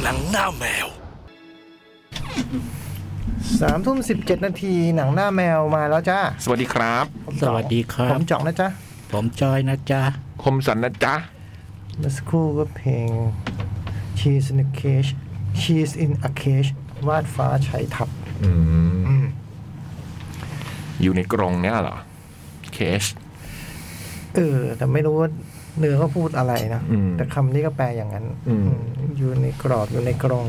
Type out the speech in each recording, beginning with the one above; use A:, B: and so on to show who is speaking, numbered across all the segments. A: หน้าแมว
B: สามทุ่มสิบเจ็ดนาทีหนังหน้าแมวมาแล้วจ้า
C: สวัสดีครับ
B: ผม
D: สวัสดีครั
B: ผ
D: บ
B: มจ่องนะจ๊ะ
D: ผมจอยนะจ๊ะ
C: คมสันนะจ๊ะ
B: เมื่อสักครู่ก็เพลง She's in a cage She's in a cage วาดฟ้าใช้ทับ
C: อยู่ในกรงเนี้ยเหรอ เคช
B: เออ แต่ไม่รู้ว่าเนื้อเขาพูดอะไรนะ
C: อืม
B: แต่คำนี้ก็แปลอย่างนั้น
C: อืม
B: อืมอยู่ในกรอบอยู่ในกรง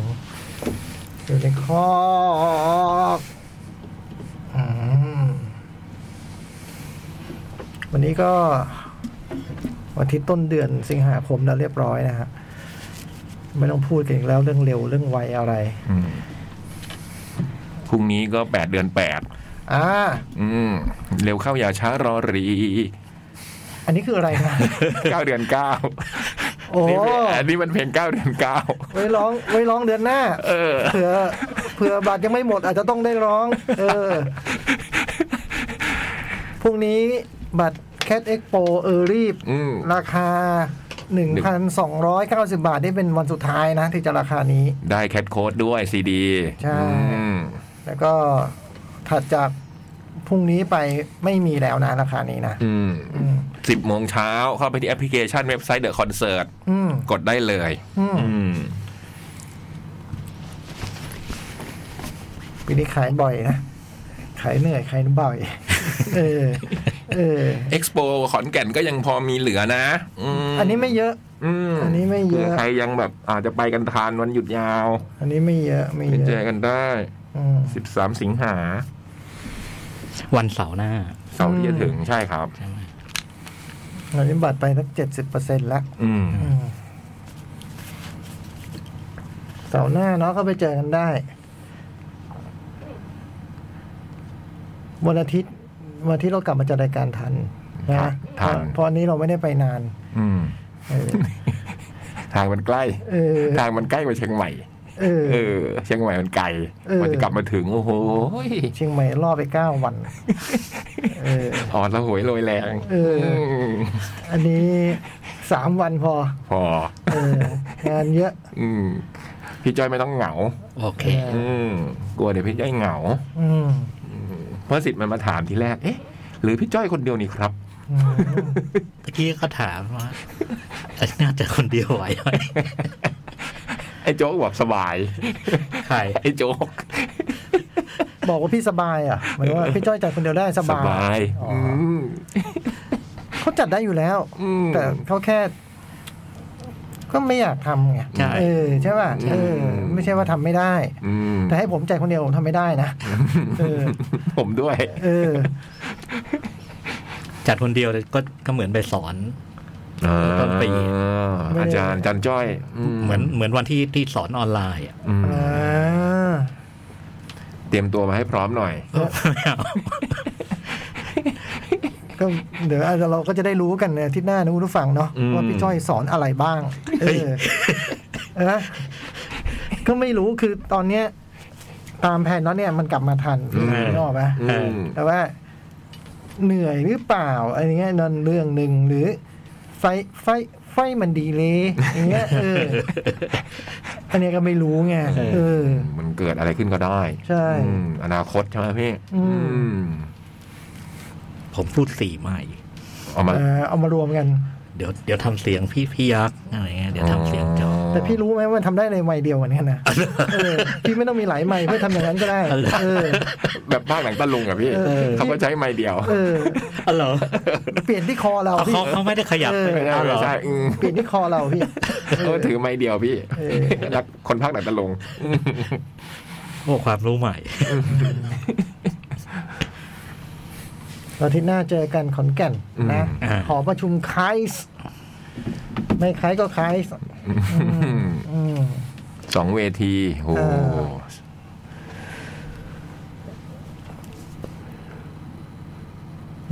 B: อยู่ในคอกอืมวันนี้ก็วันที่ต้นเดือนสิงหาคมแล้วเรียบร้อยนะฮะไม่ต้องพูดกันอีกแล้วเรื่องเร็วเรื่องไวอะไร
C: อืมพรุ่งนี้ก็แปดเดือนแปด
B: อ่า
C: อืม เร็วเข้าอย่าช้ารอรี
B: อันนี้คืออะไรนะ
C: เก้าเดือนเก้า
B: โอ้
C: นี่อันนี้มันเพลงเก้าเดือนเก้า
B: ไว้ร้องไว้ร้องเดือนหน้า
C: เออ
B: เผื่อเผื่อบัตรยังไม่หมดอาจจะต้องได้ร้อง เออพรุ่งนี้บัตรแค t เอ็กโปเออรีบ
C: อืม
B: ราคา 1,290 บาท นี่เป็นวันสุดท้ายนะ ที่จะราคานี้
C: ได้แคทโค้ดด้วยซีดี
B: ใช่
C: อืม
B: แล้วก็ถัดจากพรุ่งนี้ไปไม่มีแล้วนะ ราคานี้นะ
C: อืม
B: อืม
C: สิบโมงเช้าเข้าไปที่แอปพลิเคชันเว็บไซต์เดอะคอนเสิร์ต
B: อืม
C: กดได้เลย
B: อืม
C: อืม
B: ปีนี้ขายบ่อยนะ ขายเหนื่อยขายบ่อย เออ เออ
C: เอ็กซ์โปขอนแก่นก็ยังพอมีเหลือนะอืม
B: อันนี้ไม่เยอะ
C: ม
B: อันนี้ไม่เยอะ
C: ผื่ใครยังแบบ อาจจะไปกันทานวันหยุดยาว
B: อันนี้ไม่เยอะไม่
C: ไป
B: เย
C: เจอ
B: อะ
C: กันได้
B: อืม
C: 13 สิงหา
D: วันเสาร์หน้า
C: เสาร์ที่จะถึงใช่ครับ
B: เรานี้บัตรไปสักเจ็ดสิบเปอร์เซ็นต์ละ
C: อืม
B: เสาร์หน้าเนาะก็ไปเจอกันได้ วันอาทิตย์วันอาทิตย์เรากลับมาจัดรายการทันนะ
C: ทัน
B: เพราะอันนี้เราไม่ได้ไปนาน
C: อืม
B: เออ
C: ทางมันใกล้
B: เออ
C: ทางมันใกล้กว่าเชียงใหม่
B: เออ
C: เออ เชียงใหม่มันไกล
B: เออ
C: มันจะกลับมาถึง โอ้โหย
B: เชียงใหม่ล่อไปเก้าวัน เออ
C: อ่อนละหวยโรยแรง
B: เอออื
C: ม
B: อันนี้สามวันพอ
C: พอ
B: เอองานเยอะ
C: อืม พี่จ้อยไม่ต้องเหงา
D: โอเค
B: เออ
C: อืม กลัวเดี๋ยวพี่จ้อยเหงา
B: อืม
C: เพราะสิทธิ์มันมาถามทีแรก เอ๊ะ หรือพี่จ้อยคนเดียวนี่ครับ
B: อืม
D: เมื่อกี้ก็ถามว่าเอ้ยน่าจะคนเดียวไหวไหม
C: ไอ้โจ๊กบอกสบาย
D: ใคร
C: ไอ้โจ๊ก
B: บอกว่าพี่สบายอ่ะหมายว่าพี่จ้อยจัดคนเดียวได้สบาย อ๋ออื
C: ม
B: เขาจัดได้อยู่แล้ว
C: อืม
B: แต่เขาแค่ ก็ไม่อยากทำไง
D: ใช่
B: เออใช่ป่ะเออ ไม่ใช่ว่าทำไม่ได้
C: อืม
B: แต่ให้ผมใจดคนเดียวผมทำไม่ได้นะเออ
C: ผมด้วย
B: เออ
D: จัดคนเดียวก็ก็เหมือนไปสอน ต้นปี
C: อาจารย์อาจารย์จ้อย
D: เหมือนเหมือนวันที่ที่สอนออนไลน์อะ
C: อืม
B: อ่า
C: เตรียมตัวมาให้พร้อมหน่อย
B: เออ
D: ไม่เอา
B: ก็เดี๋ยวอาจจะเราก็จะได้รู้กันในอาทิตย์หน้านะคุณผู้ฟังเนาะ
C: อืม
B: ว่าพี่จ้อยสอนอะไรบ้าง เออเออนะก็ไม่รู้คือตอนเนี้ย ตามแผนแล้วเนี่ยมันกลับมาทันนกออกปะ
C: อืม
B: แต่ว่าเหนื่อยหรือเปล่าอันเนี้ยนั่นเรื่องหนึ่งหรือ ไฟไฟไฟมันดีเลยอย่างเงี้ยเอ ออันเนี้ยก็ไม่รู้ไงเออ
C: มันเกิดอะไรขึ้นก็ได้
B: ใช่
C: อืมอนาคตใช่ไหมพี่
B: อืม
C: อืม
D: ผมพูดสี่ใหม่
C: เอามา
B: เออเอามารวมกัน
D: เดี๋ยวเดี๋ยวทำเสียงพี่พี่ยักษ์อะไรเงี้ยเดี๋ยวทำเสียงจอ
B: แต่พี่รู้ไหมว่ามันทำได้ในไมค์เดียวกันเนี่ยนะเออ พี่ไม่ต้องมีหลายไมค์เพื่อทำอย่างนั้นก็ได้ เออ
C: แบบบ้านหลังตะลุงอะพี่
B: เออ
C: เขาก็ใช้ไม้เดียว
B: เออ
D: อ๋อเหรอ
B: เปลี่ยนที่คอ เราพี่
D: เขาเขาไม่ได้ขยับ
B: เออ
C: ไม่ได้
D: เอาเหร
C: ไม่
D: อ
C: ใช่อืม
B: เปลี่ยนที่คอเราพี่
C: เขาถือไม้เดียวพี่
B: เออ
C: รักคนภาคหลังตะลุง
D: โอ้ความรู้ใหม่
B: อาทิตย์หน้าเจอกันขอนแก่นนะ
D: อืม
B: หอประชุมไคส์ไม่ไคส์ก็ไคส์
C: อืม
B: อืม
C: สองเวทีโอ้โห
B: เออ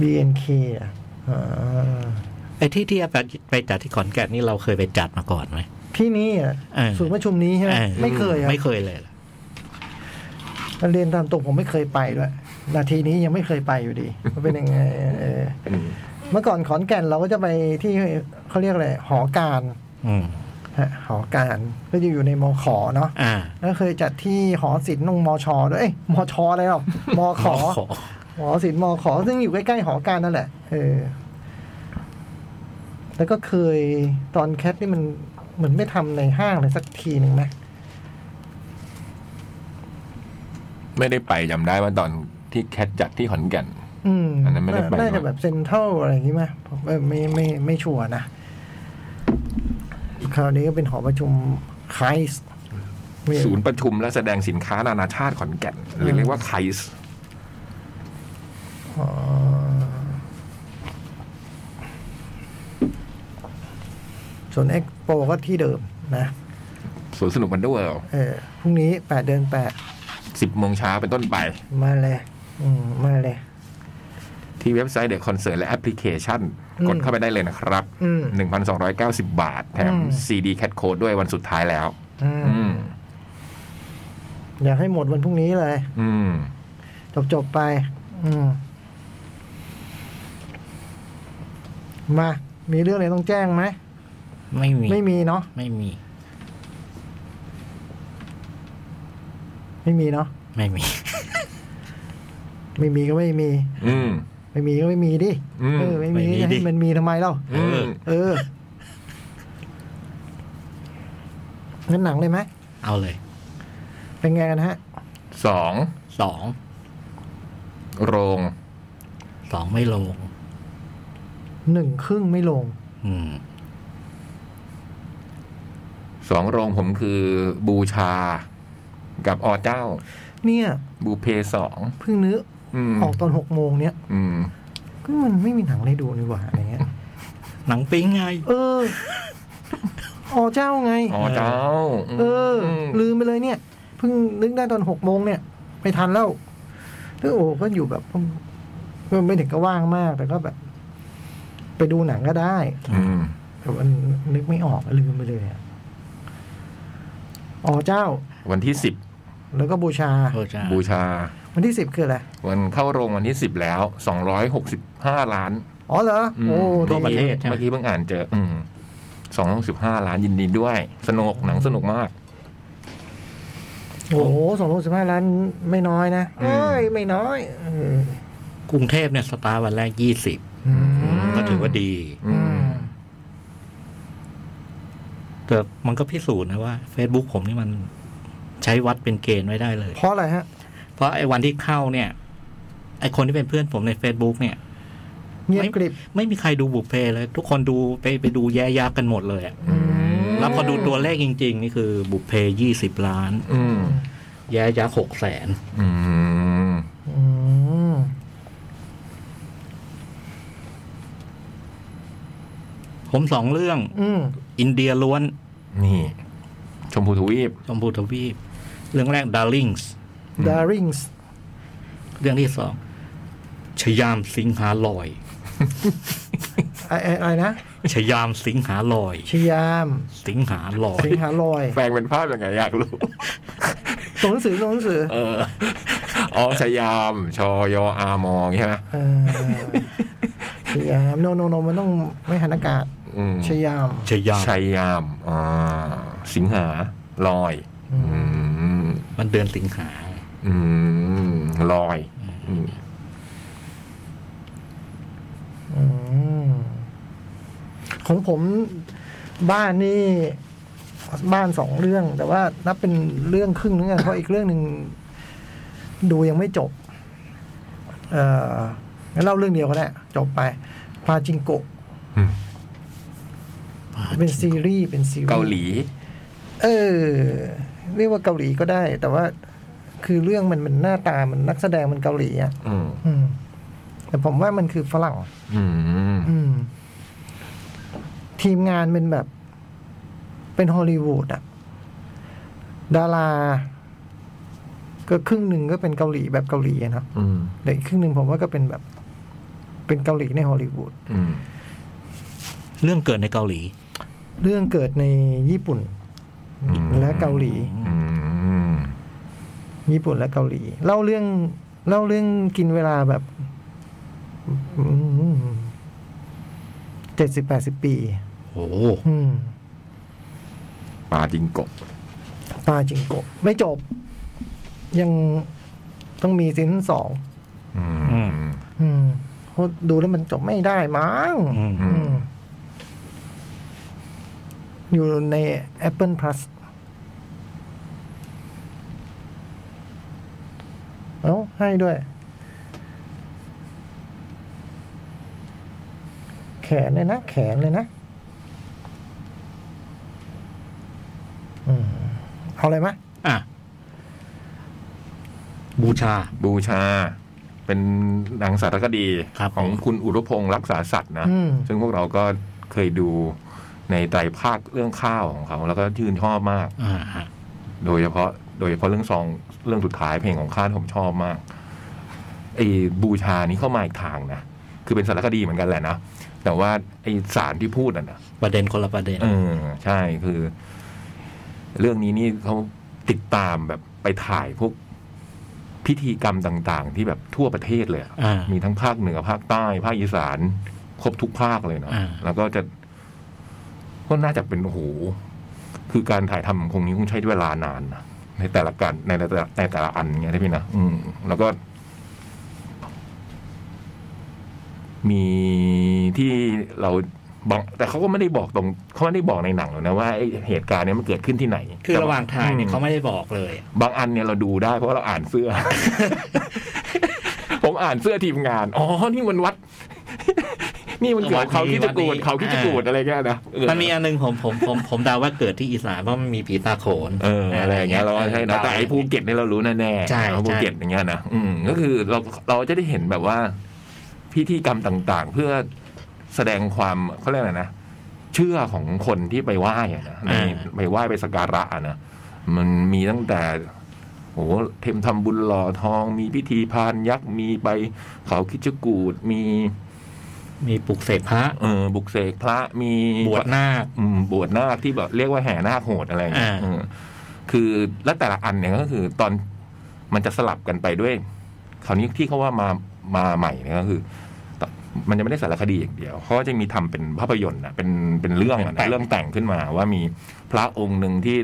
B: BNK อ่ะอ่า
D: ไอ้ที่ที่ไปไปจัดที่ขอนแก่นนี่เราเคยไปจัดมาก่อนไหม
B: ที่นี่อ่ะ
D: เออ
B: ศูนย์ประชุมนี้ใช่ไหม
D: เออ
B: ไม่เคยอ่ะ
D: ไม่เคยเลยเหรอ
B: เรียนตามตรงผมไม่เคยไปด้วย นาทีนี้ยังไม่เคยไปอยู่ดีมันเป็นยังไงเออ
C: อืม
B: เมื่อก่อนขอนแก่นเราก็จะไปที่เขาเรียกอะไรหอการ
D: อืม
B: ฮะหอการก็จะอยู่ในมขเนาะ
D: อ่า
B: แล้วเคยจัดที่หอศิลป์นงมชด้วยเอ้ยมชอะไรหรอกมข
D: ขอ
B: หอศิลป์มอขอซึ่งอยู่ใกล้ๆหอการนั่นแหละเออแล้วก็เคยตอนแคทนี่มันเหมือนไม่ทำในห้างเลยสักทีหนึ่งไหม
C: ไม่ได้ไปจำได้ว่าตอนที่แคทจัดที่ขอนแก่น
B: อืม
C: อันนั้นไม่ได้ไป
B: น่าจะแบบเซ็นทรัลอะไรอย่างงี้ไหมผมเออไม่ไม่ไม่ไม่ชัวร์นะ คราวนี้ก็เป็นหอประชุมไคส์ไม่
C: ศูนย์ประชุมและแสดงสินค้านานาชาติขอนแก่น หรือเรียกว่าไคส์
B: อ๋อส่วนเอ็กโปก็ที่เดิมนะ
C: สวนสนุกมันด้วย
B: เออพรุ่งนี้แปดเดือนแปด
C: สิบโมงเช้าเป็นต้นไป
B: มาเลยอืมมาเลย
C: ที่เว็บไซต์เดอะคอนเสิร์ตและแอปพลิเคชัน
B: อืม
C: กดเข้าไปได้เลยนะครับ
B: อืม
C: 1,290 บาท แถม
B: อืม
C: CD Cat Code ด้วยวันสุดท้ายแล้ว
B: อืม
C: อืม
B: อยากให้หมดวันพรุ่งนี้เลย
C: อืม
B: จบจบๆไป อืม มา มีเรื่องอะไรต้องแจ้งไหม
D: ไม่มี
B: ไม่มีเนาะ
D: ไม่มี
B: ไม่มีเนาะ
D: ไม่มี
B: ไม่มีก็ไม่มี
C: อืม
B: ไม่มีก็ไม่มีดิ
C: อืม
B: เออ ไม่มี
D: ไม่มีดิ
B: จะให้มันมีทำไมเล่า
C: อืม
B: เอองั้นหนังเลยไหม
D: เอาเลย
B: เป็นไงกันฮะ
C: สอง
D: สอง
C: โรง
D: สองไม่ลง
B: หนึ่งครึ่งไม่ลง
D: อืม
C: สองโรงผมคือบูชา กับอเจ้า
B: เนี่ย
C: บูเพสอง
B: เพิ่งนึก
C: อืม
B: ออกตอนหกโมงเนี้ย
C: อืม
B: ก็มันไม่มีหนังอะไรดูนี่หว่าอะไรเงี้ย
D: หนังปิ้งไง
B: เออ อ๋อเจ้าไง
C: อเจ้า
B: เออ
C: ม
B: ลืมไปเลยเนี่ย เพิ่งนึกได้ตอนหกโมงเนี่ย ไม่ทันแล้วแล้วโอ้ก็อยู่แบบก็ไม่ถึงก็ว่างมาก แต่ก็แบบ ไปดูหนังก็ได้
C: อืม
B: แต่มันนึกไม่ออกลืมไปเลยอะอ๋อเจ้า
C: วันที่สิบ
B: แล้วก็บูชา
D: โอ้จ้า
C: บูชา
B: วันที่สิบคืออะไร
C: วันเข้าโรงวันที่สิบแล้วสองร้อยหกสิบห้าล้าน
B: อ๋อเหรอ
C: ม
B: โอ้
D: ทั่วประเทศใช่ไหม
C: เมื่อกี้เพิ่งอ่านเจอ อืมสองร้อยสิบห้าล้านยินดีด้วย สนุกหนังสนุกมาก
B: โอ้โหสองร้อยสิบห้าล้านไม่น้อยนะ
C: อืม
B: เอ้ยไม่น้อยเออก
D: รุงเทพเนี่ยสตาร์วันแรกยี่สิบ
B: อืม
D: ก็ถือว่าดี
C: อื
B: อื
C: ม
B: ม
D: แต่มันก็พิสูจน์นะว่า Facebook ผมนี่มันใช้วัดเป็นเกณฑ์ไม่ได้เลย
B: เพราะอะไรฮะ
D: เพราะไอ้วันที่เข้าเนี่ย ไอ้คนที่เป็นเพื่อนผมใน Facebook เนี่ย
B: เงียบกริบ
D: ไม่มีใครดูบุพเพเลย ทุกคนดูไปไปดูแย่ยากกันหมดเลยอะ
B: ม
D: แล้วพอดูตัวเลขจริง ๆ นี่คือบุพเพยี่สิบล้าน
C: อืม
D: แย่ยากหกแสน
C: อืม
B: อืม
D: ผมสองเรื่อง
B: อืม
D: อินเดียล้วน
C: นี่ ชมพูทวีป
D: ชมพูทวีป เรื่องแรก Darlings
B: ดาริงส์
D: เรื่องที่สองชยามสิงหาลอย
B: อะไรนะ
D: ชยามสิงหาลอย
B: ชยาม
D: สิงหาลอย
B: สิงหาล อย
C: แปลงเป็นภาพยังไงอยากรู้
B: ตัวหนังสือตัวหนังสือ
C: เอออ๋อชยาม ชอยออามองใช่ไหม
B: เออชยามโนโนโนมันต้องไม่หันอากาศ
C: อืม
B: ชยาม
D: ชยาม
C: ชยามอ่าสิงหา ลอย
B: อื
C: อื
B: ม
C: ม
D: มันเดือนสิงหา
C: อืม ลอยอืม
B: อืมของผมบ้านนี่ บ้านสองเรื่อง แต่ว่านับเป็นเรื่องครึ่งนึงอะเพราะอีกเรื่องหนึ่งดูยังไม่จบ เอองั้นเล่าเรื่องเดียวก็ได้จบไป พาจิงโกะ
C: อืม
B: เป็นซีรีส์เป็นซีรีส์
C: เกาหลี
B: เออ เรียกว่าเกาหลีก็ได้ แต่ว่าคือเรื่องมันมันหน้าตามันนักแสดงมันเกาหลีอ่ะ
C: อืม
B: อืม แต่ผมว่ามันคือฝรั่ง
C: อืม
B: อืม ทีมงานเป็นแบบ เป็นฮอลลีวูดอ่ะ ดารา ก็ครึ่งหนึ่งก็เป็นเกาหลีแบบเกาหลีอะเนาะ
C: อืม
B: แต่อีกครึ่งหนึ่งผมว่าก็เป็นแบบ เป็นเกาหลีในฮอลลีวูด
C: อืม
D: เรื่องเกิดในเกาหลี
B: เรื่องเกิดในญี่ปุ่น
C: อืม
B: และเกาหลี
C: อืม
B: ญี่ปุ่นและเกาหลี เล่าเรื่อง เล่าเรื่องกินเวลาแบบเจ็ดสิบแปดสิบปี
D: โอ้
B: อืม
C: ปลาจิงกบ
B: ปาจิงโกะไม่จบ ยังต้องมีซีซั่นสอง
C: อืม
D: อืม
B: อืมเพราะดูแล้วมันจบไม่ได้มั้ง
D: อืม
B: อืมอยู่ใน Apple Plus เอ้าให้ด้วย แขนเลยนะ แขนเลยนะ อืม เอาอะไรมะ
D: อ่ะ บูชา
C: บูชา เป็นหนังสารคดี
D: ครับ
C: ของคุณอุรุพงศ์รักษาสัตว์นะ
B: อืม
C: ซึ่งพวกเราก็เคยดูในไตรภาคเรื่องข้าวของเขา แล้วก็ชื่นชอบมาก
D: อ่าฮะ
C: โดยเฉพาะ โดยเฉพาะเรื่องซองเรื่องสุดท้ายเพลงของข้าที่ผมชอบมากไอ้บูชานี้เข้ามาอีกทางนะ คือเป็นสารคดีเหมือนกันแหละนะ แต่ว่าไอ้สารที่พูดน่ะนะ
D: ประเด็นคนละประเด็น
C: เออใช่คือ เรื่องนี้นี่เขาติดตามแบบไปถ่ายพวกพิธีกรรมต่าง ๆ ที่แบบทั่วประเทศเลยอะ
D: อ่ามี
C: มีทั้งภาคเหนือภาคใต้ภาคอีสาน ครบทุกภาคเลยเนาะ
D: อ่า
C: แล้วก็จะก็น่าจะเป็นโอ้โหคือการถ่ายทำคงนี้คงใช้เวลานานนะในแต่ละการในแต่ละในแต่ละอันเงี้ยได้พี่นะอืม แล้วก็ มีที่เราบอกแต่เขาก็ไม่ได้บอกตรงเขาไม่ได้บอกในหนังหรอกนะว่าไอ้เหตุการณ์เนี้ยมันเกิดขึ้นที่ไหน
D: คือ
C: แต่
D: ระหว่างถ่ายเนี่ย
C: อืม
D: เขาไม่ได้บอกเลย
C: บางอันเนี่ยเราดูได้เพราะเราอ่านเสื้อ ผมอ่านเสื้อทีมงานอ๋อนี่มันวัด นี่มันเกิดเขาคิดจะกูด
D: วัดนี้
C: เขาคิดจะกูดอะไรเงี้ยนะเออ
D: มันมีอันหนึงผมผมผมผมเดาว่าเกิดที่อีสานเพราะมันมีผีตาโขน
C: เอออะไรอย่างเงี้ยเราใช่นะแต่ไอ้ภู
D: เก็ต
C: เก็ตเนี่ยเรารู้แน่ๆ
D: ใช่
C: เอาภู
D: ใช่
C: เก็ตอย่างเงี้ยนะอืมก็คือเราเราจะได้เห็นแบบว่า พิธีกรรมต่าง ๆ เพื่อแสดงความเขาเรียกอะไรนะเชื่อของคนที่ไปไหว้อะนะใน
D: อ่า
C: ไปไหว้ไปสักการะอะนะมันมีตั้งแต่โอ้โหเทมทำบุญหล่อทอง มีพิธีพานยักษ์มีไปเขาคิดจกูดมี
D: มีปลุกเสกพระ
C: เออบุกเสกพระมี
D: บวชนาค
C: อืมบวชนาคที่แบบเรียกว่าแห่นาคโหดอะไรอย่างเงี้ย
D: อ่า
C: เออคือแล้วแต่ละอันเนี่ยก็คือ ตอนมันจะสลับกันไปด้วยคราวนี้ที่เขาว่ามามาใหม่เนี่ยก็คือ มันจะไม่ได้สารคดีอย่างเดียวเขาก็จะมีทำเป็นภาพยนตร์นะเป็นเป็นเรื่องอะ
D: เป็นแต่
C: นะ
D: ง
C: เรื่องแต่งขึ้นมาว่ามีพระองค์หนึ่งที่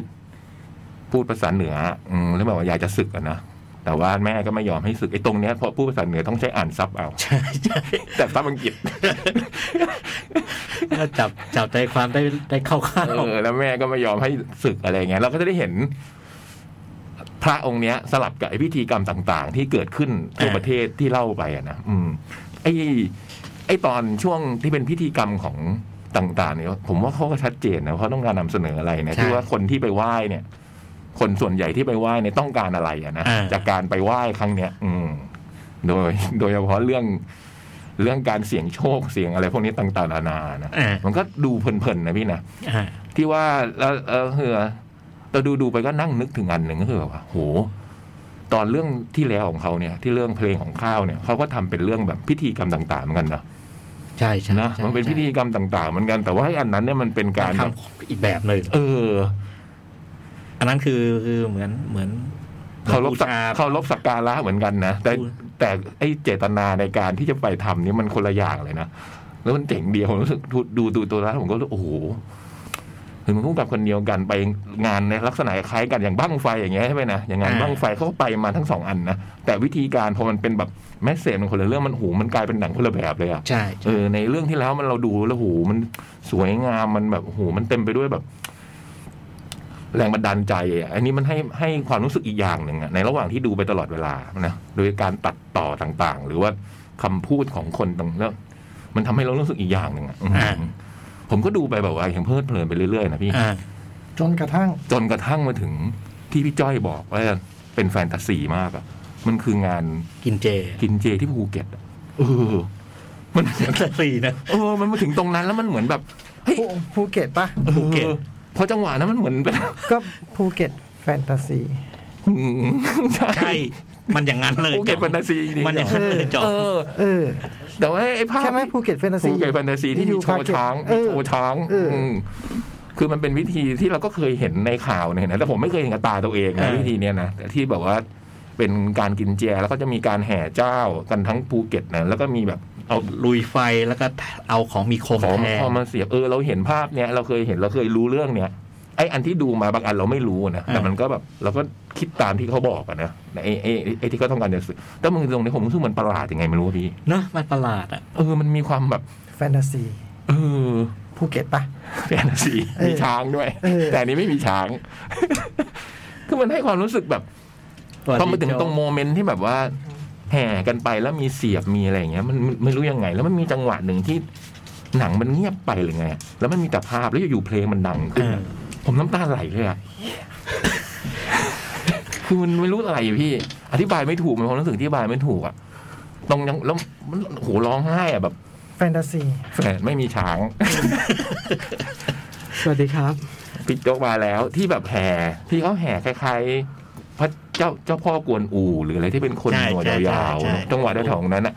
C: พูดภาษาเหนืออืมแล้วแบบว่าอยากจะศึกอะนะแต่ว่าแม่ก็ไม่ยอมให้ศึกไอ้ตรงเนี้ยเพราะพูดภาษาเหนือต้องใช้อ่านซับเอา
D: ใช่ใช่
C: แต่ซับอังกฤษ
D: ก็จับจับใจความได้ได้เข้าข้า
C: เอ
D: ว
C: อแล้วแม่ก็ไม่ยอมให้ศึกอะไรเงี้ยเราก็จะได้เห็น พระองค์เนี้ย สลับกับไอ้พิธีกรรมต่าง ๆ ที่เกิดขึ้นทั่วประเทศที่เล่าไปอะนะอืม ไอ้ไอ้ตอนช่วงที่เป็นพิธีกรรมของต่าง ๆ เนี่ย ผมว่าเขาก็ชัดเจนนะเพราะต้องการนำเสนออะไรเนี่ยที่ว่าคนที่ไปไหว้เนี่ย คนส่วนใหญ่ที่ไปไหว้เนี่ยต้องการอะไรอะนะ
D: อ่า
C: จากการไปไหว้ครั้งเนี้ย อืม โดย โดยเฉพาะเรื่อง เรื่องการเสี่ยงโชคเสี่ยงอะไรพวกนี้ต่างๆนานานะ
D: อ่า
C: มันก็ดูเพลินๆนะพี่นะ
D: อ่า
C: ที่ว่าแล้วเออเหือเราดูดูไปก็นั่งนึกถึงอันหนึ่งก็คือแบบว่าโห ตอนเรื่องที่แล้วของเขาเนี่ย ที่เรื่องเพลงของข้าวเนี่ยเขาก็ทำเป็นเรื่องแบบพิธีกรรมต่างๆเหมือนกันนะ
D: ใช่ใช่
C: นะ
D: ใช่
C: มันเป็นพิธีกรรมต่างๆเหมือนกัน แต่ว่าไอ้อันนั้นเนี่ยมันเป็นการแบบ
D: ทำอีกแบบหนึ่ง
C: เออ
D: อันนั้นคือคือเหมือนเหมือน
C: เคารพสัก
D: บูช
C: เคารพสักการะเหมือนกันนะแต่
D: บูชา
C: แต่ไอ้เจตนาในการที่จะไปทำนี่มันคนละอย่างเลยนะแล้วมันเจ๋งเดียวผมรู้สึกดูดูดูตัวแล้วผมก็รู้โอ้โหคือมันพุ่งกับคนเดียวกันไปงานในลักษณะคล้ายกันอย่างบ้างไฟอย่างเงี้ยใช่ไหมนะอย่างงาน
D: อ่า
C: บ้างไฟเขาก็ไปมาทั้งสองอันนะแต่วิธีการพอมันเป็นแบบแมสเซจมันคนละเรื่องมันโอ้โหมันกลายเป็นหนังคนละแบบเลยอะ
D: ใช่
C: เอ
D: ใช่
C: อในเรื่องที่แล้วมันเราดูแล้วโหมันสวยงามมันแบบโหมันเต็มไปด้วยแบบ แรงบันดาลใจอ่ะอันนี้มันให้ให้ความรู้สึกอีกอย่างหนึ่งอะในระหว่างที่ดูไปตลอดเวลานะโดยการตัดต่อต่าง ๆ หรือว่าคำพูดของคนตรงแล้วมันทำให้เรารู้สึกอีกอย่างหนึ่งอะอืมผมก็ดูไปแบบว่าอย่างเพลิดเพลินไปเรื่อยๆนะพี่
D: อ่า
B: จนกระทั่ง
C: จนกระทั่งมาถึงที่พี่จ้อยบอกว่าเป็นแฟนตาซีมากอะมันคืองาน
D: กินเจ
C: กินเจที่ภูเก็ตอะเออ มัน
D: สี่นะ
C: เออ มันมาถึงตรงนั้นแล้วมันเหมือนแบบ
B: ภูภูเก็ตปะ
D: ภูเก็ต
C: ออพอจังหวะนั้นมันเหมือนเป็น
B: ก็ภูเก็ตแฟนตาซี
C: อืมใช่
D: ใช่ มันอย่างนั้นเลย
C: ภูเก็ตแฟนตาซีจริงๆ
D: มันอย่างนั้นเลยจอม
C: เออ
B: เออ
C: แต่ว่าไอ้ภาพ
B: ใช่ไหมภูเก็ตแฟนตาซี
C: ภูเก็ตแฟนตาซีที่มีโชว์ช้าง
B: เออ
C: โชว์ช้าง
B: เอออื
C: มคือมันเป็นวิธีที่เราก็เคยเห็นในข่าวเนี่ยนะแต่ผมไม่เคยเห็นกับตาตัวเอง
D: เอ
C: นะ
D: อ
C: วิธีเนี้ยนะแต่ที่แบบว่าเป็นการกินเจแล้วก็จะมีการแห่เจ้ากันทั้งภูเก็ตนะแล้วก็มีแบบเอา
D: ลุยไฟแล้วก็เอาของมีคม
C: ของ
D: แทน
C: พอมาเสียบเออเราเห็นภาพเนี้ยเราเคยเห็นเราเคยรู้เรื่องเนี้ย ไออันที่ดูมาบางอันเราไม่รู้นะแต่
D: อ่ามั
C: มันก็แบบเราก็คิดตามที่เขาบอกอะนะไอไอไอ้ไอที่เขาต้องการจะสื่อแต่มึงตรงนี้ผมรู้สึกมันประหลาดยังไงไม่รู้อะพี่
D: เนอะมันประหลาดอ่ะ
C: เออมันมีความแบบ
B: แฟนตาซี
C: เออ
B: ภูเก็ตปะ
C: แฟนตาซี
B: เออ
C: มีช้างด้วย
B: เออ
C: แต่อันนี้ไม่มีช้าง คือมันให้ความรู้สึกแบบพอมาถึงตรงโมเมนต์ที่แบบว่า แห่กันไปแล้วมีเสียบมีอะไรอย่างเงี้ยมันมันไม่รู้ยังไง แล้วมันมีจังหวะหนึ่งที่หนังมันเงียบไปหรือไงแล้วมันมีแต่ภาพแล้วอยู่ๆเพลงมันดังขึ้นอะ
D: อ่า
C: ผมน้ำตาไหลเลยอะ คือมันไม่รู้อะไรอะพี่ อธิบายไม่ถูกมันความรู้สึกที่อธิบายไม่ถูกอะตรงยังแล้วมันโหร้องไห้อะแบบ
B: แฟนตาซี
C: แหมไม่มีช้าง
A: สวัสดีครับ
C: ปิดโจกมาแล้ว ที่แบบแห่ที่เขาแห่คล้ายๆพระเจ้าเจ้าพ่อกวนอูหรืออะไรที่เป็นคน
D: ใช่
C: หนวด
D: ใช่
C: ยาว
D: ใช่ใช่
C: ๆจังหวะแถวๆนั้นอะ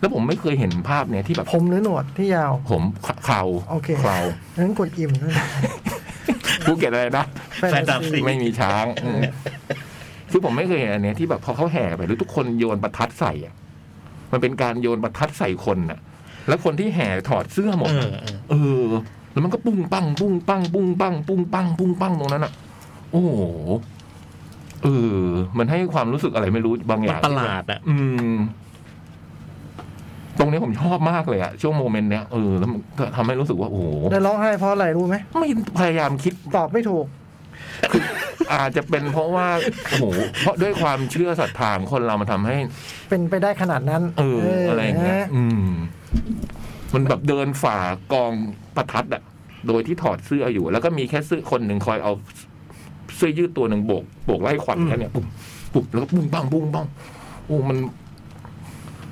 C: แล้วผมไม่เคยเห็นภาพเนี่ยที่แบบ
B: ผมหรือหนวดที่ยาว
C: ผมเคลา
B: โอเค
C: เคลา
B: นั้นกดอิ่มนั่น
C: ภูเก็ตอะไรนะ
D: แฟนตาซี
C: ไม่มี ช้างอืมคือผมไม่เคยเห็นอันเนี้ยที่แบบพอเขาแห่ไปหรือทุกคนโยนประทัดใส่อะมันเป็นการโยนประทัดใส่คนน่ะ แล้วคนที่แห่ถอดเสื้อหมด
D: เอ
C: น่ะ
D: อเออ
C: เออ แล้วมันก็ปุ้งปังปุ้งปังปุ้งปังปุ้งปังปุ้งปังตรงนั้นอ่ะ โอ้โหเออ มันให้ความรู้สึกอะไรไม่รู้บางอ
D: มัน
C: ย่าง
D: ประหลาดอ่ะ
C: อืม ตรงนี้ผมชอบมากเลยอะช่วงโมเมนต์เนี้ยเออแล้วมันก็ทำให้รู้สึกว่าโอ้โห
B: ได้ร้องไห้เพราะอะไรรู้ไหม
C: ไม่พยายามคิด
B: ตอบไม่ถูก
C: อาจจะเป็นเพราะว่าโอ้โหเพราะด้วยความเชื่อศรัทธาของคนเรามันทำให้
B: เป็นไปได้ขนาดนั้น
C: เออ อะไรอย่างเงี้ย
B: นะ
C: อืม มันแบบเดินฝ่ากองประทัดอะโดยที่ถอดเสื้ออยู่ แล้วก็มีแค่เสื้อคนหนึ่งคอยเอาเสื้อยืดตัวหนึ่งโบกโบกไล่ขวัญแค่เนี้ยปุ๊บปุ๊บแล้วก็ปุ้งบ้างปุ้งบ้างโอ้มัน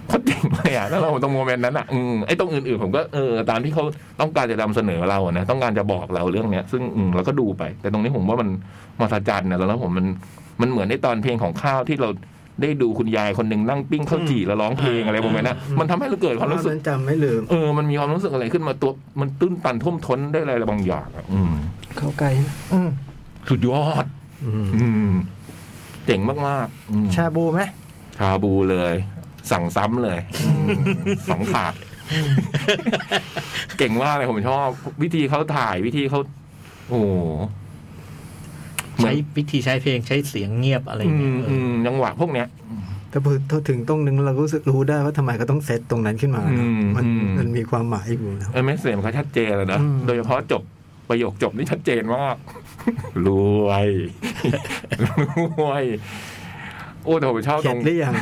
C: โคตรเจ๋งเลยอะแล้วเราตรงโมเมนต์นั้นอะอืมไอ้ตรงอื่นๆผมก็เออตามที่เขาต้องการจะนำเสนอเราอะนะต้องการจะบอกเราเรื่องเนี้ย ซึ่งอืมเราก็ดูไป แต่ตรงนี้ผมว่ามันมหัศจรรย์นะแล้วผมมันมันเหมือนในตอนเพลงของข้าวที่เราได้ดูคุณยายคนหนึ่งนั่งปิ้งข้าวจี่แล้วร้องเพลงอะไรประมาณนั้นมันทำให้เราเกิดความรู้สึก
A: นั้นจำไม่ลืม
C: เออ มันมีความรู้สึกอะไรขึ้นมาตัว มันตื้นตันท่วมท้นได้อะไรบางอย่างอะอืม
A: เข้าใกล้นะ
B: อืม
C: สุดยอด อืม เจ๋งมากๆอืม
B: ชาบูไหม
C: ชาบูเลย สั่งซ้ำเลยอืมสองถาด เก่งมากเลยผมชอบ วิธีเขาถ่ายวิธีเขาโอ้โหเหมือน
D: ใช้วิธีใช้เพลงใช้เสียงเงียบอะไร
C: อื
D: เงี้
C: ม
D: ยเอ
C: อื
D: อ
C: มจังหวะพวกเนี้ย
A: แต่พอถึงตรงนึงเรารู้สึกรู้ได้ว่าทำไมก็ต้องเซตตรงนั้นขึ้นมานะ
C: อืม
A: มัน
C: อืม
A: มันมีความหมายอยู่นะ
C: เอเมสเซมเขาชัดเจนเลยนะ
A: อืม
C: โดยเฉพาะจบประโยคจบนี่ชัดเจนมาก รวย รวย โอ้แต่ผมชอบต
A: เข็
C: ร
A: ด
C: ง
A: หรือยัง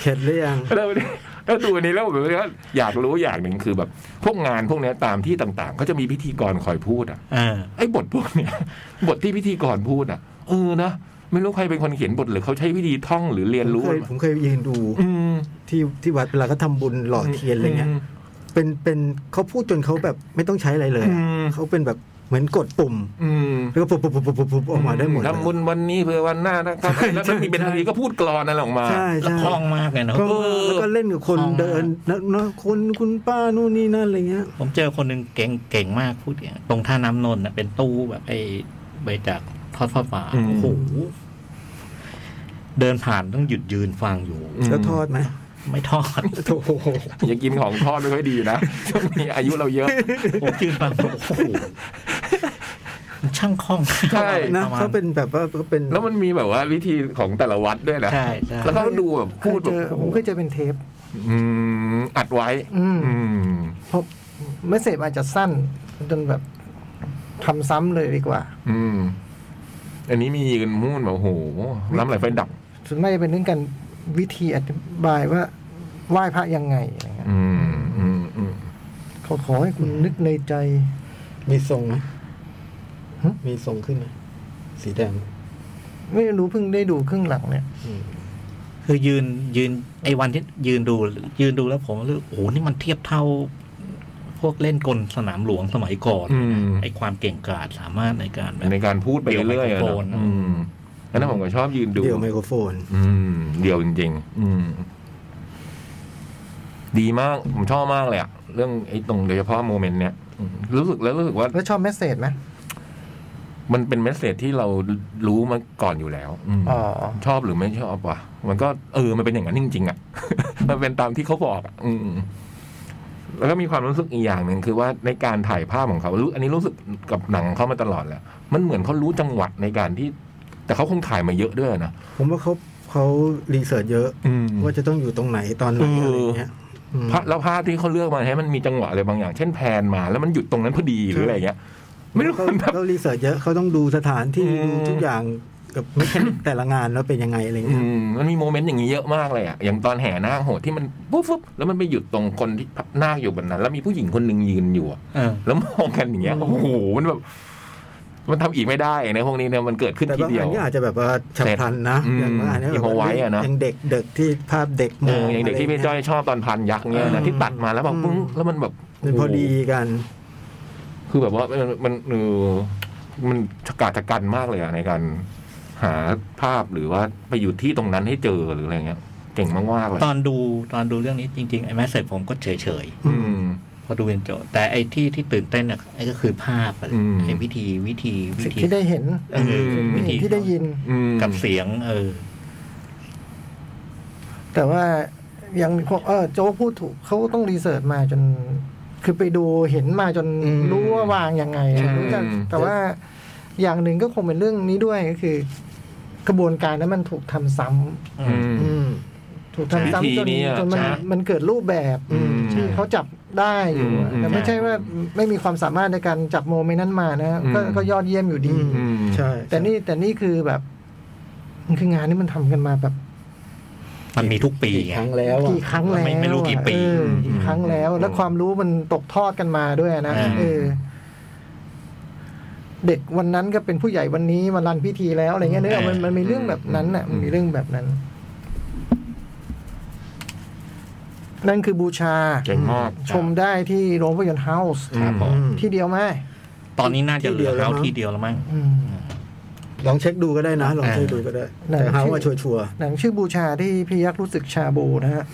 A: เข็ดหรือยัง
C: แล้วแล้วดูอันนี้แล้วผมก็อยากรู้อย่างหนึ่งคือแบบ พวกงานพวกเนี้ยตามที่ต่างๆ ก็จะมีพิธีกรคอยพูดอ่ะ
D: อ่า
C: ไอ้บทพวกเนี้ย บทที่พิธีกรพูดอ่ะเออนะไม่รู้ใครเป็นคนเขียนบทหรือเขาใช้วิธีท่องหรือเรียนรู้
A: ผมเคยผมเคยยืนดู
C: อืม
A: ที่ที่วัดเวลาก็ทำบุญหล่อเทียนอะไรเงี้ย เป็นเป็นเขาพูดจนเขาแบบไม่ต้องใช้อะไรเลย
C: อื
A: อ
C: ม
A: ะเขาเป็นแบบเหมือนกดปุ่ม
C: อืม
A: แล้วก็ปุบปุบปุบปุบปุบออกมาได้หมดเลย
C: ทำบุญวันนี้เพื่อวันหน้า นะครับแล้วมันมีเป็นทีก็พูดกรอนอะไรออกมา
A: ใช่
D: แล้ว
A: ใช่
D: คล่องมากเลยเนอะ
A: ก็แล้วก็เล่นกับคน
D: คล่องมาก
A: เดินนะนะคนคุณป้านู่นนี่นั่นอะไรเงี้ย
D: ผมเจอคนหนึ่งเก่งเก่งมากพูดอย่างตรงท่าน้ำนนท์นะเป็นตู้แบบไอ้ใบจากทอดผ้าป่า
C: อืม
D: โอ้โหเดินผ่านต้องหยุดยืนฟังอยู่
C: ม
A: แล้วทอดไหม
D: ไม่ทอด
A: โอ้โห
C: อย่ากินของทอดไม่ค่อยดีนะ ช่วงนี้อายุเราเยอะ
D: ผมยืนฟังโอ้โหมันช่างคล่อง
C: ใช่
A: นะ
D: ประมาณ
A: เขาเป็นแบบว่าเขาเป็น
C: แล้วมันมีแบบว่าวิธีของแต่ละวัดด้วยนะ
D: ใช่ใช่
C: แล้วเขาดูแบบ
B: เค
C: พู
B: ย
C: ดแบ
B: เจอบ ผมเคยเจอเป็นเทป
C: อืมอัดไว้
B: อืม
C: อืม
B: เพราะเมสเซจอาจจะสั้นจนแบบทำซ้ำเลยดีกว่า
C: อืม อันนี้มียืนมุ่นแบบโอ้โหน้ำไหลไฟดับ
B: ส่วนมากจะเป็นเรื่องการวิธีอธิบายว่าไหว้พระยังไงอะไรเงี้ย
C: อืม อืมอืม
B: เขาขอให้คุณนึกในใจ
A: มีทรงไหม
B: ฮะ
A: มีทรงขึ้นไหมสีแดง
B: ไม่รู้เพิ่งได้ดูครึ่งหลังเนี่ย
A: อืม
D: คือยืนยืนไอ้วันที่ยืนดู ยืนดูแล้วผมรู้สึกโอ้โหนี่มันเทียบเท่า พวกเล่นกลสนามหลวงสมัยก่อน
C: อืม
D: ไอ้ความเก่งกาจสามารถในการแบบ
C: ในการพูดไปเรื่อยๆอะ
D: เดี่ยวไมโคร
C: เน
D: โฟน
C: อะอืมอันนั้นผมก็ชอบยืนดู
A: เดี่ยวไมโครโฟน
C: อืม เดียวจริงๆ อืม ดีมาก ผมชอบมากเลยอะเรื่องไอ้ตรงโดยเฉพาะโมเมนต์เนี้ยอืมรู้สึกแล้วรู้สึกว่า
B: แล้วชอบเมสเซจไหม
C: มันเป็นเมสเซจที่เรารู้มาก่อนอยู่แล้วอืม
B: อ๋อ
C: ชอบหรือไม่ชอบ วะมันก็เออ มันเป็นอย่างนั้นจริงๆอ่ะ มันเป็นตามที่เขาบอกอะอืม แล้วก็มีความรู้สึกอีกอย่างหนึ่งคือว่าในการถ่ายภาพของเขารู้อันนี้รู้สึกกับหนังเขามาตลอดแหละมันเหมือนเขารู้จังหวะในการที่ แต่เขาคงถ่ายมาเยอะด้วยนะ
A: ผมว่าเขาเขารีเสิร์ชเยอะ
C: อืม
A: ว่าจะต้องอยู่ตรงไหนตอนไหนอะไรอย่างเงี้ยอืม
C: พระแล้วภาพที่เขาเลือกมาให้มันมีจังหวะอะไรบางอย่าง เช่นแพนมาแล้วมันหยุดตรงนั้นพอดีหรืออะไรเงี้ย ไม่รู้
A: เขา
C: มันแบบ
A: เขารีเสิร์ชเยอะเขาต้องดูสถานที่
C: อืม
A: ดูทุกอย่างกับ ไม่ใช่แต่ละงานแล้วเป็นยังไงอะไร
C: อื
A: เงี้ย
C: มมันมีโมเมนต์อย่างนี้เยอะมากเลยอะอย่างตอนแห่นาคโหดที่มันปุ๊บปุ๊บแล้วมันไปหยุดตรงคนที่นาคอยู่บนนั้น แล้วมีผู้หญิงคนหนึ่งยืนอยู่อะ
D: เออ
C: แล้วมองกันอย่างเงี้ยโอ้โหมันแบบ มันทำอีกไม่ได้นะพวกนี้เนี่ยมันเกิดขึ้น
A: แต่
C: ที
A: บาง
C: เดีย
A: อั
C: วน
A: ก็อาจจะแบบว่าฉับพลันนะอย่างบางอันเนี้แบบ
C: เอาไว้อะนะ
A: ยังเด็กเด็กที่ภาพเด็กม
C: เอ
A: อ
C: อ
A: ง
C: อย่างเด็กที่พี่จ้อยชอบตอนพันยักษ์เนี่ย
D: อื
C: นะ
D: ม
C: ที่ตัดมาแล้วแบบปึ้งแล้วมันแบบ
A: มันพอดีกัน
C: คือแบบว่ามันมันเออมันชะกาจชะกันมากเลยอะในการหาภาพหรือว่าไปอยู่ที่ตรงนั้นให้เจอหรืออะไรเงี้ยเก่งมากๆเลย
D: ตอนดูตอนดูเรื่องนี้จริงๆไอ้แมสเซจผมก็เฉยเฉย
C: อืม
D: ๆพอดูเป็นโจทย์แต่ไอ้ที่ที่ตื่นเต้นน่ะไอ้ก็คือภาพอะ
C: อืม
D: ไอ้วิธีวิธีวิ
B: สิ่ง
D: ธี
B: ที่ได้เห็น
D: เออวิ
B: สิ่ง
D: ธี
B: ที่ได้ยิน
C: อืม
D: กับเสียง เออ
B: แต่ว่ายังมีพวกเออโจ๊กพูดถูกเขาต้องรีเสิร์ชมาจน คือไปดูเห็นมาจน
A: อืม
B: รู้ว่าวางยังไง
C: อืม
B: รู้จักแต่ว่าอย่างหนึ่งก็คงเป็นเรื่องนี้ด้วยก็คือ กระบวนการนั้นมันถูกทำซ้ำ
D: อื
C: อื
D: ม
C: ม
A: อืม
B: ถูกทำซ้ำ
C: วิธี
B: จน
C: นี้อะ
B: จนมัน
C: ใช่
B: มันเกิดรูปแบบ
C: อืม
B: ที่เขาจับได้อยู่อะ
C: อืม
B: แต่ไม่
D: ใช่
B: ใช่ว่าไม่มีความสามารถในการจับโมเมนต์นั้นมานะก็
C: อืม
B: ก็ยอดเยี่ยมอยู่ดี
A: อื
C: อืม
A: ใช่
B: แต่นี่แต่นี่คือแบบมันคืองานที่มันทำกันมาแบบ
D: มันมีทุกปี
A: กี่
D: ไง
A: ครั้งแล้วอะ
B: กี่ครั้งแล้ว
D: ไม่ไม่รู้กี่ปี
B: เออ
C: อืม
B: กี่ครั้งแล้ว
C: อืม
B: แล้วความรู้มันตกทอดกันมาด้วยนะ
D: อืม
B: เออ เด็กวันนั้นก็เป็นผู้ใหญ่วันนี้มารันพิธีแล้วอะไรเงี้ยเนื้อะมันมันมีเรื่องแบบนั้นน่ะ
C: อืม
B: มันมีเรื่องแบบนั้น นั่นคือบูชา
C: เก่งมาก
B: ชมได้ที่โรงภาพยนตร์เฮาส์
D: ครับผม
A: อืม
B: ที่เดียวไหม
D: ตอนนี้น่าจะ
A: ที่
D: เห
A: เดี
D: ลื
A: ย
D: อ
A: วแล้
D: แล้
A: ว
D: ว
A: มั้ง
D: ที่เดียวแล้วมั้ง
B: อืม
A: ลองเช็คดูก็ได้นะลองเช็คดูก็ได้
B: อ่า
A: แต่เฮาว่าชัวชัวร์
B: หนังชื่อบูชาที่พี่ยักษ์รู้สึกชาบูนะฮะ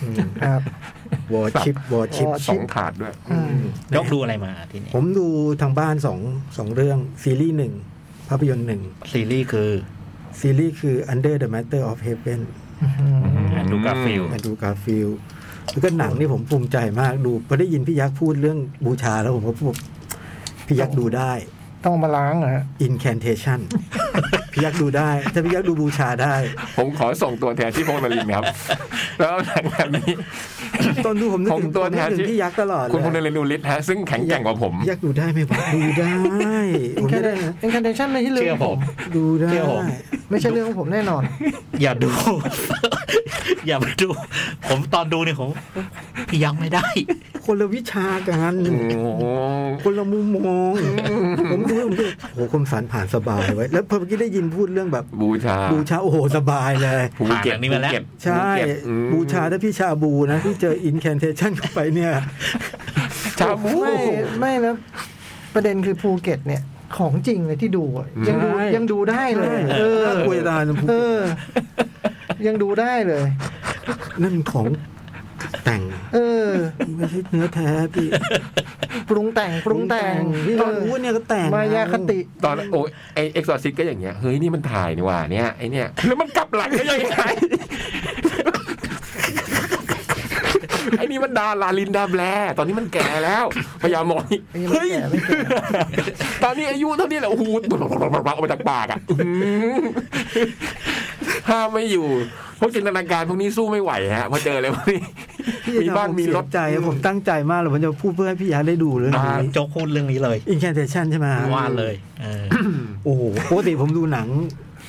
B: ครับ
A: ๆวอร์ชิปวอร์ชิป
C: สองถาดด้วย
B: อืม
D: ยกดูอะไรมาที่นี่
A: ผมดูทางบ้านสองสองเรื่องซีรีส์หนึ่งภาพยนตร์หนึ่ง
D: ซีรีส์คือ
A: ซีรีส์คือ Under the Matter of Heaven
D: อดูกาฟิลด์
A: มาดูกาฟิลด์แล้วก็หนังนี่ผมภูมิใจมากดูพอได้ยินพี่ยักษ์พูดเรื่องบูชาแล้วผมก็พูดพี่ยักษ์ดูได้
B: ต้องเอามาล้างเหรอฮะ
A: incantation พี่ยักษ์ดูได้ถ้าพี่ยักษ์ดูบูชาได้
C: ผมขอส่งตัวแทนที่พงษ์นรินทร์ ครับ แล้วหลังจากนี้
A: ตอนดูผมนึก
C: ผม
A: ถึง
C: ตัว
A: ผมนึก
C: แทน
A: ถึง
C: ที่
A: พี่ยักษ์ตลอดเล
C: คุณพงษ์น
A: ย
C: รินทร์อุลิศฮะซึ่งแข็งแกร่งกว่าผม
A: พี่ยักษ์ดูได้ไหมวะดูได้ผมไม่ได้นะ
B: เอ็นคันเดชันไม่ใช่เรื่อง
D: เชื่อ
B: ข
D: ผ
B: อง
D: ม
B: ผม
A: ดูได้
D: เชื่อผม
B: ไม่ใช่เรื่องของผมแน่นอน
D: อย่าดู อย่าไปดู ผมตอนดูเนี่ยผมพี่ยังไม่ได้
A: คนละวิชากัน
C: โอ้โห
A: คนละมุมมอง ผมดูผมดูโอ้โหคมสันผ่านสบายไว้ยแล้วพอเมื่อกี้ได้ยินพูดเรื่องแบบ
C: บูชา
A: บูชาโอ้โหสบายเลย
C: ภูเก็ต
D: ผ่านอันนี้มาแล้ว
C: ภูเก็ต
A: ใช่
C: ภูเก็ตอืม
A: บูชาถ้าพี่ชาบูนะที่เจออินแคนเทชันเข้าไปเนี่ย
C: ชาบู
B: ไม่ไม่นะประเด็นคือภูเก็ตเนี่ย ของจริงเลยที่ดูอะยังดู
A: ใช่
B: ยังดูได้เลย เออ
A: น่ากลัวตาลำพู
B: เอ อ ยังดูได้เลย
A: นั่นของแต่ง
B: เออ
A: ไม่ใช่เนื้อแท้พี่
B: ปรุงแต่งปรุงแต่ง
A: ตอนพูดเนี่ยก็แต่ง
B: มายาคติ
C: ตอนโอ้ยไอเอ็กซ์ซอร์ซิก็อย่างเงี้ยเฮ้ยนี่มันถ่ายนี่หว่าเนี่ยไอเนี่ยแล้วมันกลับหลังก็ยังไงไอ้นี่มันดาลาลินดาแบลตอนนี้มันแก่แล้วพยายามมองนี่
B: ยังไม่
C: เฮ้ย
B: แก่ไม่แก่
C: ตอนนี้อายุเท่านี้แหละโอ้โหออกมาจากปากอ่ะอื้อหือห้ามไม่อยู่พวกจินตนาการพวกนี้สู้ไม่ไหวฮะพอเจอเลยพวกนี้
A: พี่จะ
C: มีบ้าน
A: ทำผ
C: มีรถ
A: เสียใจผมตั้งใจมากเลยผมจะพูดเพื่อให้พี่ยาได้ดูเรื่อง
D: อ่า
A: นี้
D: โจกพูดเรื่องนี้เลย
A: อินแคนเทชันใช่ไหม
D: ว่าเลยเออ
A: โอ้โหปกติผมดูหนัง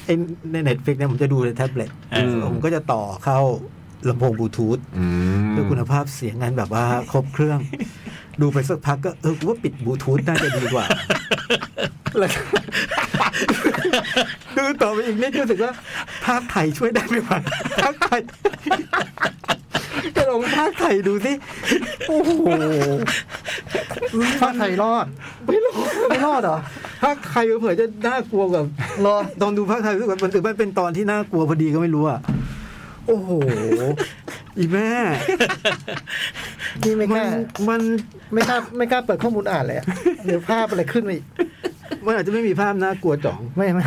A: ไอ้ในเน็ตฟลิกเนี่ยผมจะดูในแท็บเล็ต
D: อืม
A: ผมก็จะต่อเข้าลำโพงบลูทูธ
C: อืม
A: เพื่อคุณภาพเสียงงานแบบว่าครบเครื่อง ดูไปสักพักก็เออกูว่าปิดบลูทูธน่าจะดีกว่าแล้วก็ ดูต่อไปอีกนิดรู้สึกว่าภาคไทยช่วยได้ไหมวะภาคไทยจะลองภาคไทยดูสิโอ้โห
B: ภาคไทยรอด
A: ไม่รู้
B: ไม่รอดเหรอ
A: ภาคไทยเผื่อจะน่ากลัวกับรอตอนดูภาคไทยรู้สึกว่ามันถึงมันเป็นตอนที่น่ากลัวพอดีก็ไม่รู้อ่ะโอ้โห อีแม่
B: นี่ไม่ก
A: มั
B: ล้าน
A: มัน
B: ไม่กล้าไม่กล้าเปิดข้อมูลอ่านเลยอะเดี๋ยวภาพอะไรขึ้นมาอีก
A: มันอาจจะไม่มีภาพน่ากลัวจ่อง
B: ไม่ไม่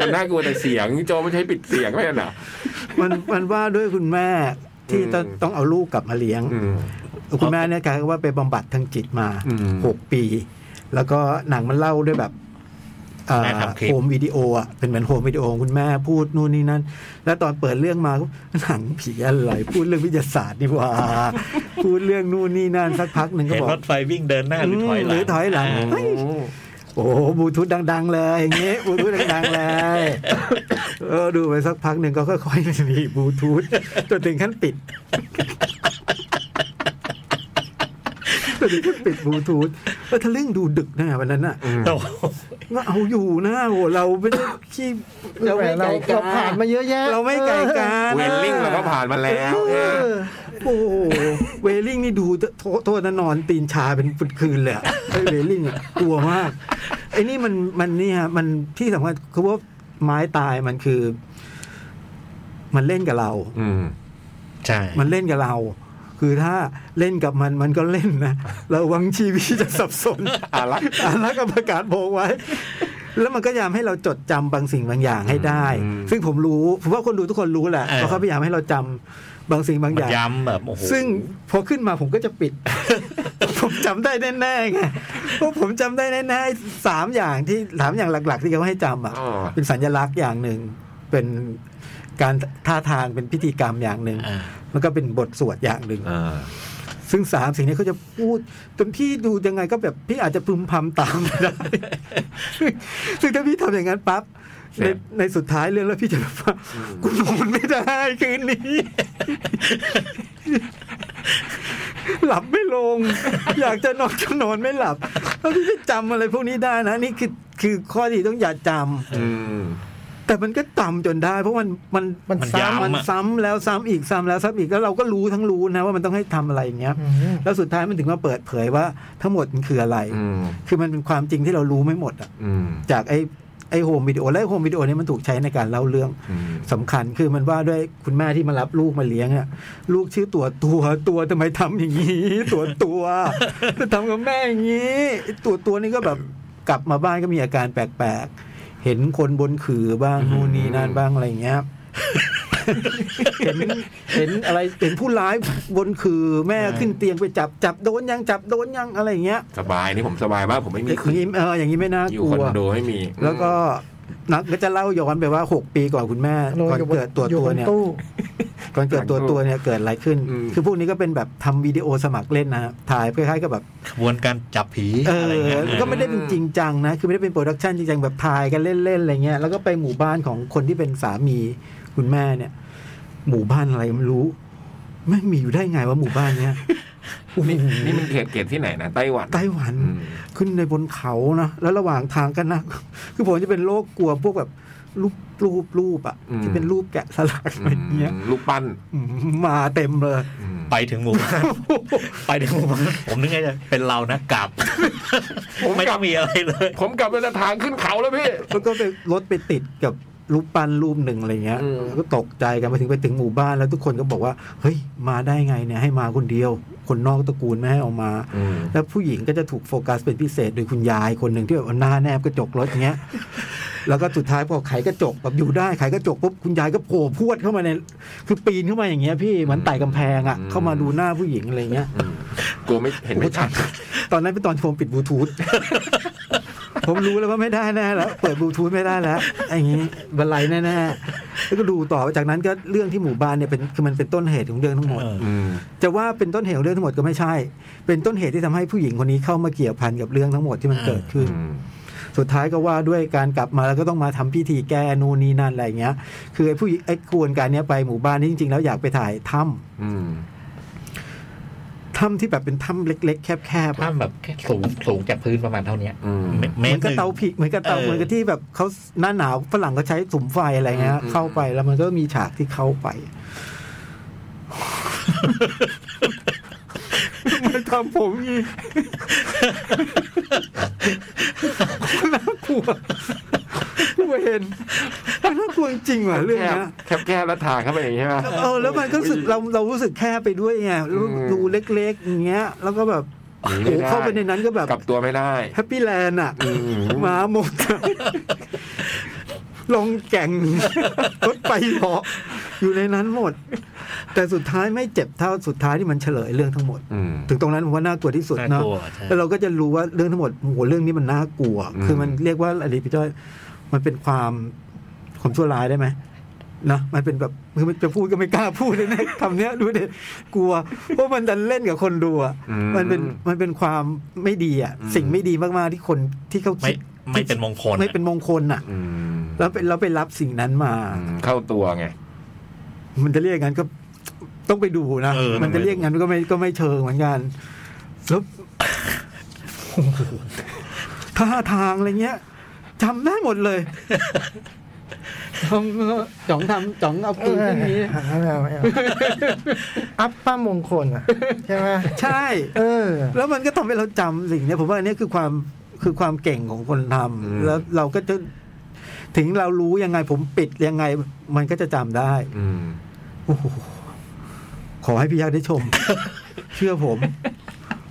C: มันน่ากลัวแต่เสียงโจไม่ใช่ปิดเสียงไม่ใช่เหรอ
A: มันมันว่าด้วยคุณแม่ ที่
E: อืม
A: ต้องต้องเอาลูกกลับมาเลี้ยง
E: อืม
A: คุณแม่เนี่ยกลายเป็นว่าไปบำบัดทางจิตมา
E: อืม
A: หกปี แล้วก็หนังมันเล่าด้วยแบบเอ่อ
D: แม่ทำคลิป
A: โฮมวิดีโออ่ะเป็นเหมือนโฮมวิดีโอของคุณแม่พูดนู่นนี่นั่น แล้วตอนเปิดเรื่องมาหนังผีอะไรพูดเรื่องวิทยาศาสตร์นี่หว่า พูดเรื่องนู่นนี่นั่นสักพักหนึ่งก็
D: เห็น
A: บอก
D: รถไฟวิ่งเดินหน้าหรือถอยหลัง
A: มถอยหลังเฮ้ย โอ้โหบลูทูธดัง ๆ เลยอย่างเงี้ยบลูทูธดัง ๆ เลยเออดูไปสักพักหนึ่งก็ค่อยๆมีบลูทูธจนถึงขั้นปิดจนถึงขั้นปิดบลูทูธแล้วทะลึ่งดูดึกนะวันนั้นน่ะ
D: โอ้โห
A: ว่าเอาอยู่นะโอ้โหเราไม่ได้ขี้เราไม่
B: เรา
A: ไก่ก
B: เราผ่านมาเยอะแยะ
A: เราไม่ไก่กา
E: เวลลิ่งเราก็ผ่านมาแล้ว
B: เออ
A: โอ้โหเวลลิ่งนี่ดูโทษโทษนะนอนตีนชาเป็นคืนเลยอะไอ้เวลลิ่งอะกลัวมาก ไอ้นี่มันมันนี่ฮะมันที่สำคัญคือว่าไม้ตายมันคือ มันเล่นกับเรา
E: อืม
D: ใช่
A: มันเล่นกับเรา คือถ้าเล่นกับมันมันก็เล่นนะเราวังชีวิตจะสับสน
E: อารัก
A: อารักษ์กับประกาศโบกไว้ แล้วมันก็พยายามให้เราจดจำบางสิ่งบางอย่างให้ได้
E: อืม
A: ซึ่งผมรู้ผมว่าคนดูทุกคนรู้แหละเพราะเขาพยายามให้เราจำบางสิ่งบาง
D: มั
A: อน ย่าง
D: ย้ำแบบโอ้โห
A: ซึ่งพอขึ้นมาผมก็จะปิด ผมจำได้แน่ๆไงเพราะผมจำได้แน่ๆสามอย่างที่สามอย่างหลัก ๆ ที่เขาให้จำอ่ะ
E: อ๋อ
A: เป็นสัญลักษณ์อย่างหนึ่ง เป็นการท่าทางเป็นพิธีกรรมอย่างหนึ่ง
D: อ่า
A: แล้วก็เป็นบทสวดอย่างหนึ่ง
E: อ่า
A: ซึ่งสามสิ่งนี้เขาจะพูดจนพี่ดูยังไงก็แบบพี่อาจจะพึมพำตาม ไม่ได้ ซึ่งถ้าพี่ทำอย่างนั้นปั๊บ
C: เสร็
A: ใน
C: จ
A: ในสุดท้ายเรื่องแล้วพี่จะแบบว่ากูนอนไม่ได้คืนนี้ หลับไม่ลง อยากจะนอนก็นอนไม่หลับแล้วพี่จะจำอะไรพวกนี้ได้นะนี่คือคือข้อดีต้องอย่าจำ
E: อืม
A: แต่มันก็จำจนได้ เพราะมันมัน
B: มัน
D: มัน
B: ซ้
D: ย้ำ
A: มัน
D: อะ
A: ซ้ำแล้วซ้ำอีกซ้ำแล้วซ้ำอีกแล้วเราก็รู้ทั้งรู้นะว่ามันต้องให้ทำอะไรอย่างเงี้ย
B: ำอืม
A: แล้วสุดท้ายมันถึงมาเปิดเผยว่าทั้งหมดมันคืออะไร
E: อืม
A: คือมันเป็นความจริงที่เรารู้ไม่หมดอะ
E: อืม
A: จากไอ้ไอ้โฮมวิดีโอและไอ้โฮมวิดีโอเนี่ยมันถูกใช้ในการเล่าเรื่อง
E: อืม
A: สำคัญ คือมันว่าด้วยคุณแม่ที่มารับลูกมาเลี้ยงอะลูกชื่อตัวตัวตัวทำไมทำอย่างนี้ ตัวตัวทำกับแม่อย่างนี้ไอ้ตัวตัวนี่ก็แบบกลับมาบ้านก็มีอาการแปลกๆ เห็นคนบนขือบ้างนู่นนี่นั่นบ้างอะไรอย่างเงี้ย เห็นเห็นอะไรเห็นผู้ร้ายบนคือแม่ขึ้นเตียงไปจับจับโดนยังจับโดนยังอะไรอย่างเงี้ย
E: สบายนี่ผมสบายมากผมไม่
A: อ
E: มี
A: ย่าง
E: คืน
A: งี้เอออย่างนี้ไม่น่า
E: อก ยู่
A: ลั
E: คว อนโดไม่มี
A: แล้วก็นักก็จะเล่าย้อนไปว่า 6 ปีก่อนคุณแม่
B: โรย
A: ก่อน
B: ยู่บ
A: เกิดตัว
B: อยู่
A: ตั
B: บ
A: วน เนี่ย
B: ตู้
A: ก่อนเกิดตัวตัวเนี่ยเกิดอะไรขึ้น คือพวกนี้ก็เป็นแบบทำวิดีโอสมัครเล่นนะฮะถ่ายคล้ายๆกับแบบ
D: ขบวนการจับผี
A: เอ
D: อะไร
A: อ
D: เงี้ย
A: ก็ไม่ได้เป็นจริงจังนะ คือไม่ได้เป็นโปรดักชันจริงจังแบบถ่ายกันเล่นๆอะไรเงี้ย แล้วก็ไปหมู่บ้านของคนที่เป็นสามีคุณแม่เนี่ย หมู่บ้านอะไรไม่รู้ ไม่มีอยู่ได้ไงว่าหมู่บ้านเนี้ย โอ้โห
E: นี่มันเขตเขตที่ไหนนะไต้หวัน
A: ไต้หวัน
E: อืม
A: ขึ้นในบนเขานะแล้วระหว่างทางกันนะคือผมจะเป็นโรคกลัวพวกแบบรูปรูปรูปอะ
E: อืม
A: ที่เป็นรูปแกะสลักอะไรเงี้ย
E: ลูกปั้น
A: อืมมาเต็มเลย
E: อืม
D: ไปถึงหมู่ บ้านไปถึงหมู่บ้านผมนึกไงจะเป็นเรานะกลับ ไม่ต้องมีอะไรเลย
E: ผมกลับมาจากทางขึ้นเขาแล้วพี่
A: แล้วก็ไปรถไปติดกับรูปปั้นรูปหนึ่งอะไรเงี้ย
E: อืม
A: ก็ตกใจกันไปถึงไปถึงหมู่บ้านแล้วทุกคนก็บอกว่า เฮ้ยมาได้ไงเนี่ยให้มาคนเดียว คนนอกตระกูลไม่ให้เออกมา
E: อืม
A: แล้วผู้หญิงก็จะถูกโฟกัสเป็นพิเศษโดยคุณยายคนหนึ่งที่แบบเอาหน้าแนบกระจกรถเงี้ย แล้วก็สุดท้ายพอไขกระจกแบบอยู่ได้ไขกระจกปุ๊บคุณยายก็โผล่พรวดเข้ามาใน คือปีนเข้ามาอย่างเงี้ยพี่เหมือนไต่กำแพงอ่ะ
E: อืม
A: เข้ามาดูหน้าผู้หญิงอะไรเงี้ย
E: อืมกลัวไม่เห็นไม่ชัด
A: ตอนนั้นเป็นตอนที่ผมปิดบลู ทูธ ผมรู้แล้วว่าไม่ได้แน่แล้วเปิดบลูทูธไม่ได้แล้วไอย่างนี้บันไลแน่ๆแล้วก็ดูต่อจากนั้นก็เรื่องที่หมู่บ้านเนี่ยเป็นคือมันเป็นต้นเหตุของเรื่องทั้งหมด
D: เออ
E: อืม
A: จะว่าเป็นต้นเหตุของเรื่องทั้งหมดก็ไม่ใช่ เป็นต้นเหตุที่ทำให้ผู้หญิงคนนี้เข้ามาเกี่ยวพันกับเรื่องทั้งหมดที่มันเกิดขึ้น
E: อืม
A: สุดท้ายก็ว่าด้วยการกลับมาแล้วก็ต้องมาทำพิธีแก้นู่นนี่นั่นอะไรอย่างเงี้ย คือไอ้ผู้หญิงไอ้กระบวนการเนี้ยไปหมู่บ้านนี่จริงๆแล้วอยากไปถ่ายถ้
E: อืม
A: ำถ้ำที่แบบเป็นถ้ำเล็ก ๆ แคบๆอะ
D: ถ้าแบบแค่สูงสูงจากพื้นประมาณเท่าเนี้ย
E: อืม
D: เม
A: เหมือน
D: ตร
A: กั
D: ห
A: บ
D: นึ่ง
A: เตาผิงเหมือนกับเตา
D: เออ
A: เหมือนกับที่แบบเขาหน้าหนาวฝรั่งก็ใช้สุมไฟอะไรเงี้ย
E: อืม
A: เข้าไปแล้วมันก็มีฉากที่เข้าไป มันทำผมงี้น่ากลัวเวรมันน่ากลัวจริงว่ะเรื่อง
E: แคบ
A: เนี้ย
E: แคบแคบแล้วทางเข้าไปอย่างนี้ใช่ไหม
A: เออแล้วมันก็รู้สึกเราเรารู้สึกแค่ไปด้วยไงรู้
E: อืม
A: ดูเล็กๆอย่างเงี้ย แล้วก็แบบ
E: หนี
A: โอ้
E: ไม่ได้
A: โหเข้าไปในนั้นก็แบบ
E: กลับตัวไม่ได้
A: แฮปปี้แลนด์อ่ะ
E: อืม
A: หมาหมด ลงแก่งรถไปเหาะ อยู่ในนั้นหมด แต่สุดท้ายไม่เจ็บเท่าสุดท้ายที่มันเฉลยเรื่องทั้งหมด
E: อืม
A: ถึงตรงนั้นผมว่าน่ากลัวที่สุด
D: น่า
A: เนาะ
D: กลัวใช่
A: แล้วเราก็จะรู้ว่าเรื่องทั้งหมดโอ้โหเรื่องนี้มันน่ากลัว
E: อืม
A: คือมันเรียกว่าอะไรพี่จ้อยมันเป็นความความชั่วร้ายได้ไหมเนาะมันเป็นแบบคือมันจะพูดก็ไม่กล้าพูดเลยนะ คำเนี้ยดูเด็กลัวเพราะมันดันเล่นกับคนดูอ่ะ
E: อื
A: มันเป็นมันเป็นความไม่ดีอ่ะ สิ่งไม่ดีมากๆที่คนที่เขา
D: ไม่
A: คิด
D: ไม่เป็นมงคล
A: ไม่เป็นมงคลอ่ะ
E: อืม
A: แล้วเป็นเราไปรับสิ่งนั้นมา
E: อืมเข้าตัวไง
A: มันจะเรียกงั้นก็ต้องไปดูนะ
E: เออ
A: มันจะเรียกงั้นก็ไม่ก็ไม่เชิงเหมือนกันแล้ว ท่าทางอะไรเงี้ยจำได้หมดเลยทำจ่องทำจ่องเอาปืนขึ้นอย่างนี้
B: ไม่เอาไม่เอาอัปป้ามงคลอ่ะใช่ไหม
A: ใช่
B: เออ
A: แล้วมันก็ทำให้เราจำสิ่งเนี้ยผมว่าอันเนี้ยคือความคือความเก่งของคนทำ
E: อืม
A: แล้วเราก็จะถึงเรารู้ยังไง ผมปิดยังไง มันก็จะจำได้
E: อืม
A: โอ้โหขอให้พี่ยักษ์ได้ชม เชื่อผม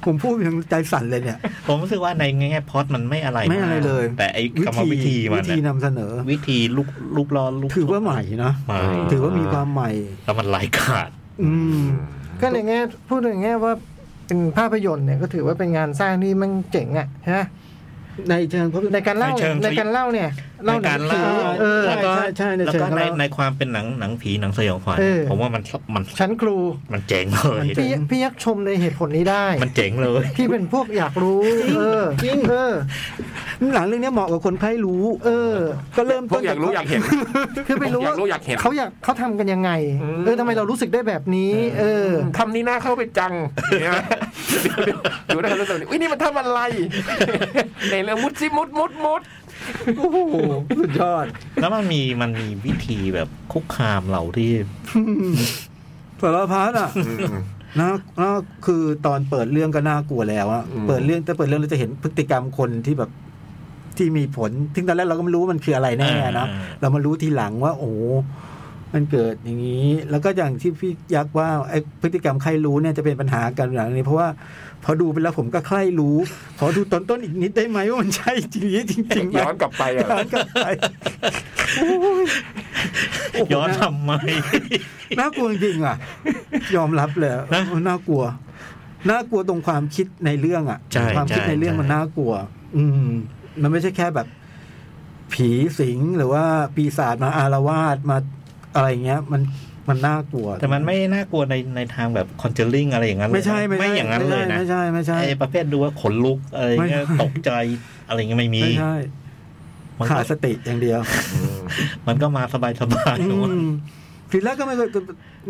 A: ผมพูดอย่างใจสั่นเลยเนี่ย
D: ผมรู้สึกว่าในแง่พล็อดมันไม่อะไร
A: ไม่อะไร
D: าก
A: เลย
D: แต่ไอ้กรรมวิธีมั
A: วิ
D: น
A: ธี
D: น่ะ
A: นำเสนอ
D: วิธีลูกลูกล้อลูก
A: ถือว่าใหม่นะ
D: ใหม่
A: ถือว่ามีความใหม่
D: แล้วมันลายขาด
A: อืม
B: ก็ในแง่พูดในแง่ว่าเป็นภาพยนตร์เนี่ยก็ถือว่าเป็นงานสร้างที่มันเจ๋งอ่ะใช่ไหม
A: ในเชิงพระ
B: ในการเล่า
D: ในเชิง
B: ในการเล่าเนี่ยเล่าหนัง
D: ใน
B: ผี
D: การเล่า
B: เออ
D: แล้ว
A: ใช่
D: ก็
A: ใช่ใช่ใน
D: แล้ว
A: เชิง
D: ก็ใน
A: เล่า
D: ในความเป็นหนังหนังผีหนังสยองขวัญ
B: เออ
D: ผมว่ามันมัน
B: ชั้นครู
D: มันเจ๋งเลย
A: มันเจ๋
B: พี่
A: ง
B: พี่ยักษ์ชมในเหตุผลนี้ได้
D: มันเจ๋งเลย
B: พี่เป็นพวกอยากรู้ เออ
A: จริง
B: เออ
A: หลังเรื่องเนี้ยเหมาะกับคนใครรู้
B: เออ
A: ก็เริ่ม
E: พว
A: ต้
E: ก
A: น
E: อยากรู้อยากเห็น
B: คือไปรู้
E: อยา
B: ว่าก
E: รู้อยากเห็น
B: เขาอยากเขาทำกันยังไง เออทำไมเรารู้สึกได้แบบนี้ เออ
E: ทำนี้น่าเข้าไปจัง เนี่ยดูได้แล้วตอนนี้อุ้ยนี่มันทำอะไร ในเรื่องมุดซิมุดมุดมุด
A: โอ้โหสุดยอด
D: แล้วมันมีมันมีวิธีแบบคุกคามเราที่
A: สารพัดอ่ะ น่าน่าคือตอนเปิดเรื่องก็น่ากลัวแล้วอะ
E: อืม
A: เปิดเรื่องแต่เปิดเรื่องเราจะเห็นพฤติกรรมคนที่แบบที่มีผลถึงตอนแรกเราก็ไม่รู้ว่ามันคืออะไรแน่นะ
D: อ่า
A: เรามารู้ทีหลังว่า โอ้โหมันเกิดอย่างนี้ แล้วก็อย่างที่พี่ยักษ์ว่าไอ้พฤติกรรมใครรู้เนี่ยจะเป็นปัญหากันหลังนี้เพราะว่าพอดูไปแล้วผมก็ใครรู้ ขอดูตอนต้นอีกนิดได้ไหมว่ามันใช่จริงจริงจริงไหม
E: ย้อนกลับไปอ่ะ
A: ย้อนกลับไปโอ้ยโโห
D: ย้อนทำไม
A: น่ากลัวจริง ๆอ่ะ ยอมรับเลย
D: นะ
A: เออน่ากลัว น่ากลัวตรงความคิดในเรื่องอ่ะ
D: ใช่
A: ความคิด
D: ใช่
A: ในเรื่อง
D: ใช่
A: มันน่ากลัว อืม มันไม่ใช่แค่แบบ ผีสิงหรือว่าปีศาจมาอารวาสมาอะไรอย่างเงี้ย มันมันน่ากลัว
D: แต่มันไม่น่ากลัวในในทางแบบคอนเจลลิ่งอะไรอย่างนั้นเลย
A: ไม่ใช่
D: นะ
A: ไม่ใช่
D: ไม่อย่างนั้นเลยนะ
A: ไม่ใช่ไม่ใช่
D: ไอ้ประเภทดูว่าขนลุกอะไรเงี้ย
A: ไม่ใช่
D: ตกใจอะไรเงี้ยไม่มี
A: ไม่ใช่
D: มัน
A: ขา
D: ก็
A: ดสติอย่างเดียว
D: มัน ก็มาสบายสบาย
A: อืมทีแรกก็ไม่เคย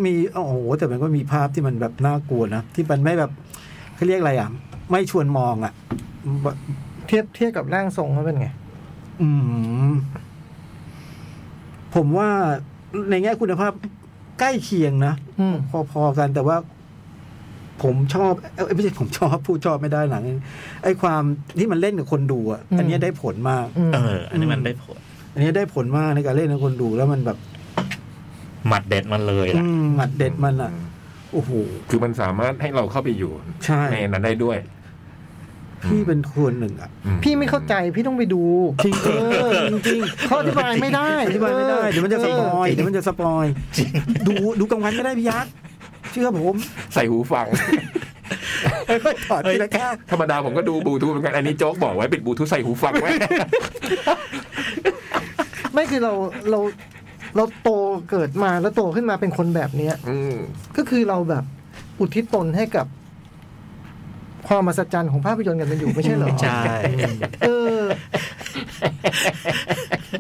A: มีโอ้โหแต่มันก็มีภาพที่มันแบบน่ากลัวนะที่มันไม่แบบเขาเรียกอะไรอ่ะ ไม่ชวนมองอ่ะ
B: เทียบเทียบกับร่างทรงเขาเป็นไง
A: อืม ผมว่าในแง่คุณภาพใกล้เคียงนะ
B: อืม
A: พอๆกันแต่ว่า ผมชอบเอ้ยไม่ใช่ผมชอบผู้ชอบไม่ได้หลังไอ้ความที่มันเล่นกับคนดูอ่ะ
B: อืม
A: อันเนี้ยได้ผลมาก
B: อืม
D: เออ อันนี้มันได้ผล
A: อันเนี้ยได้ผลมากในการเล่นกับคนดูแล้วมันแบบ
D: หมัดเด็ดมันเลย
A: อื
D: ล่ะ
A: มหมัดเด็ดมันอ่ะโอ้โห
E: คือมันสามารถให้เราเข้าไปอยู่
A: ใช่
E: ในนั้นได้ด้วย
A: พี่เป็นคนหนึ่งอ่ะ
E: อืม
B: พี่ไม่เข้าใจพี่ต้องไปดู
A: จริง
B: เออจริงๆเขาอธิบายไม่ได้
A: อธิบายไม่ได้ เดี๋ยวมันจะสปอยเดี๋ยวมันจะสปอยดูดูกลางวันไม่ได้พี่ยักษ์เชื่อผม
E: ใส่หูฟัง
A: ค่อยๆถอดทีละข้าง
E: ธรรมดาผมก็ดูบลูทูธเหมือนกัน อันนี้โจ๊กบอกไว้เป็นบลูทูธใส่หูฟัง ไว้
B: ไม่คือเราเราเราโตเกิดมาแล้วโตขึ้นมาเป็นคนแบบเนี้ย
E: อืม
B: ก็คือเราแบบอุทิศตนให้กับ ความมหัศจรรย์ของภาพยนตร์กันอยู่ไม่ใช่เหรอ
D: ใช่
B: เออ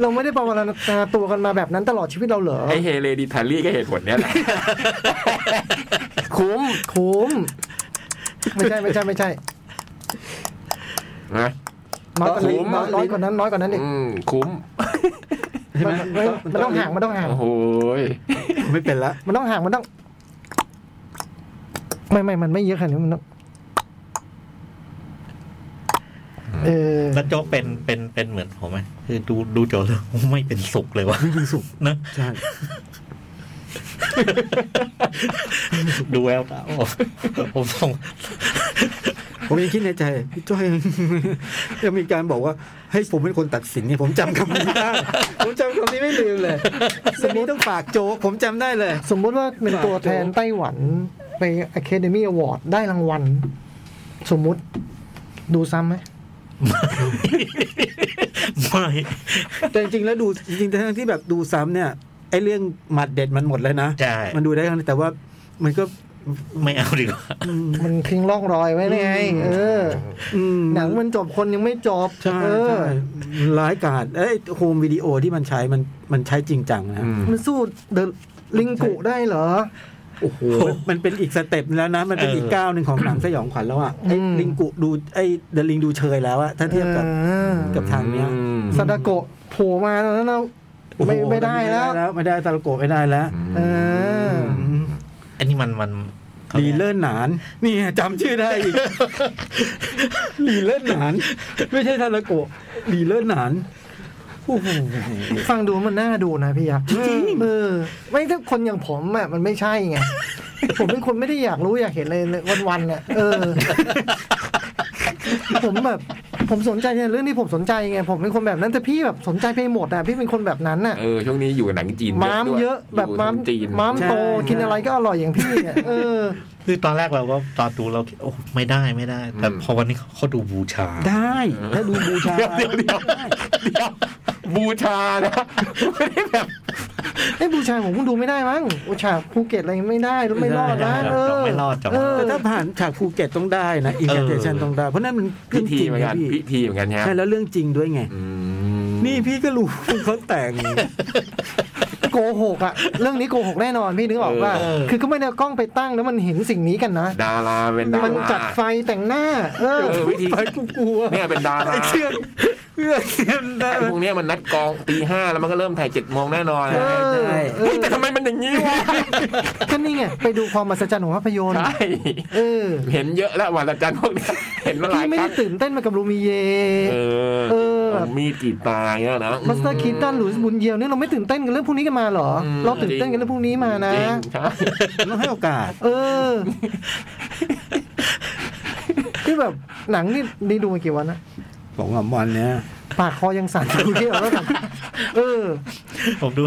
B: เราไม่ได้ประวัตินาตัวกันมาแบบนั้นตลอดชีวิตเราเหรอ
E: ไอเฮเลดิทารี่ก็เหตุผลเนี้ยแหละ คุ้ม
B: คุ้มไม่ใช่ไม่ใช่ไม่ใช่
E: นะ
B: น้อยกว่านี้
E: คุ้ม
B: น้อยน้อยกว่านั้นน้อยกว่านั้นอีก
E: อืม คุ้ม
A: ใช่ไหม
B: มันมันมันต้องห่างมันต้องห่าง
E: โอ้โหย
A: ไม่เป็นละ
B: มันต้องห่างมันต้อง ไม่ไม่มันไม่เยอะขนาดนี้มันต้องเออ
D: แล้วโจ๊กเป็นเป็นเป็นเหมือนผมไหมคือดูดูโจ๊กแล้ว ไม่เป็นสุขเลยวะ
A: ไม่เป็นสุข
D: นะ
A: ใช่
D: ดูแววตาผมผมส่ง
A: ผมยังคิดในใจพี่จ้อย ยังมีการบอกว่า ให้ผมเป็นคนตัดสินเนี่ยผมจำคำนี้ได้ผมจำคำนี้ไม่ลืมเลยสมนี้ต้องฝากโจ๊กผมจำได้เลย
B: สมมติว่าเป็นตัวแทนไต้หวันไป Academy Award ได้รางวัล สมมุติดูซ้ำไหม
D: ไม่
A: แต่จริงๆแล้วดูจริงๆทั้งที่แบบดูซ้ำเนี่ยไอ้เรื่องหมัดเด็ดมันหมดแล้วนะ
D: ใช่
A: มันดูได้ทั้งแต่ว่ามันก็
D: ไม่เอาดีกว่า
A: อืม
B: มันทิ้งร่องรอยไว้ไง เออ
A: อืม
B: หนังมันจบคนยังไม่จบ
A: ใช่
B: เออ
A: ใช่ร้ายกาจเอ้ยโฮมวิดีโอที่มันใช้มันมันใช้จริงจังนะ
B: มันสู้เดอะลิงกุได้เหรอ
A: โอ้โห มันเป็นอีกสเต็ปแล้วนะ มันเป็นอีก
D: เออ
A: ก้าวหนึ่งของหนังสยองขวัญแล้วอ่ะ ไอ้
B: อืม
A: ลิงกุดู ไอ้เดลิงดูเชยแล้วอะถ้าเทียบกับ
B: เออ
A: กับทางเนี้ย
C: อืม
B: ซาดาโกะโผล่มาตอนนั้นเรา
A: โอ้โห
B: ไม่ไม่ได้แล้ว
A: ไม่ได้ตาลโกะไม่ได้แล้ว
B: เออ
D: อันนี้มันมันขา
A: ลีเลิ่นหนาน นี่จำชื่อได้อีก ลีเลิ่นหนาน ไม่ใช่ตาลโกะลีเลิ่นหนานโอ้โห
B: ฟังดูมันน่าดูนะพี่ยักษ์
A: จริงๆ
B: เออไม่ถ้าคนอย่างผมอะมันไม่ใช่ไง ผมเป็นคนไม่ได้อยากรู้อยากเห็นเลยวันวันๆน่ะเออ ผมแบบ ผมสนใจเนี่ยเรื่องที่ผมสนใจไง ผมเป็นคนแบบนั้นแต่พี่แบบสนใจไปหมดอะพี่เป็นคนแบบนั้นอะ
C: เออช่วงนี้อยู่กับหนังจีน
B: ม้าม
C: ด้วย
B: เยอะแบบ
C: ดูหนั
B: ม้าง ม
C: จีน
B: ม้ามโต
A: ใช่
B: กินอะไรก็อร่อยอย่างพี่อะเออ
D: คือตอนแรกเราก็ตอนดูเราคิดโอ้ไม่ได้ไม่ได้ แต่
C: อืม
D: พอวันนี้เขาดูบูชา
A: ได้ถ้าดูบูชา
C: เดี๋ยวเดี๋ยวเดี๋ยวเดี๋ยวบูชา นะไม่ได้แบบ
B: ไอ้ยบูชาผมคงดูไม่ได้มั้งบูชาภูเก็ตอะไรไม่ได้แล้วไม่รอดนะ
D: ไม่ได้
B: เออ
D: ไม่รอดจ้ะ
B: เ
A: แต่ถ้าผ่านฉากภูเก็ตต้องได้นะ อินเทอร์ชัน
D: เออ
A: ต้องได้ เพราะนั่นมัน
C: พิ
A: เรื่อง
C: ธี
A: จริง
C: เหมือนกั
A: นะ
C: น
A: พี่
C: พิธีเหมือนกันใช่ไหม
A: ใช่แล้วเรื่องจริงด้วยไง
C: อืม
A: นี่พี่ก็รู้ เขาแต่ง
B: โกหกอะเรื่องนี้โกหกแน่นอนพี่นึกออกว่า
D: เออ
B: คือก็ไม่ได้เอากล้องไปตั้งแล้วมันเห็นสิ่งนี้กันนะ
C: ดาราเป็นดา
B: มัน
C: รา
B: จัดไฟแต่งหน้า เออ
C: เออวิธี
A: ไปกูกลัว
C: เนี่ยเป็นดารา
A: ไอ้เชื่อกเชื่อกเชื่อมได้
C: ไอ้พวกเนี้ยมันนัดกองตีห้าแล้วมันก็เริ่มถ่ายเจ็ดโมงแน่นอน
B: เออเอ
C: เฮ้
B: อย
C: แต่ทำไมมันอย่างนี้วะ
B: ก็นี่ไงไปดูความมหัศจรรย์ของภาพยนตร์
C: ใช่
B: เออ
C: เห็นเยอะแล้ววันละจันทร์พวกเนี้ยเห็นมาหลา
B: พี่
C: ย
B: ไม่
C: ค
B: ได้
C: รั้ง
B: ตื่นเต้นมากับลูมิเย
C: เออ
B: เออ
C: เอามีดกรีดตายเงี้ยนะ
B: มาสเตอร์คิดตันหรือบุญเยียวเนี่ยเราไม่ตื่นเต้นกันเรื่องพวกนี้กันมาเหรอ
C: อืม
B: เราตื่นเต้นกันเรื่องพวกนี้มานะ
C: จริงใช่
A: ต้องให้โอกาส
B: เออที่แบบหนังนี่นี่ดูมากี่วันนะ
A: บอกว่าวันเนี้ย
B: ปากคอยังสั่นดูที่เราแล้วสั่นเออ
D: ผมดู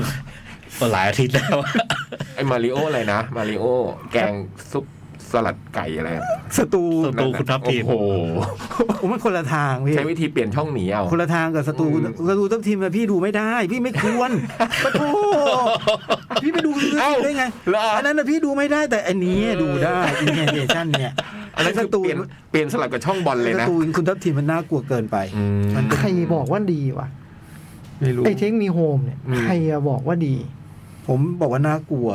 D: มาหลายอาทิตย์แล้ว
C: ไอ้มาริโออะไรนะ มาริโอ แกงซุปสลัดไก่อะไรอะ
A: สตู
D: สตู คุณทัพทิม
C: โอ้โห
A: โอ้มันคนละทางพี่
C: ใช้วิธีเปลี่ยนช่องหนีเอา
A: คนละทางกับสตูสตูทัพทีมอะพี่ดูไม่ได้ พี่ไม่ควรปะโทพี่ไปดู
C: เอ้า
A: ได้ไง
C: เหรออั
A: อันนั้นนะพี่ดูไม่ได้แต่อันนี้ดูได้อินเทอร์เนชั่นเนี่ย
C: อันนั้น
A: ส
C: คือ
A: ตู
C: เปลี่ยนเปลี่ยนสลับกับช่องบอลเลย
A: ส
C: นะ
A: ตูคุณทัพทีมมันน่ากลัวเกินไป
C: อืม
B: ใครบอกว่าดีวะ
A: ไม่รู้
B: ไอ้เทคมีโฮมเนี่ย
C: อืม
B: ใครอะบอกว่าดี
A: ผมบอกว่าน่ากลัว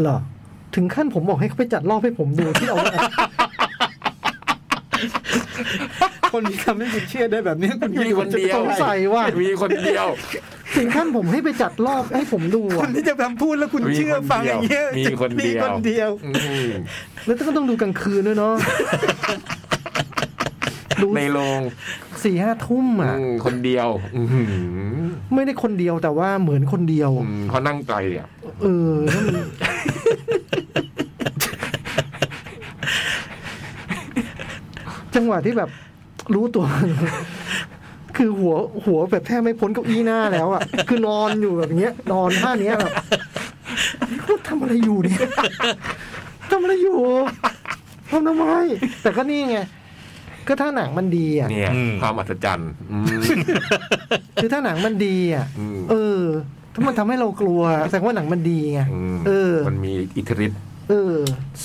B: เหรอ ถึงขั้นผมบอกให้เขาไปจัดรอบให้ผมดูที่เอา ออก
A: คนที่ทำให้คุณเชื่อได้แบบเนี้ยคุณ
C: มีคนเดียว
B: สงสัยว่า
C: มีคนเดียว
B: ถึงขั้นผมให้ไปจัดรอบให้ผมดู
A: ค
B: อะ
A: นที่จะทำพูดแล้วคุณ
C: มี
A: เชื่อฟังอย่างเงี้ย
C: มีคนเดียว
A: มีคนเดียว
C: อืม
B: แล้วก็ต้องดูกลางคืนด้วยเนาะดู
C: ในโรง
B: สี่ห้าทุ่ม
C: อื
B: อ่ะ
C: มคนเดียวอืม
B: ไม่ได้คนเดียวแต่ว่าเหมือนคนเดียว
C: อืมเพราะนั่งไกลอ่ะ
B: เออถ้ามัน จังหวะที่แบบรู้ตัว คือหัวหัวแบบแทบไม่พ้นเก้าอี้หน้าแล้วอ่ะ คือนอนอยู่แบบเนี้ย นอนท่าเนี้ยแบบ พูดทำอะไรอยู่เนี่ยทำอะไรอยู่ทำทำไมแต่ก็นี่ไง ก็ถ้าหนังมันดีอ่ะ
C: เนี่ย
D: อืม
C: ความอัศจรรย์อืม
B: คือถ้าหนังมันดีอ่ะ
C: อืม
B: เออ ถ้ามันทำให้เรากลัว แสดงว่าหนังมันดีไง
C: อืม
B: เออ
C: มันมีอิทธิฤทธิ์
B: เออ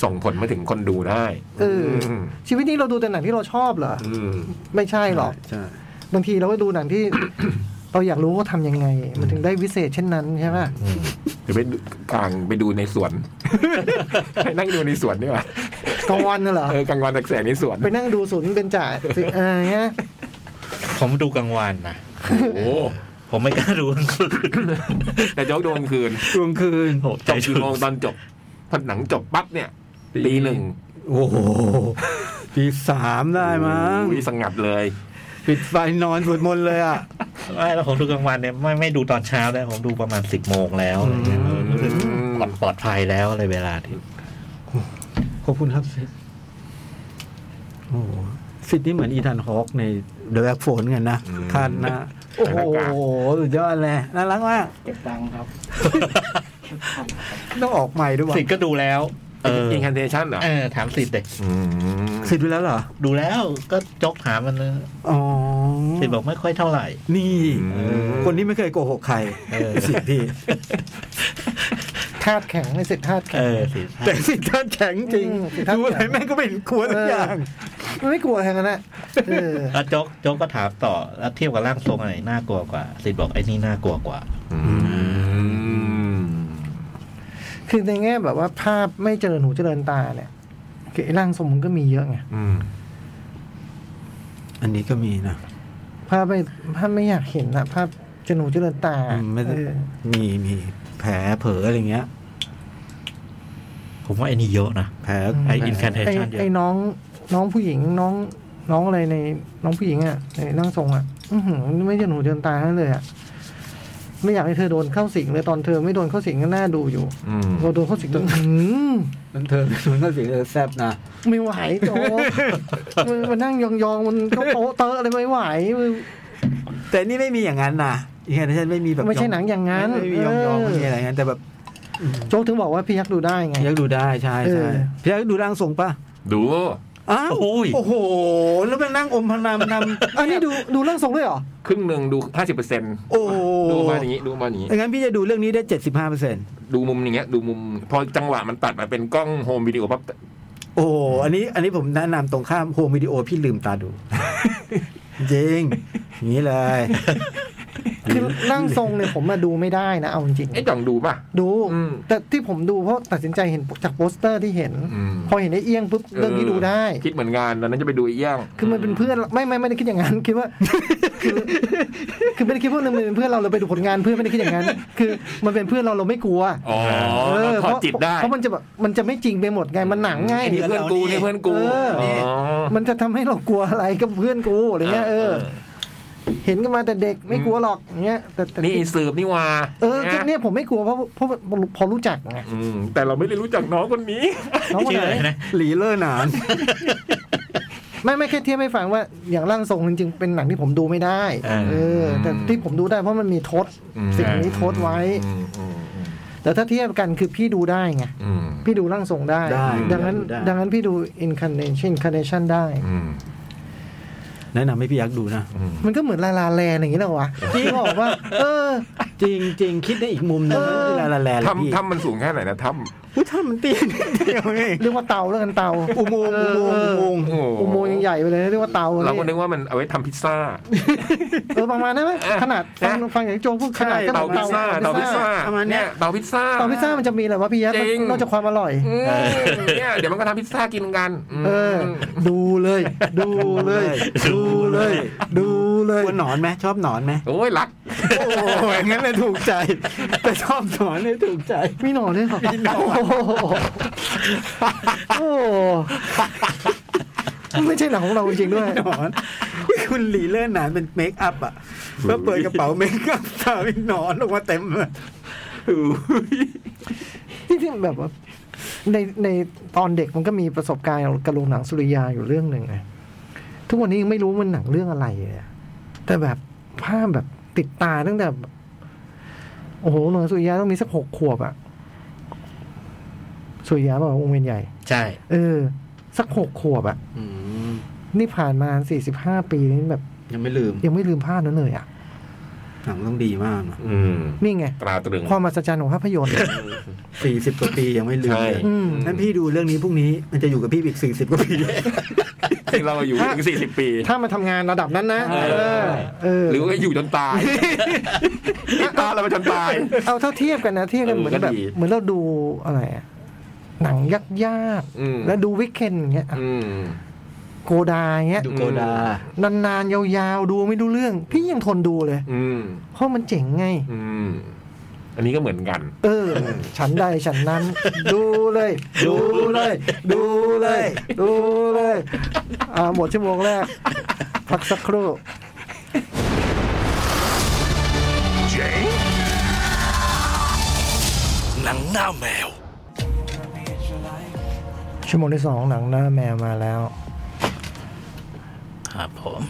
C: ส่งผลมาถึงคนดูได้
B: เอออ
C: ม
B: ชีวิตนี้เราดูแต่หนังที่เราชอบเหรออ
C: อืม
B: ไม่ใช่หรอก
A: ใช่
B: บางทีเราก็ดูหนังที่ เราอยากรู้ว่าทำยังไง มันถึงได้วิเศษเช่นนั้นใช่ไหม
C: หรือไปดูกลางไปดูในสวน ไปนั่งดูในสวนดีกว่าก
B: ลางวันน่ะเหรอ
C: เออกลางวันแสงๆในสวน
B: ไปนั่งดูศูนย์เป็นจ่าสิเออเงี้ย
D: ผมดูกลางวันนะ
C: โอ้โห
D: ผมไม่กล้าดูกลางคืน
C: แต่โจ๊กโดนคื น
A: ช่วงคืน
D: โห
C: จ
D: ใจ
C: บ
D: ชุ
C: กี่
D: น
C: โมงตอนจบพอหนังจบปั๊บเนี่ยตีหนึ่ง
A: โอ้โหปีสามได้มั้ง
C: อุ้ยสงัดเลย
A: ปิดไฟนอนสวดมนต์เลยอ่ะ
D: ไม่แล้วผมดูกลางวันเนี่ยไม่ไม่ดูตอนเช้าแล้วผมดูประมาณสิบโมงแล้วอะไรเงี้ยรู้สึกปลอดปลอดภัยแล้วอะไรเวลาที่
A: ขอบคุณครับ โอ้โหฟิตนี่เหมือนอีธานฮอกในเดอะแบ็กโฟนกันนะ
C: อืม
A: คาดหนะ โอ้โหสุดยอดเลยน่ารักมาก
F: เก็บตังค์ครับ
A: ต้องออกใหม่ด้วยวะ
D: สิทธิ์ก็ดูแล้ว เออ
C: อินคันเทชันเหรอ
D: เออถามสิทธิ์เด็ก
C: ม
A: สิทธิ์ดูแล้วเหรอ
D: ดูแล้วก็จกถามมันนะ
A: อ๋อ
D: สิทธิ์บอกไม่ค่อยเท่าไหร่
A: นี่ คนที่ไม่เคยโกหกใคร
D: เออ
A: สิทธิ์พี่
B: ธาตุแข็งในสิทธิ์ธาตุ
D: เอ
B: แข็ง
D: อสิทธิ์
A: แต่สิทธิ์ท่านแข็งจริง
B: อืมสิทธิ์ท่าน
A: ดูอะไร
B: แข็ง
A: แม่งก็ไม่เห็นควรทุกอย่าง
B: ไม่กลัวแค่นั้นแหละเออ
D: แล้วจกจกก็ถามต่อแล้วเทียบกับร่างทรงอะไรน่ากลัวกว่าสิทธิ์บอกไอ้นี่น่ากลัวกว่า
B: คือในแง่แบบว่าภาพไม่เจริญหูเจริญตาเนี่ยคือไอ้ร่างทรงมันก็มีเยอะไง
C: อืม
A: อันนี้ก็มีนะ
B: ภาพไม่ภาพไม่อยากเห็นอะภาพเจริญหูเจริญตา
A: อืมไม่ได้
B: เออ
A: มีมีแผลเผลออะไรเงี้ย
D: ผมว่าไอ้นี่เยอะนะ
A: แผล
D: ไอ้
A: แผล
D: incantation
B: ไอ้
D: เยอะ
B: ไอ้น้องน้องผู้หญิงน้องน้องอะไรในน้องผู้หญิงอะในร่างทรงอะอื้อหือไม่เจริญหูเจริญตาทั้งนั้นเลยอะไม่อยากให้เธอโดนเข้าสิงเลยตอนเธอไม่โดนเข้าสิงก็น่าดูอยู่
C: อืม
B: เราโดนเข้าสิงอื้อหือ
A: นั่นเธอสวนก็เสียงเธอแซบนะ
B: ไม่ไหวโตมันมันนั่งยองๆมันก็โต๊ะเตอะอะไรไม่ไหว
A: แต่นี่ไม่มีอย่างนั้นนะอีกอย่างฉันไม่มีแบบ
B: ไม่ใช่หนังอย่างนั้น
A: ไม่มียองยองๆไม่มีอะไรอย่างนั้น แต่แบบ
B: โจ๊กถึงบอกว่าพี่ยักษ์ดูได้ไง
A: พี่ยักษ์ดูได้ใช่ใช่
B: เออ
A: พี่ยักษ์ดูร่างทรงป่ะ
C: ดู
A: อ้าว
D: โอ้ย
A: โอ้โห แล้วมันนั่งอมพนามนำ
B: อันนี้ดูดูเรื่องทรงด้วยเหรอ
C: ครึ่งหนึ่งดูห้าสิบเปอร์เซ็นต์
A: โอ้โห
C: ดูมาอย่างนี้ดูมาอย่างนี้
A: ดังนั้นพี่จะดูเรื่องนี้ได้เจ็ดสิบห้าเปอร์เซ็นต์
C: ดูมุมอย่างเงี้ย ดูมุม พอจังหวะมันตัดมาเป็นกล้องโฮมวิดีโอปั๊บ
A: โอ้โหอันนี้อันนี้ผมแนะนำตรงข้ามโฮมวิดีโอพี่ลืมต าดู จริงอย่างนี้เลย
B: คือร่างทรงเนี่ยผมมาดูไม่ได้นะ เอาจริง
C: ไอ้จ่องดูป่ะ
B: ๆดู
C: อืม
B: แต่ที่ผมดูเพราะตัดสินใจเห็นจากโปสเตอร์ที่เห็น
C: อืม
B: พอเห็นไอ้เอียงปุ๊บเรื่องนี้ดูได้
C: คิดเหมือนงานตอนนั้นจะไปดูไอ้เย่าง
B: คือมันเป็นเพื่อนไม่ไม่ไม่ได้คิดอย่างนั้น คิดว่า คือคือไม่ได้คิดว่ามันเป็นเพื่อนเราเราไปดูผลงานเพื่อนไม่ได้คิดอย่างนั้น คือมันเป็นเพื่อนเราเราไม่กลัว
C: อ๋อเราถอดจิตได้
B: เพราะมันจะแบบมันจะไม่จริงไปหมดไงมันหนังไง
C: ไอ้นี่เพื่อนกูนี่เพื่อนกู
B: เออนี่
C: อ๋อ
B: มันจะทำให้เรากลัวอะไรกับเพื่อนกูอะไรเงี้ยเออ เห็นกันมาแต่เด็กไม่กลัวหรอกอย่างเงี้ยแต่แต่
C: นี่สืบนี่หว่า
B: เออก็เนี่ยผมไม่กลัวเพราะเพราะพอรู้จักไง
C: อืมแต่เราไม่ได้รู้จักน้องคนนี้
B: น้องคน
D: ชื่อ
B: ไห
D: อะไร
B: น
D: นะ
A: หลีเลอร์หนาน
B: ไม่ไม่แค่เทียบให้ฟังว่าอย่างร่างทรงจริงๆเป็นหนังที่ผมดูไม่ได้
D: อ่า
B: เออ แต่ที่ผมดูได้เพราะมันมีทศ
C: อืม
B: สิ่งนี้ทศไว้
C: อืมอืมอืม
B: แต่ถ้าเทียบกันคือพี่ดูได้ไง
C: อืม
B: พี่ดูร่างทรงได้
A: ได้
B: ดังนั้น
A: ไ
B: ดังนั้นพี่ดู incarnation incarnation ได้
C: อืม
A: แนะนำให้พี่ยักษ์ดูนะ
C: อืม
B: มันก็เหมือนลาลาแลนอย่างงี้แหละวะพี่บอกว่า เออ
A: จริงจริงๆคิดได้อีกมุมนึง
B: เออ
A: เวลาละแลเลยพี่
C: ถ้ำถ้ำมันสูงแค่ไหนนะถ้
A: อุ๊ยถ้ามันเตียนิดเดียวเอง
B: เรียกว่าเตาแล้วกันเตา
A: อุโมงค์อุโมงค์อุโมงค์
C: ำห
B: อุโมงค์ยังใหญ่ไปเลยนะเรียกว่าเตา
C: เราก็
B: พี่
C: นึกว่ามันเอาไว้ทำพิซซ่า
B: เออประมาณนั้นไหม
C: อ่ะ
B: ขนาดฟัง
C: นะ
B: ฟังอย่างโจพูดขนาด
A: ใช่
B: ก็
C: เตา
B: เตา
C: พิซซ่าเตา
B: เตา
C: พิ
B: พิ
C: ซ
B: ซ
C: ซ่า
B: ซ่า
A: ประมาณเนี้ย
C: เเตาพิซซ่า
B: เตาพิซซ่ามันจะมีอะไรวะพี่ยักษ์
C: จริง
B: นอกจากความอร่อย
C: อืมเนี่ยเดี๋ยวมันก็ทำพิซซ่ากินกันม
B: เออ
A: ดูเลย ดูเลย ดูเลย ดูเลยกลัวหนอนไหมชอบหนอนไหม
C: โอ้ยรัก
A: โอ้ยงั้นเลยถูกใจ แต่ชอบหนอนเลยถูกใจ
B: มีหนอนด้วยเหรอโอ้โหโอ้โหไม่ใช่หนังของเราจริงๆด้วย
A: หนอนอุ๊ยคุณหลีเล่นหนานเป็นเมคอัพอ่ะแล้วเปิดกระเป๋าเมคอัพสาวมีหนอนออกมาเต็มเลย
B: ที่ที่แบบว่าในในตอนเด็กมันก็มีประสบการณ์กับโรงหนังสุริยาอยู่เรื่องหนึ่งไงทุกวันนี้ยังไม่รู้มันหนังเรื่องอะไรเลยอะแต่แบบภาพแบบติดตาตั้งแต่แบบโอ้โหหนังสุริยาต้องมีสักหกขวบอะสุริยาบอกว่าวงเวียนใหญ่
D: ใช่
B: เออ สักหกขวบอะนี่ผ่านมาสี่สิบห้าปีนี่แบบ
A: ยังไม่ลืม
B: ยังไม่ลืมภาพนั้นเลยอะ
A: หนังต้องดีมากนะ
C: อืม
B: นี่ไง
C: ตราตรึง
B: ความมหัศจรรย์ของภาพยนตร์
A: สี่สิบกว่าปียังไม่ลืม
C: ใช่
A: เลย
B: อืม
A: นั้นพี่ดูเรื่องนี้พรุ่งนี้มันจะอยู่กับพี่อีกสี่สิบกว่าปี
C: ที่เราอยู่ถึงสี่สิบปี
B: ถ้ามันทำงานระดับนั้นนะเอ
A: เออ
B: อ เออ
C: หรือว่าอยู่จน ตายติดตามเราไปจนตาย
B: เอาเท่าเทียบกันนะเทียบกัน
C: เออ
B: เหมือนแบบ
C: ก็ดี
B: เหมือนเราดูอะไรอะหนังยักษ์ยาก
C: อืม
B: แล้วดูวิกเคนอย่างเงี้ย
C: อืม
B: โกดาอย่างเงี้ย
A: ดูโกดา
B: นานๆ ยาวๆ ดูไม่ดูเรื่อง พี่ยังทนดูเลย
C: อืม
B: เพราะมันเจ๋งไง
C: อืม อันนี้ก็เหมือนกัน
B: เออ ฉันใดฉันนั้น ดูเลย ดูเลย ดูเลย ดูเลยอ่าหมดชั่วโมงแรก พักสักครู่
G: หนังหน้าแมว
B: ชั่วโมงที่สองหนังหน้าแมวมาแล้ว
D: ครับผม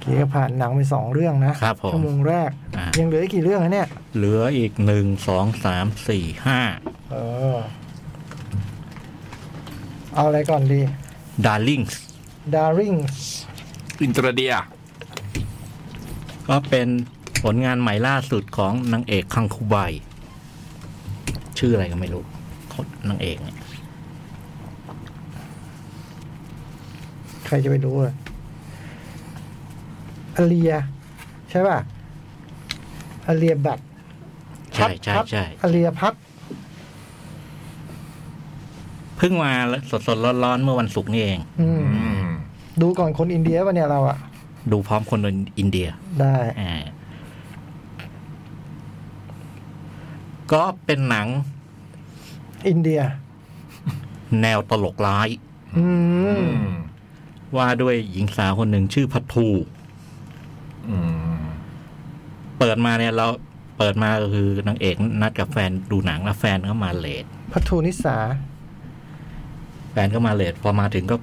B: เกียผ่านหนังไปสองเรื่องนะครับ
D: ผม
B: ชั่วโมงแรก
D: อ่ายั
B: ยังเหลืออีกกี่เรื่องนะเนี่ย
D: เหลืออีกหนึ่งสองสามสี่ห้า
B: เออ เอาอะไรก่อนดี
D: ดาร์ลิง
B: Daring
C: อินเตอร์เดีย
D: ก็เป็นผลงานใหม่ล่าสุดของนางเอกคังคูไบชื่ออะไรก็ไม่รู้คนนางเอกเนี่ย
B: ใครจะไปรู้อะอเลีย ใช่ป่ะอเลียบัต
D: ใช่ใช่ใช่
B: อเลียพัท
D: เพิ่งมาสดสดๆร้อนๆเมื่อวันศุกร์นี่เอง
B: อืม ดูก่อนคนอินเดียป่ะเนี่ยเราอะ
D: ดูพร้อมคนอินเดีย
B: ได้
D: อ่าก็เป็นหนัง
B: อินเดีย
D: แนวตลกร้าย
B: อืม
D: ว่าด้วยหญิงสาวคนหนึ่งชื่อพัททูเปิดมาเนี่ยเราเปิดมาก็คือนางเอกนัดกับแฟนดูหนังแล้วแฟนก็มาเลท
B: พัทูนิสา
D: แฟนก็มาเลทพอมาถึงก็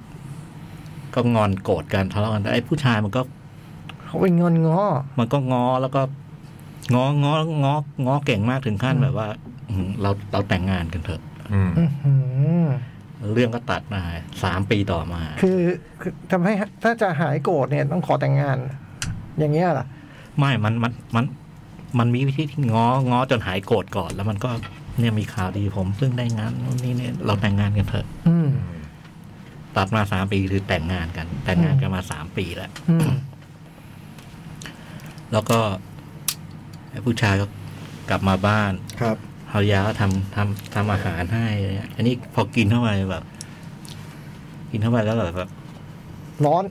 D: ก็งอนโกรธกันทะเลาะกันแต่ไอ้ผู้ชายมันก็
B: เขาเป็นงอนงอ
D: มันก็ง้อแล้วก็ง้อง้อง้อง้อเก่งมากถึงขั้นแบบว่าอืมเราเราแต่งงานกันเถอะ
B: อื้อหือ
D: เรื่องก็ตัดมาสามปีต่อมา
B: คือคือทำให้ถ้าจะหายโกรธเนี่ยต้องขอแต่งงาน อย่างเงี้ยเหรอ
D: ไม่ มัน มัน มัน มันมีวิธีที่ง้อ ง้อจนหายโกรธก่อน แล้วมันก็ เนี่ยมีข่าวดีผมเพิ่งได้งานนู่นนี่เนี่ย เราแต่งงานกันเถอะ
B: อืม
D: ตัดมาสามปีคือแต่งงานกัน แต่งงานกันมาสามปีแล้ว
B: อืม
D: แล้วก็ไอ้ผู้ชายก็กลับมาบ้าน
A: ครับ
D: ภรรยาก็ทำทำทำอาหารให้อะไรเงี้ยอันนี้พอกินเข้าไปแบบ กินเข้าไปแล้วแบบแบบ
B: ร้อน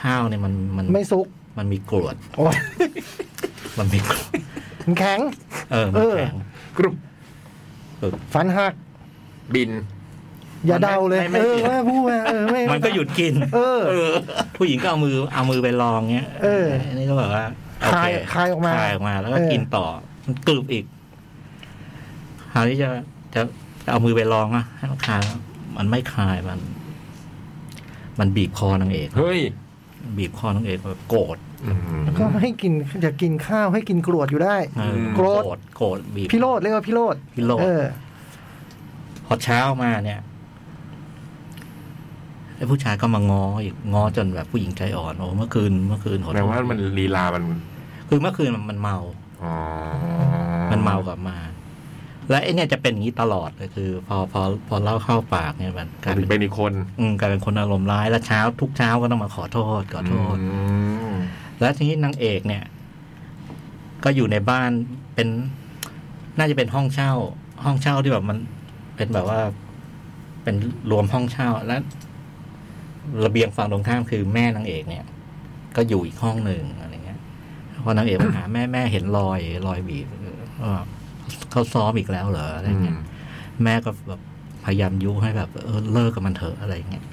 D: ข้าวเนี่ยมันมัน
B: ไม่สุก
D: มันมีกรวด
B: โอ้ย
D: มันมีกรวด
B: มันแข็ง
D: เออ มันแข็ง
C: กรุบ
B: ฝันหัก
C: บิน
B: อย่าเดาเลย
C: ไม่ไม่
B: เออ
C: เกี่ยว
B: ว่าพูดมาเออไม่
D: มันก็หยุดกิน
B: เออ
D: ผู้หญิงก็เอามือเอามือไปลองเงี้ย
B: เออ
D: อันนี้ก็แบบว่าโอ
B: คลา
D: เค
B: ยคลายออกมา
D: คลายออกมา แล้วก็
B: เออ
D: กินต่อ มันกรึบอีกคราวนี้จะจะจะเอามือไปลองอะให้มันคลายมันไม่คลายมัน มันบีบคอนางเอก
C: เฮ้ย
D: บีบคอนางเอกแบบโกรธ
B: ก็ให้กินอย่ากินข้าวให้กินกรวดอยู่ได้
D: เออ
B: โกรธ
D: ธโกรธบีบ
B: พี่โรดเรียกว่าพี่โรด
D: พี่โรจน์
B: เออ
D: พอเช้ามาเนี่ยไอ้ผู้ชายก็มางออีกงอจนแบบผู้หญิงใจอ่อนโอ้เมื่อคืนเมื่อคืนขอโทษ
C: แปลว่ามันลีลามัน
D: คือเมื่อคืนมันมันเมา
C: อ๋อ
D: มันเมากลับมา และไอเนี่ยจะเป็นอย่างนี้ตลอดเลยคือ พอพอพอเล่าเข้าปากเนี่ยมันกลาย
C: ถึ
D: เป็
C: ง
D: น
C: เป็นอีกคน
D: อืมกลายเป็นคนอารมณ์ร้ายแล้วเช้าทุกเช้าก็ต้องมาขอโทษขอโทษ
C: อืม
D: แล้วทีนี้นางเอกเนี่ย ก็อยู่ในบ้านเป็น น่าจะเป็นห้องเช่า ห้องเช่าที่แบบมันเป็นแบบว่า เป็นรวมห้องเช่าแล้วระเบียงฝั่งตรงข้ามคือแม่นางเอกเนี่ย ก็อยู่อีกห้องหนึ่งอะไรเงี้ยพอนางเอกมาหาแม่แม่เห็นรอยรอยบีบเออเขาซ้อมอีกแล้วเหรออะไรเงี้ย แม่ก็แบบพยายามยุให้แบบเออเลิกกับมันเถอะอะไรอย่างเงี้ย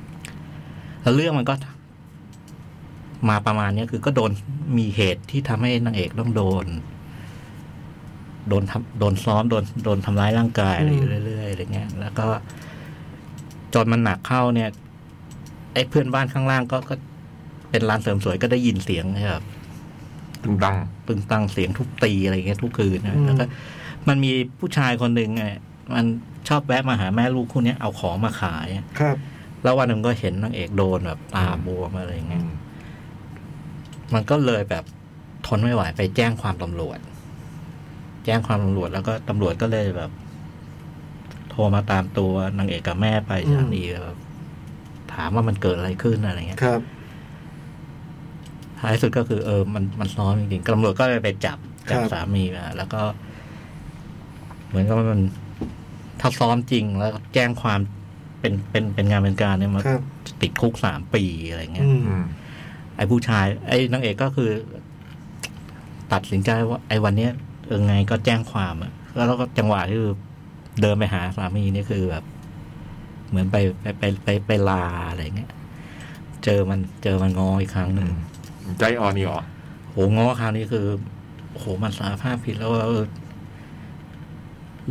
D: แล้วเรื่องมันก็ มาประมาณเนี้ยคือก็โดนมีเหตุที่ทำให้นางเอกต้องโดน โดนทำโดนซ้อมโดนโดนทำร้ายร่างกายอะไรอยู่เรื่อยๆอะไรเงี้ย แล้วก็จนมันหนักเข้าเนี่ยไอ้เพื่อนบ้านข้างล่างก็ก็เป็นร้านเสริมสวยก็ได้ยินเสียงแบบ
C: ตึงตัง
D: ตึงตังเสียงทุบตีอะไรอย่างเงี้ยทุกคืนนะ
B: อืม
D: แล้วก็มันมีผู้ชายคนหนึ่งอ่ะมันชอบแวะมาหาแม่ลูกคู่เนี้ยเอาของมาขายอะ
A: ครับ
D: แล้ววันหนึ่งก็เห็นนางเอกโดนแบบตาบวมอะไรอย่างเงี้ยมันก็เลยแบบทนไม่ไหวไปแจ้งความตำรวจ แจ้งความตำรวจแล้วก็ตำรวจก็เลยแบบ โทรมาตามตัวนางเอกกับแม่ไปสถานีแบบถามว่ามันเกิดอะไรขึ้นอะไรเงี้ย
A: ครับ
D: ท้ายสุดก็คือเออมันมันซ้อมจริงๆตำรวจก็เลยไปจับจับ
A: ครับ
D: สามีมาแล้วก็ เหมือนกับว่ามันถ้าซ้อมจริงแล้วแจ้งความเป็นเป็นเป็นงานเป็นการเนี่ยมัน
A: ครับ
D: ติดคุกสามปีอะไรเงี้ย
A: อืม
D: ไอ้ผู้ชาย ไอ้นางเอกก็คือ ตัดสินใจว่า ไอ้วันเนี้ยเออไงก็แจ้งความอะแล้วเราก็จังหวะที่คือเดินไปหาสามีนี่คือแบบ เหมือนไปไปไปไปไปลาอะไรเงี้ย เจอมันเจอมันงออีกครั้งหนึ่ง
C: ใจอ่อนนี่เหรอ
D: โหง้อคราวนี้คือโอ้โหมันสารภาพผิดแล้วว่าเออ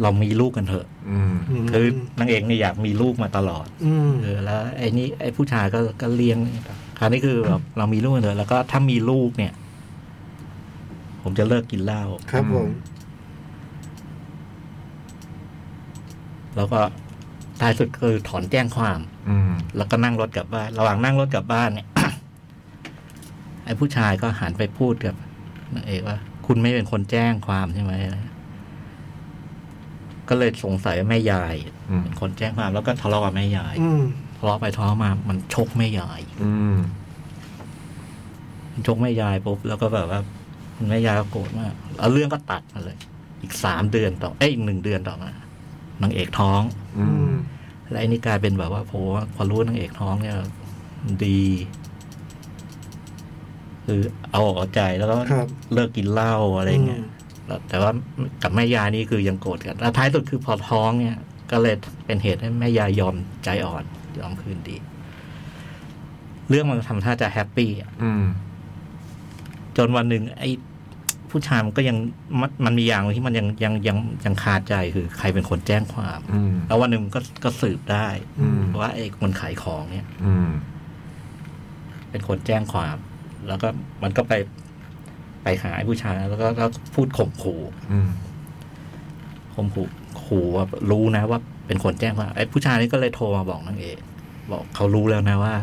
D: เรามีลูกกันเถอะ
C: อืม
A: อืม
D: คือนางเอกเนี่ยอยากมีลูกมาตลอด
A: อืม
D: เออแล้วไอ้นี่ไอ้ผู้ชายก็ก็เลี้ยง คราวนี้คือแบบเรามีลูกเลยแล้วก็ถ้ามีลูกเนี่ย ผมจะเลิกกินเหล้า
A: ครับผม
D: แล้วก็ท้ายสุดคือถอนแจ้งความ
C: อืม
D: แล้วก็นั่งรถกลับบ้าน ระหว่างนั่งรถกลับบ้านเนี่ย ไอ้ผู้ชายก็หันไปพูดกับนางเอกว่า คุณไม่เป็นคนแจ้งความใช่ไหมก็เลยสงสัยว่าแม่ยาย
C: อืม
D: เป็นคนแจ้งความ แล้วก็ทะเลาะกับแม่ยาย
A: อืม
D: ทะเลาะไปทะเลาะมามันชกแม่ยาย
C: อืม
D: มันชกแม่ยายปุ๊บแล้วก็แบบว่าแม่ยายก็โกรธมากแล้วเรื่องก็ตัดมาเลย อีกสามเดือนต่อเอ้ยอีกหนึ่งเดือนต่อมานางเอกท้อง
C: อื
A: อื
C: ม
A: ม
D: และไอ้นี่กลายเป็นแบบว่าโหพอรู้ว่านางเอกท้องเนี่ยดี คือเอาออกเอาใจแล้วก็
A: ครับ
D: เลิกกินเหล้าอะไรเงี้ยแล้วแต่ว่ากับแม่ยายนี่คือยังโกรธกันแล้วท้ายสุดคือพอท้องเนี่ย ก็เลยเป็นเหตุให้แม่ยายยอมใจอ่อนยอมคืนดี เรื่องมันทำท่าจะแฮปปี้อะ
C: อืม
D: จนวันหนึ่งไอ้ผู้ชายมันก็ยังมันมันมีอย่างที่มันยังยังยังยังคาใจคือใครเป็นคนแจ้งความ
C: อืม
D: แล้ววันหนึ่งมันก็ก็สืบได้
C: อืม
D: ว่าไอ้คนขายของเนี่ย
C: อืม
D: เป็นคนแจ้งความ แล้วก็มันก็ไปไปหาไอ้ผู้ชายแล้วก็แล้วพูดข่มขู่
C: อืม
D: ข่มขู่ขู่ว่ารู้นะว่าเป็นคนแจ้งความไอ้ผู้ชายนี่ก็เลยโทรมาบอกนางเอกบอกเขารู้แล้วนะว่า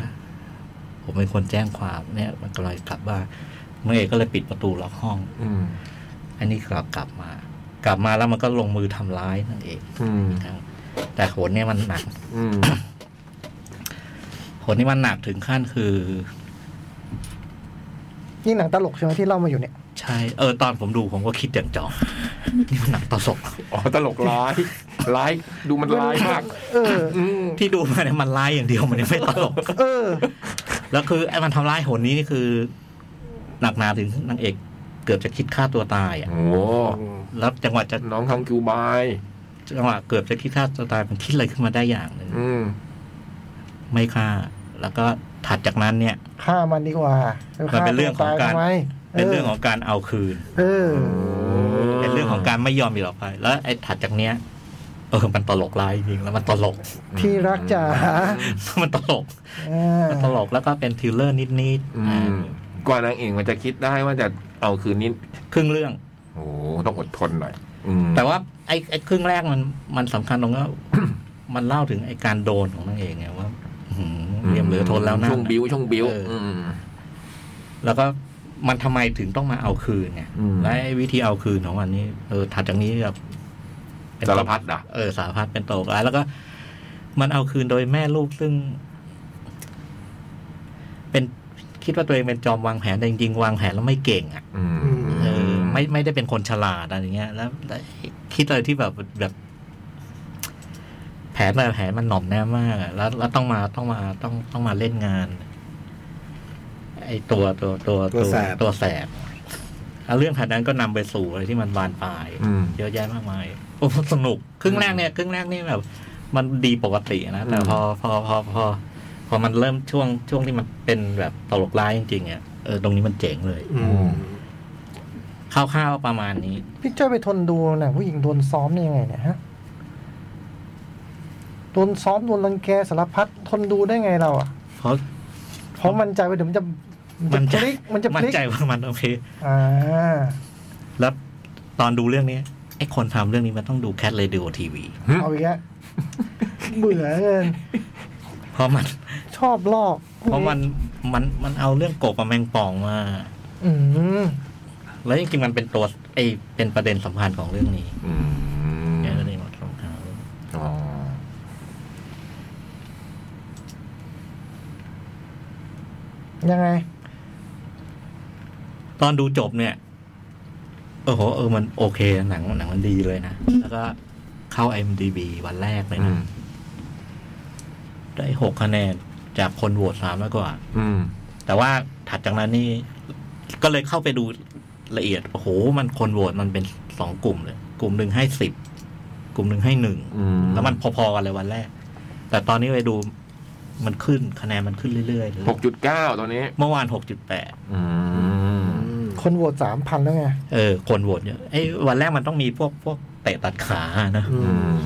D: ผมเป็นคนแจ้งความเนี่ย มันก็เลยกลับบ้านนางเอกก็เลยปิดประตูล็อกห้อง
C: อืม
D: อันนี้กลับกลับมา กลับมาแล้วมันก็ลงมือทำร้ายนางเอก
C: อืม
D: นะครับแต่โหนเนี่ยมันหนัก
C: อืม
D: ผลที่มันหนักถึงขั้นคือ
B: นี่หนังตลกใช่ไหมที่เล่ามาอยู่เนี่ย
D: ใช่ เออ ตอนผมดูผมก็คิดอย่างจ อง นี่มันหนังตลก
C: อ๋อตลกร้าย ร้าย ดูมันร้ายมาก
B: เออ
D: ที่ดูมาเนี่ยมันร้ายอย่างเดียวมันยังไม่ตล ก
B: เออ
D: แล้วคือไอ้มันทำร้ายโหนนี้นี่คือ หนักหนาถึงนางเอกเกือบจะคิดฆ่าตัวตายอ่ะ
C: โอ้โห
D: แล้วจังหวะจะ
C: น้องคังคิวบาย
D: จังหวะเกือบจะคิดฆ่าตัวตายมันคิดอะไรขึ้นมาได้อย่างหนึ่ง
C: อืม
D: ไม่ฆ่า แล้วก็ถัดจากนั้นเนี่ย
B: ฆ่ามันดีกว่า
D: มันเป็นเรื่องของการ
B: ฆ่ตัวตยทำไม
D: เป็นเรื่องของการเอาคืน
B: เออ
D: เป็นเรื่องของการไม่ยอมอีกต่อไป แล้วไอ้ถัดจากเนี้ยเออมันตลกร้ายจริงแล้วมันตลก
B: ที่รักจ๋า
D: มันตลก
B: เออ
D: ตลกแล้วก็เป็นทริลเลอร์นิด
C: อืม กว่านางเอกมันจะคิดได้ว่าจะเอาคืนนี้
D: ๆครึ่งเรื่อง
C: โอ้โหต้องอดทนหน่อย อืม
D: แต่ว่าไอ้ไอ้ครึ่งแรกมันมันสำคัญตรงว่า มันเล่าถึงไอ้การโดนของนางเอกไงว่าอื้อหือเรียมเหลือทนแล้วนะ
C: ช่วงบิวช่วงบิว
D: เอออื
C: ม
D: แล้วก็มันทำไมถึงต้องมาเอาคืนไง
C: อืม
D: และไอ้วิธีเอาคืนของมันนี่เออถัดจากนี้แบบเป็น
C: สารพัดอ่ะ
D: เออสารพัดเป็นโตกร้ายแล้วก็ มันเอาคืนโดยแม่ลูกซึ่ง เป็นคิดว่าตัวเองเป็นจอมวางแผนแต่จริงๆวางแผนแล้วไม่เก่งอ่ะ
C: อืม
D: เออไม่ไม่ได้เป็นคนฉลาดอะไรอย่างเงี้ย แล้วแล้วคิดอะไรที่แบบแบบ แผนแต่แผนมันหน่อมแน่มากอะแล้วแล้วต้องมาต้องมาต้องต้องมาเล่นงาน ไอตัวตัวตัว
A: ตัวแสบ
D: ตัวแสบแล้วเรื่องผ่านนั้นก็นำไปสู่อะไรที่มันบานปลาย
C: อืม
D: เยอะแยะมากมายโอ้สนุก ครึ่งแรกเนี่ยครึ่งแรกนี่แบบ มันดีปกตินะแต่พอพอพอพอ พอมันเริ่มช่วงช่วงที่มันเป็นแบบตลกร้ายจริงๆอ่ะเออตรงนี้มันเจ๋งเลย
A: อืม
D: คร่าวๆประมาณนี้
B: พี่เจ้ยไปทนดูหนังผู้หญิงโดนซ้อมได้ยังไงเนี่ยฮะ โดนซ้อมโดนรังแกสารพัดทนดูได้ไงเราอ่ะ
D: เพราะ
B: เพราะมันใจว่าเดี๋ยวมันจะ
D: มัน
B: พ
D: จะ
B: ลิกมันจะพ
D: มัน
B: ลิก
D: ใจว่ามันโอเค
B: อ่า
D: แล้วตอนดูเรื่องนี้ไอ้คนทำเรื่องนี้มันต้องดูแคทเรดิโอทีวี
B: เอาอีกแล้วเบื่อเกิน
D: เพราะมัน
B: ชอบลอก
D: เพราะมันมันมันเอาเรื่องโกบกับแมงป่องมา
B: อืม
D: แล้วจริงๆมันเป็นตัวไอ้เป็นประเด็นสำคัญของเรื่องนี้
C: อืม
D: แค่นั้นเองหมดสำคัญ
C: อ๋อ
B: ยังไง
D: ตอนดูจบเนี่ยโอ้โหเออมันโอเคนะหนังหนังมันดีเลยนะ แล้วก็เข้า IMDB วันแรกเลย
C: อื
D: นะ
C: ม
D: ได้หกคะแนนจากคนโหวตสามมากกว่า
C: อืม
D: แต่ว่าถัดจากนั้นนี่ก็เลยเข้าไปดูละเอียด โอ้โห มันคนโหวตมันเป็นสองกลุ่มเลย กลุ่มหนึ่งให้สิบกลุ่มหนึ่งให้หนึ่ง
C: อืม
D: แล้วมันพอๆกันเลยวันแรก แต่ตอนนี้ไปดูมันขึ้นคะแนนมันขึ้นเรื่อยๆเลย
C: หกจุดเก้าตอนนี้
D: เมื่อวานหกจุดแปด
C: อืม
B: คนโหวตสามพันแล้วไง
D: เออ คนโหวตเยอะไอ้ยวันแรกมันต้องมีพวกพวกเตะตัดขานะ
A: อื
C: อื
A: ม
C: ม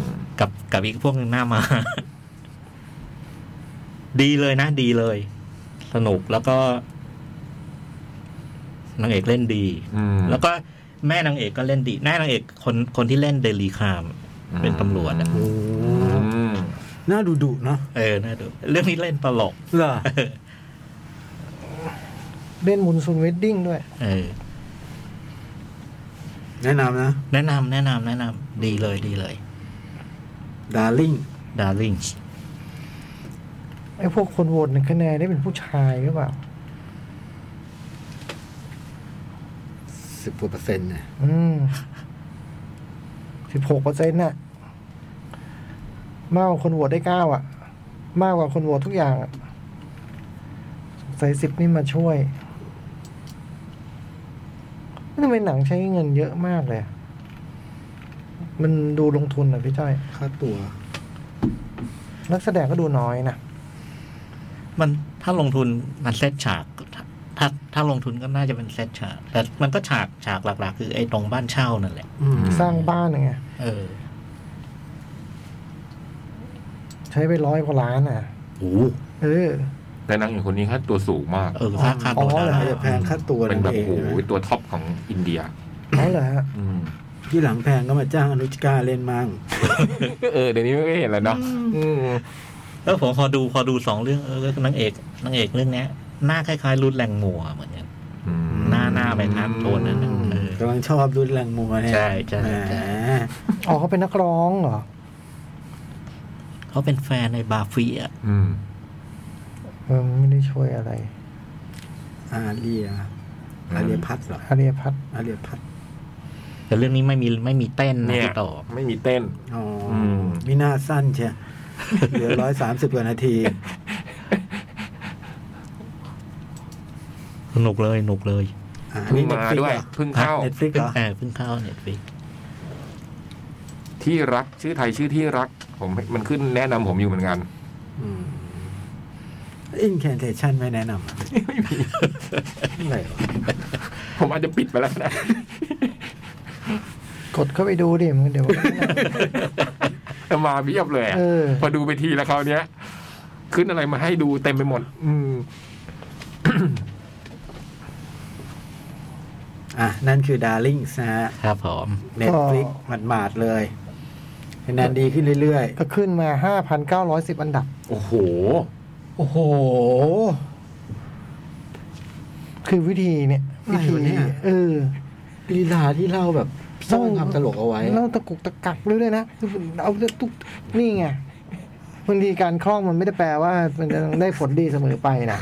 D: กับ กับอีกพวกหนึ่งหน้ามา ดีเลยนะ ดีเลย สนุกแล้วก็นางเอกเล่นดี
C: อืม
D: แล้วก็แม่นางเอกก็เล่นดีแม่นางเอกคนคนที่เล่นเดลีคาม เป็นตำรวจอะ
A: โอ้
C: อืม
A: หน้าดุดุๆเนาะ
D: เออน่าดูเรื่องนี้เล่นตลก
A: เหรอ
B: เล่นมุนซุนเวดดิ้งด้วย
D: เออ
A: แนะนำนะ
D: แนะนำแนะนำแนะนำดีเลยดีเลย
A: ดาร์ลิง
D: ดาร์ลิง
B: ไอ้พวกคนโหวตหนึ่งคะแนนได้เป็นผู้ชายหรือเปล่า
A: สิบกว่าเปอร์เซ็นต์นะ
B: อืมสิบหกเปอร์เซ็นต์น่ะ มากกว่าคนโหวตได้เก้าอ่ะ มากกว่าคนโหวตทุกอย่างอะสงสัยสิบนี่มาช่วยทำไมหนังใช้เงินเยอะมากเลยอะมันดูลงทุนอ่ะพี่จ้อย
A: ค่าตัว
B: นักแสดงก็ดูน้อยนะ
D: มันถ้าลงทุนมันเซตฉากถ้าถ้าลงทุนก็น่าจะเป็นเซตฉาก แต่มันก็ฉากฉากหลัก ๆ คือไอ้ตรงบ้านเช่านั่นแหละ
A: อืม
B: สร้างบ้านยังไง
D: เออ
B: ใช้ไปร้อยกว่าล้านอ่ะ
D: โอ้
B: เออ
C: แต่นางเอกคนนี้ค่าตัวสูงมาก
D: เออค่าค่าตัว
B: อ๋อ
D: ดา
B: เหรอ
D: รา
A: อาจจะแพงค่าตัว
C: เป็นแบบ
A: เอง
C: โอ้โหตัวท็อปของอินเดีย
B: เอาเหรอฮะ
C: อืม
A: ที่หลังแพงก็มาจ้างอนุชิกาเล่นมั่ง
C: เออเดี๋ยวนี้ไม่เห็นแล้วเนาะอืม
D: แล้วผมพอดูพอดูสองเรื่องเออก็นางเอกนางเอกเรื่องเนี้ยหน้าคล้ายๆรุ่นแรงมัวเหมือนกัน
C: อืม
D: หน้าหน้าไปทางโทนนั้นน่ะเออ
A: กำลังชอบรุ่นลังมัวเนี่ย
D: ใช่ใช่
A: แหม
D: ใช่
B: อ๋อเขาเป็นนักร้องเหรอ
D: เขาเป็นแฟนในบาเฟีย
C: อืม
B: เออไม่ได้ช่วยอะไร
A: อาเรียอาเรียพัดเหรอ
B: อาเรียพัฒน์
A: อาเรียพัด
D: แต่เรื่องนี้ไม่มีไม่มีเต้นนะ
C: เนี่ย
D: พี่ต่อ
C: ไม่มีเต้น
A: อ๋ออ
C: ม
A: มีหน้าสั้นเชียเหลือร้อยสามสิบกว่านาที
D: สนุกเลยสนุกเลย
A: อ่า
C: เพิ่ง
A: นี่
C: มา
A: Netflix
C: ด้วย
A: เหรอ
C: เพิ่งเข้า
A: Netflix เห
D: เพิ่
A: รง อ
D: แต่เพิ่งเข้าเน็ตฟิก
C: ที่รักชื่อไทยชื่อที่รัก ผมมันขึ้นแนะนำผมอยู่เหมือนกัน
A: อินแคนเทชันไม่แนะนำอะอะไรวะ
C: ผมอาจจะปิดไปแล้วนะ
B: กดเข้าไปดูดิมันเดี๋ยว
C: มาเพียบเลยอะ
B: เออ
C: พอดูไปทีแล้วคราวเนี้ย ขึ้นอะไรมาให้ดูเต็มไปหมด อืม
A: อ่ะ นั่นคือดาร์ลิงส์นะฮะ
D: ครับผม
A: Netflix หมาดๆเลยคะแนนดีขึ้นเรื่อย
B: ก็ขึ้นมา 5,910 อันดับ
C: โอ้โห
A: ๆ โอ้โห
B: คือวิธีเนี่ย
A: อะไร
B: วิธี
A: วะเนี่ย
B: เออ
A: ลีลาที่เล่าแบบซ่อนความตลกเอาไว้
B: เราตะกุกตะกักเรื่อยๆนะคือเอาตุกนี่ไงบางทีการคล่องมันไม่ได้แปลว่า มันจะได้ผลดีเสมอไปนะ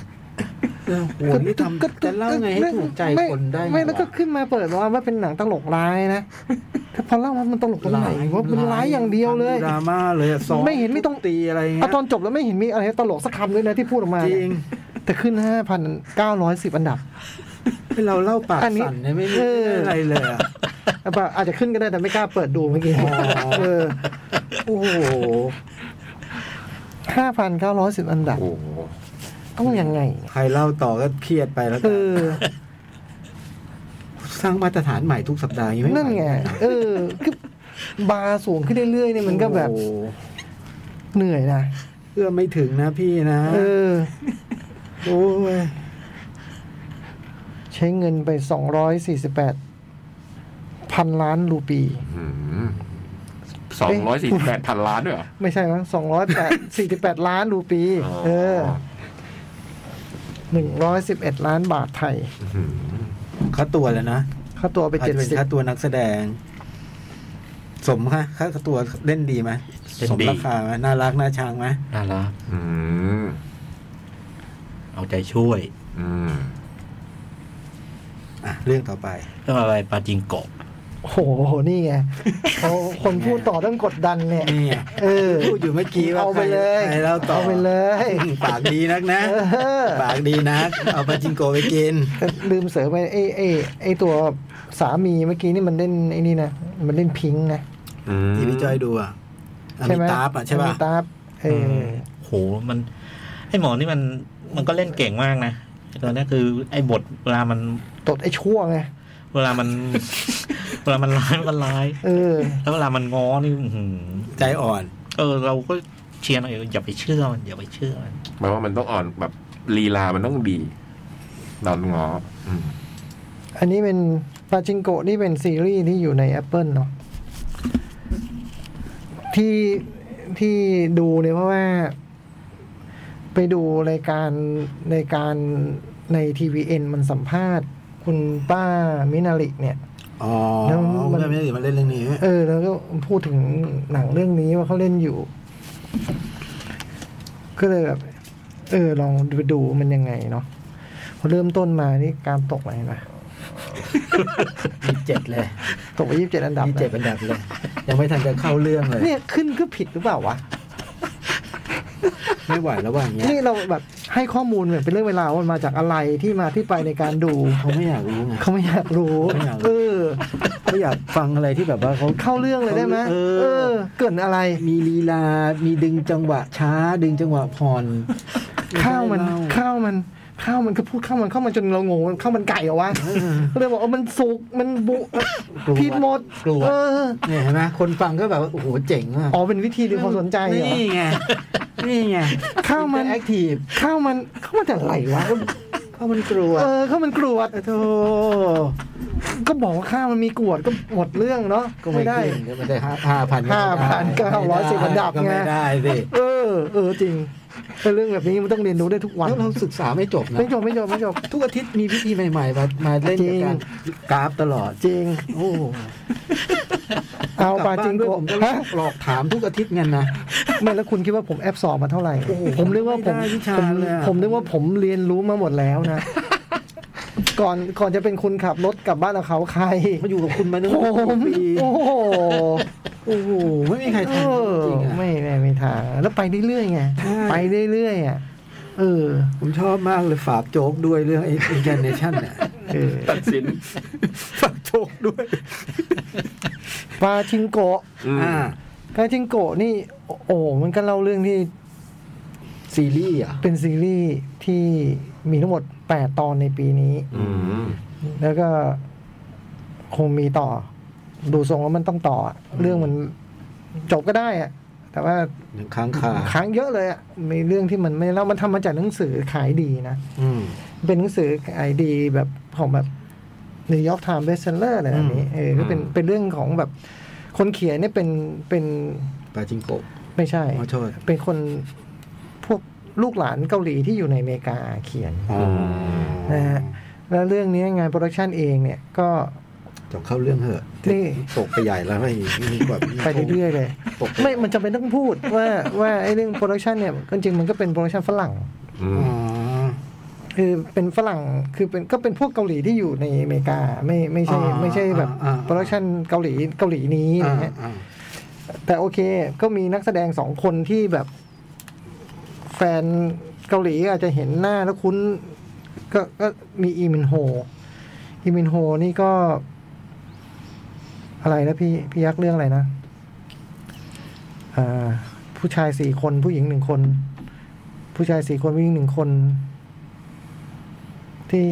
A: เออโหนี่ทำจะเล่าไงให้ถูกใจคนได้
B: ม่ไม่แล้วก็
A: วะ
B: ขึ้นมาเปิดว่าว่าเป็นหนังตลกร้ายนะแต่พอเล่าว่ามันตลกตรงไหนว่ามันร้ายอย่างเดียวเลย
A: ดราม่าเลยอะซ้อ
B: ไม่เห็นไม่ต้อง
A: ทุบตีอะไรเงี้
B: เอา
A: ย
B: ตอนจบแล้วไม่เห็นมีอะไรตลกสักคำเลยนะที่พูดออกมา
A: จ
B: เนี่ย
A: ริง
B: แต่ขึ้น 5,910 อันดับ
A: ให้เราเล่าปาก
B: อันนี้
A: สั่นเนี่ยไม่มี
B: เออ
A: อะไรเลยอะ
B: อ่ะป่ะอาจจะขึ้นก็ได้แต่ไม่กล้าเปิดดูเมื่อกี้เออ
A: โอ้โห
B: 5,910 อันดับ
C: โอ้โห
B: ต้องยังไงเนี่ย
A: ใครเล่าต่อก็เครียดไปแล้ว
B: เอ
A: กัน
B: อ
A: สร้างมาตรฐานใหม่ทุกสัปดาห์ยังไม่ไหว
B: นั่นไง เออ คือบาร์สูงขึ้นเรื่อยๆเนี่ยมันก็แบบ
A: โอ้โห
B: เหนื่อยนะ
A: เอื้อมไม่ถึงนะพี่นะ
B: เออ
A: โอ้ย
B: ใช้เงินไป 248 พันล้านรูปี
C: สองร้อยสี่สิบแปดพันล้านด้วยเหรอ
B: ไม่ใช่มั้ง248 ล้านรูปี เออ 111 ล้านบาทไทย
A: ค่าตัวแล้วนะ
B: ค่าตัวไป
A: อาจจะเป็นค่าตัวนักแสดง สมค่ะค่าตัวเล่นดีไหม
D: เล่นดี
A: สมราคาไหมน่ารักน่าชังไหม
D: น่ารัก
C: อืม
D: เอาใจช่วย
C: อืม
A: อ่ะเรื่องต่อไป
D: เรื่องอะไรปาจิงโกะ
B: โอ้โห นี่ไงเขาคนพูดต่อต้องกดดันเนี่ย
A: นี่ไง
B: เออ
A: พูดอยู่เมื่อกี้ว่า
B: เอาไปเลย
A: ใครเล่าต่อ
B: เอาไปเลย
A: ปากดีนักนะ
B: เออ
A: ปากดีนัก เอาปาจิงโกไปกิน
B: แต่ลืมเสริมไปไอ้ไอ้ไอ้ตัวสามีเมื่อกี้นี่มันเล่นไอ้นี่นะ มันเล่นพิงค์นะ
C: อืม
A: ที่พี่จอยดูอ่ะอ
B: ใช่
A: มิ
B: ไหม
A: ตาบอ่ะใช่
B: อ
A: ป่ะ
B: มิตาบเออ
D: โหมันไอ้หมอนี่มันมันก็เล่นเก่งมากนะไอ้ตัวเนี้ยคือไอ้บทเวลามัน
B: ตดไอ้ชั่วไง
D: เวลามัน เวลามันร้ายมันก็ร้าย
B: เออ
D: แล้วเวลามันง้อนี่อื้อหือ
A: ใจอ่อน
D: เออ เราก็เชียร์หน่อยอย่าไปเชื่อมันอย่าไปเชื่อมัน
C: แปลว่ามันต้องอ่อนแบบ ลีลามันต้องดี ตอนง้ออืม
B: อันนี้เป็นปาจิงโกะนี่เป็นซีรีส์ที่อยู่ใน Apple เนาะที่ที่ดูเนี่ยเพราะว่า ไปดูรายการในการในทีวีเอ็นมันสัมภาษณ์ คุณป้ามินาริเนี่ย
A: อ๋อ
B: แล้วมัน
A: ไม่ไม่ได้มาเล่นเรื่องนี้
B: เออ แล้วก็พูดถึงหนังเรื่องนี้ว่าเขาเล่นอยู่ ก็เลยแบบ เออ ลองดูดูมันยังไงเนาะพอเริ่มต้นมานี่การตกไหนนะ
F: มีเจ็ดเลย
B: ตกไปยี่สิบเจ็ดอันดับ
F: มี
B: นะ
F: เจ็ดอันดับเลย ยังไม่ทันจะเข้าเรื่องเลย
B: เนี่ยขึ้นก็ผิดหรือเปล่าวะ
A: ไม่ไหวแล้วว่าอย่างเงี้ย
B: นี่เราแบบให้ข้อมูลแบบเป็นเรื่องเวลาว่ามันมาจากอะไรที่มาที่ไปในการดู
A: เขาไม่อยากรู้ไง
B: เขาไม่อยากรู้
A: ไม่อยากรู้
B: เออ
A: เขาอยากฟังอะไรที่แบบว่าเขา
B: เข้าเรื่องเลยได้ไหม
A: เออ
B: เกริดอะไร
A: มีลีลา มีดึงจังหวะช้า ดึงจังหวะผ่อน
B: ข้าวมัน
A: ไได้เล่
B: ข้าวมันข้าวมันก็พูดข้าวมันข้าวมันจนเรางงมันข้าวมันไก่เหรอวะก็เลยบอกว่ามันสุกมันบุ
F: กลัว
B: ผิดหมด
F: กลัว
B: เออ
F: เนี่ยเห็นไหมคนฟังก็แบบว่าโอ้โหเจ๋งอ่ะ
B: อ๋อเป็นวิธีดึงความสนใจเหรอ
A: นี่ไง นี่ไง
B: ข้าวมัน
F: แอคทีฟ
B: ข้าวมันข้าวมันแต่อะไรวะ
A: เพราะมันกลัว
B: เออข้าวมันกรวด
A: โธ่
B: ก็บอกว่าข้าวมันมีกรวดก็หมดเรื่องเนาะ
F: ก็ไม่
B: ไม่ได้
F: ได้นก็ไม่ได้ห้าพัน
B: 5,910อันดับ
A: ก็ไม่ได้สิ
B: เออ เออจริงแต่เรื่องแบบนี้มันต้องเรียนรู้ได้ทุกวัน
F: แล้วเราศึกษาไม่จบนะ
B: ไม่จบไม่จบไม่จบ
F: ทุกอาทิตย์มีวิธีใหม่ ๆ มามาเล่นกับการ
B: จริ
F: กราฟตลอด
B: จริง
F: โอ้โห
B: เอาปลาจิง
F: กลับ
B: โกะ
F: บ้นด้วยผมก็
B: ฮะ
F: หลอกถามทุกอาทิตย์เงี้ยนะ
B: ไม่แล้วคุณคิดว่าผมแอบสอบมาเท่าไหร่
A: โอ้โห
B: ผมนึกว่าผม
A: ไม่ได้วิชา
B: ผม
A: เลยอะ
B: ผมนึกว่าผมเรียนรู้มาหมดแล้วนะ ก่อนก่อนจะเป็นคุณขับรถกลับบ้านเอาเขาใคร
A: มาอยู่กับคุณมาตั้ง
B: ผม
A: ปี
B: โอ้โห
A: โอ้โห ไม่มีใคร
B: เอ
A: ทำ
B: อ
A: จริงๆอะ
B: ไม่ไม่ไม่ทางแล้วไปเรื่อยๆไง
A: ใช่
B: ไปเรื่อยๆอ่ะเออ
A: ผมชอบมากเลยฝากโจ๊กด้วยเรื่องไอ้เจเนชั่นเนี่ย
B: เออ
C: ตัดสิน
A: ฝากโชคด้วย
B: ปลาชิงโกะ
C: อืม
A: อ่า
B: กาจิงโกะนี่โอ้โอ้มันก็เล่าเรื่องที่
F: ซีรีส์อ่ะ
B: เป็นซีรีส์ที่มีทั้งหมด 8 ตอนในปีนี้
C: อืม
B: แล้วก็คงมีต่อ ดูทรงแล้วมันต้องต่ออะเรื่องมันจบก็ได้อะแต่ว่า
A: หนึ่งครั้งคา
B: ค้างเยอะเลยอะมีเรื่องที่มันไม่เล่ามันทำมาจากหนังสือขายดีนะ
A: อืม
B: เป็นหนังสือขายดีแบบของแบบนิวยอร์กไทม์เบสเซนเลอร์อะไรแบบนี้เออก็เป็นเป็นเรื่องของแบบ คนเขียนเนี่ยเป็นเป็น
F: ปาจิงโกะ
B: ไม่ใช่
A: ขอโทษ
B: เป็นคนพวกลูกหลานเกาหลีที่อยู่ในอเมริกาเขียน
A: อ๋อ
B: นะฮะแล้วเรื่องนี้งานโปรดักชันเองเนี่ยก็
F: จบเข้าเรื่องเหอะ
B: นี่
F: ตกไปใหญ่แล้วไม่มีกว่า
B: ไปเรื่อยๆเลย
F: ตก
B: ไม่มันจำเป็นต้องพู ดว่าว่าไอ้เรื่องโปรดักชันเนี่ยก็จริงมันก็เป็นโปรดักชันฝรั่ง
C: อื
A: อ๋
C: ม
A: อ
B: คือเป็นฝรั่งคือเป็นก็เป็นพวกเกาหลีที่อยู่ในอเมริกาไม่ไม่ใช่ไม่ใช่แบบโปรดักชันเกาหลีเกาหลีนี้
A: อ่า
B: นะฮะ
A: อ่า
B: แต่โอเค ก็มีนักแสดงสองคนที่แบบ แฟนเกาหลีอาจจะเห็นหน้าแล้วคุ้น ก็ก็มีอีมินโฮ อีมินโฮนี่ก็ อะไรนะพี่พี่ยักษ์เรื่องอะไรนะอ่าผู้ชายสี่คนผู้หญิงหนึ่งคน ผู้ชายสี่คนผู้หญิงหนึ่งคน ที่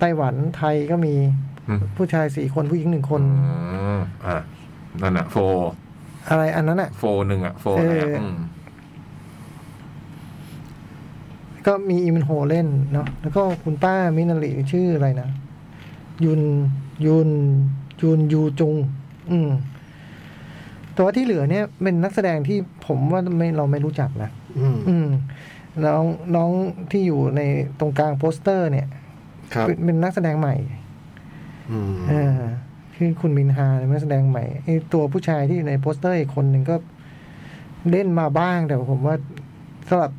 B: ไต้หวันไทยก็มี
C: อืม
B: ผู้ชายสี่คนผู้หญิงหนึ่งคน
C: อืมอ่ะนั่นอะโฟ
B: อะไรอันนั้นอะ
C: โฟหนึ่งอะโฟอะไรอะ
B: เอออื
C: ม
B: ก็มีอิมนโฮเล่นเนาะแล้วก็คุณป้ามินาริชื่ออะไรนะ ยุนยุนยุนยูจุง อืมแต่ว่าที่เหลือเนี่ย เป็นนักแสดงที่ผมว่าไม่เราไม่รู้จักนะ
A: อืม
B: อืม น้องน้องที่อยู่ในตรงกลางโปสเตอร์ เนี่ย
F: ครับ
B: เป็นเป็นนักแสดงใหม่
A: อืม
B: เออคือคุณมินฮาเป็นนักแสดงใหม่ไอตัวผู้ชายที่อยู่ในโปสเตอร์อีกคนหนึ่งก็เล่นมาบ้างแต่ผมว่าสำหรับ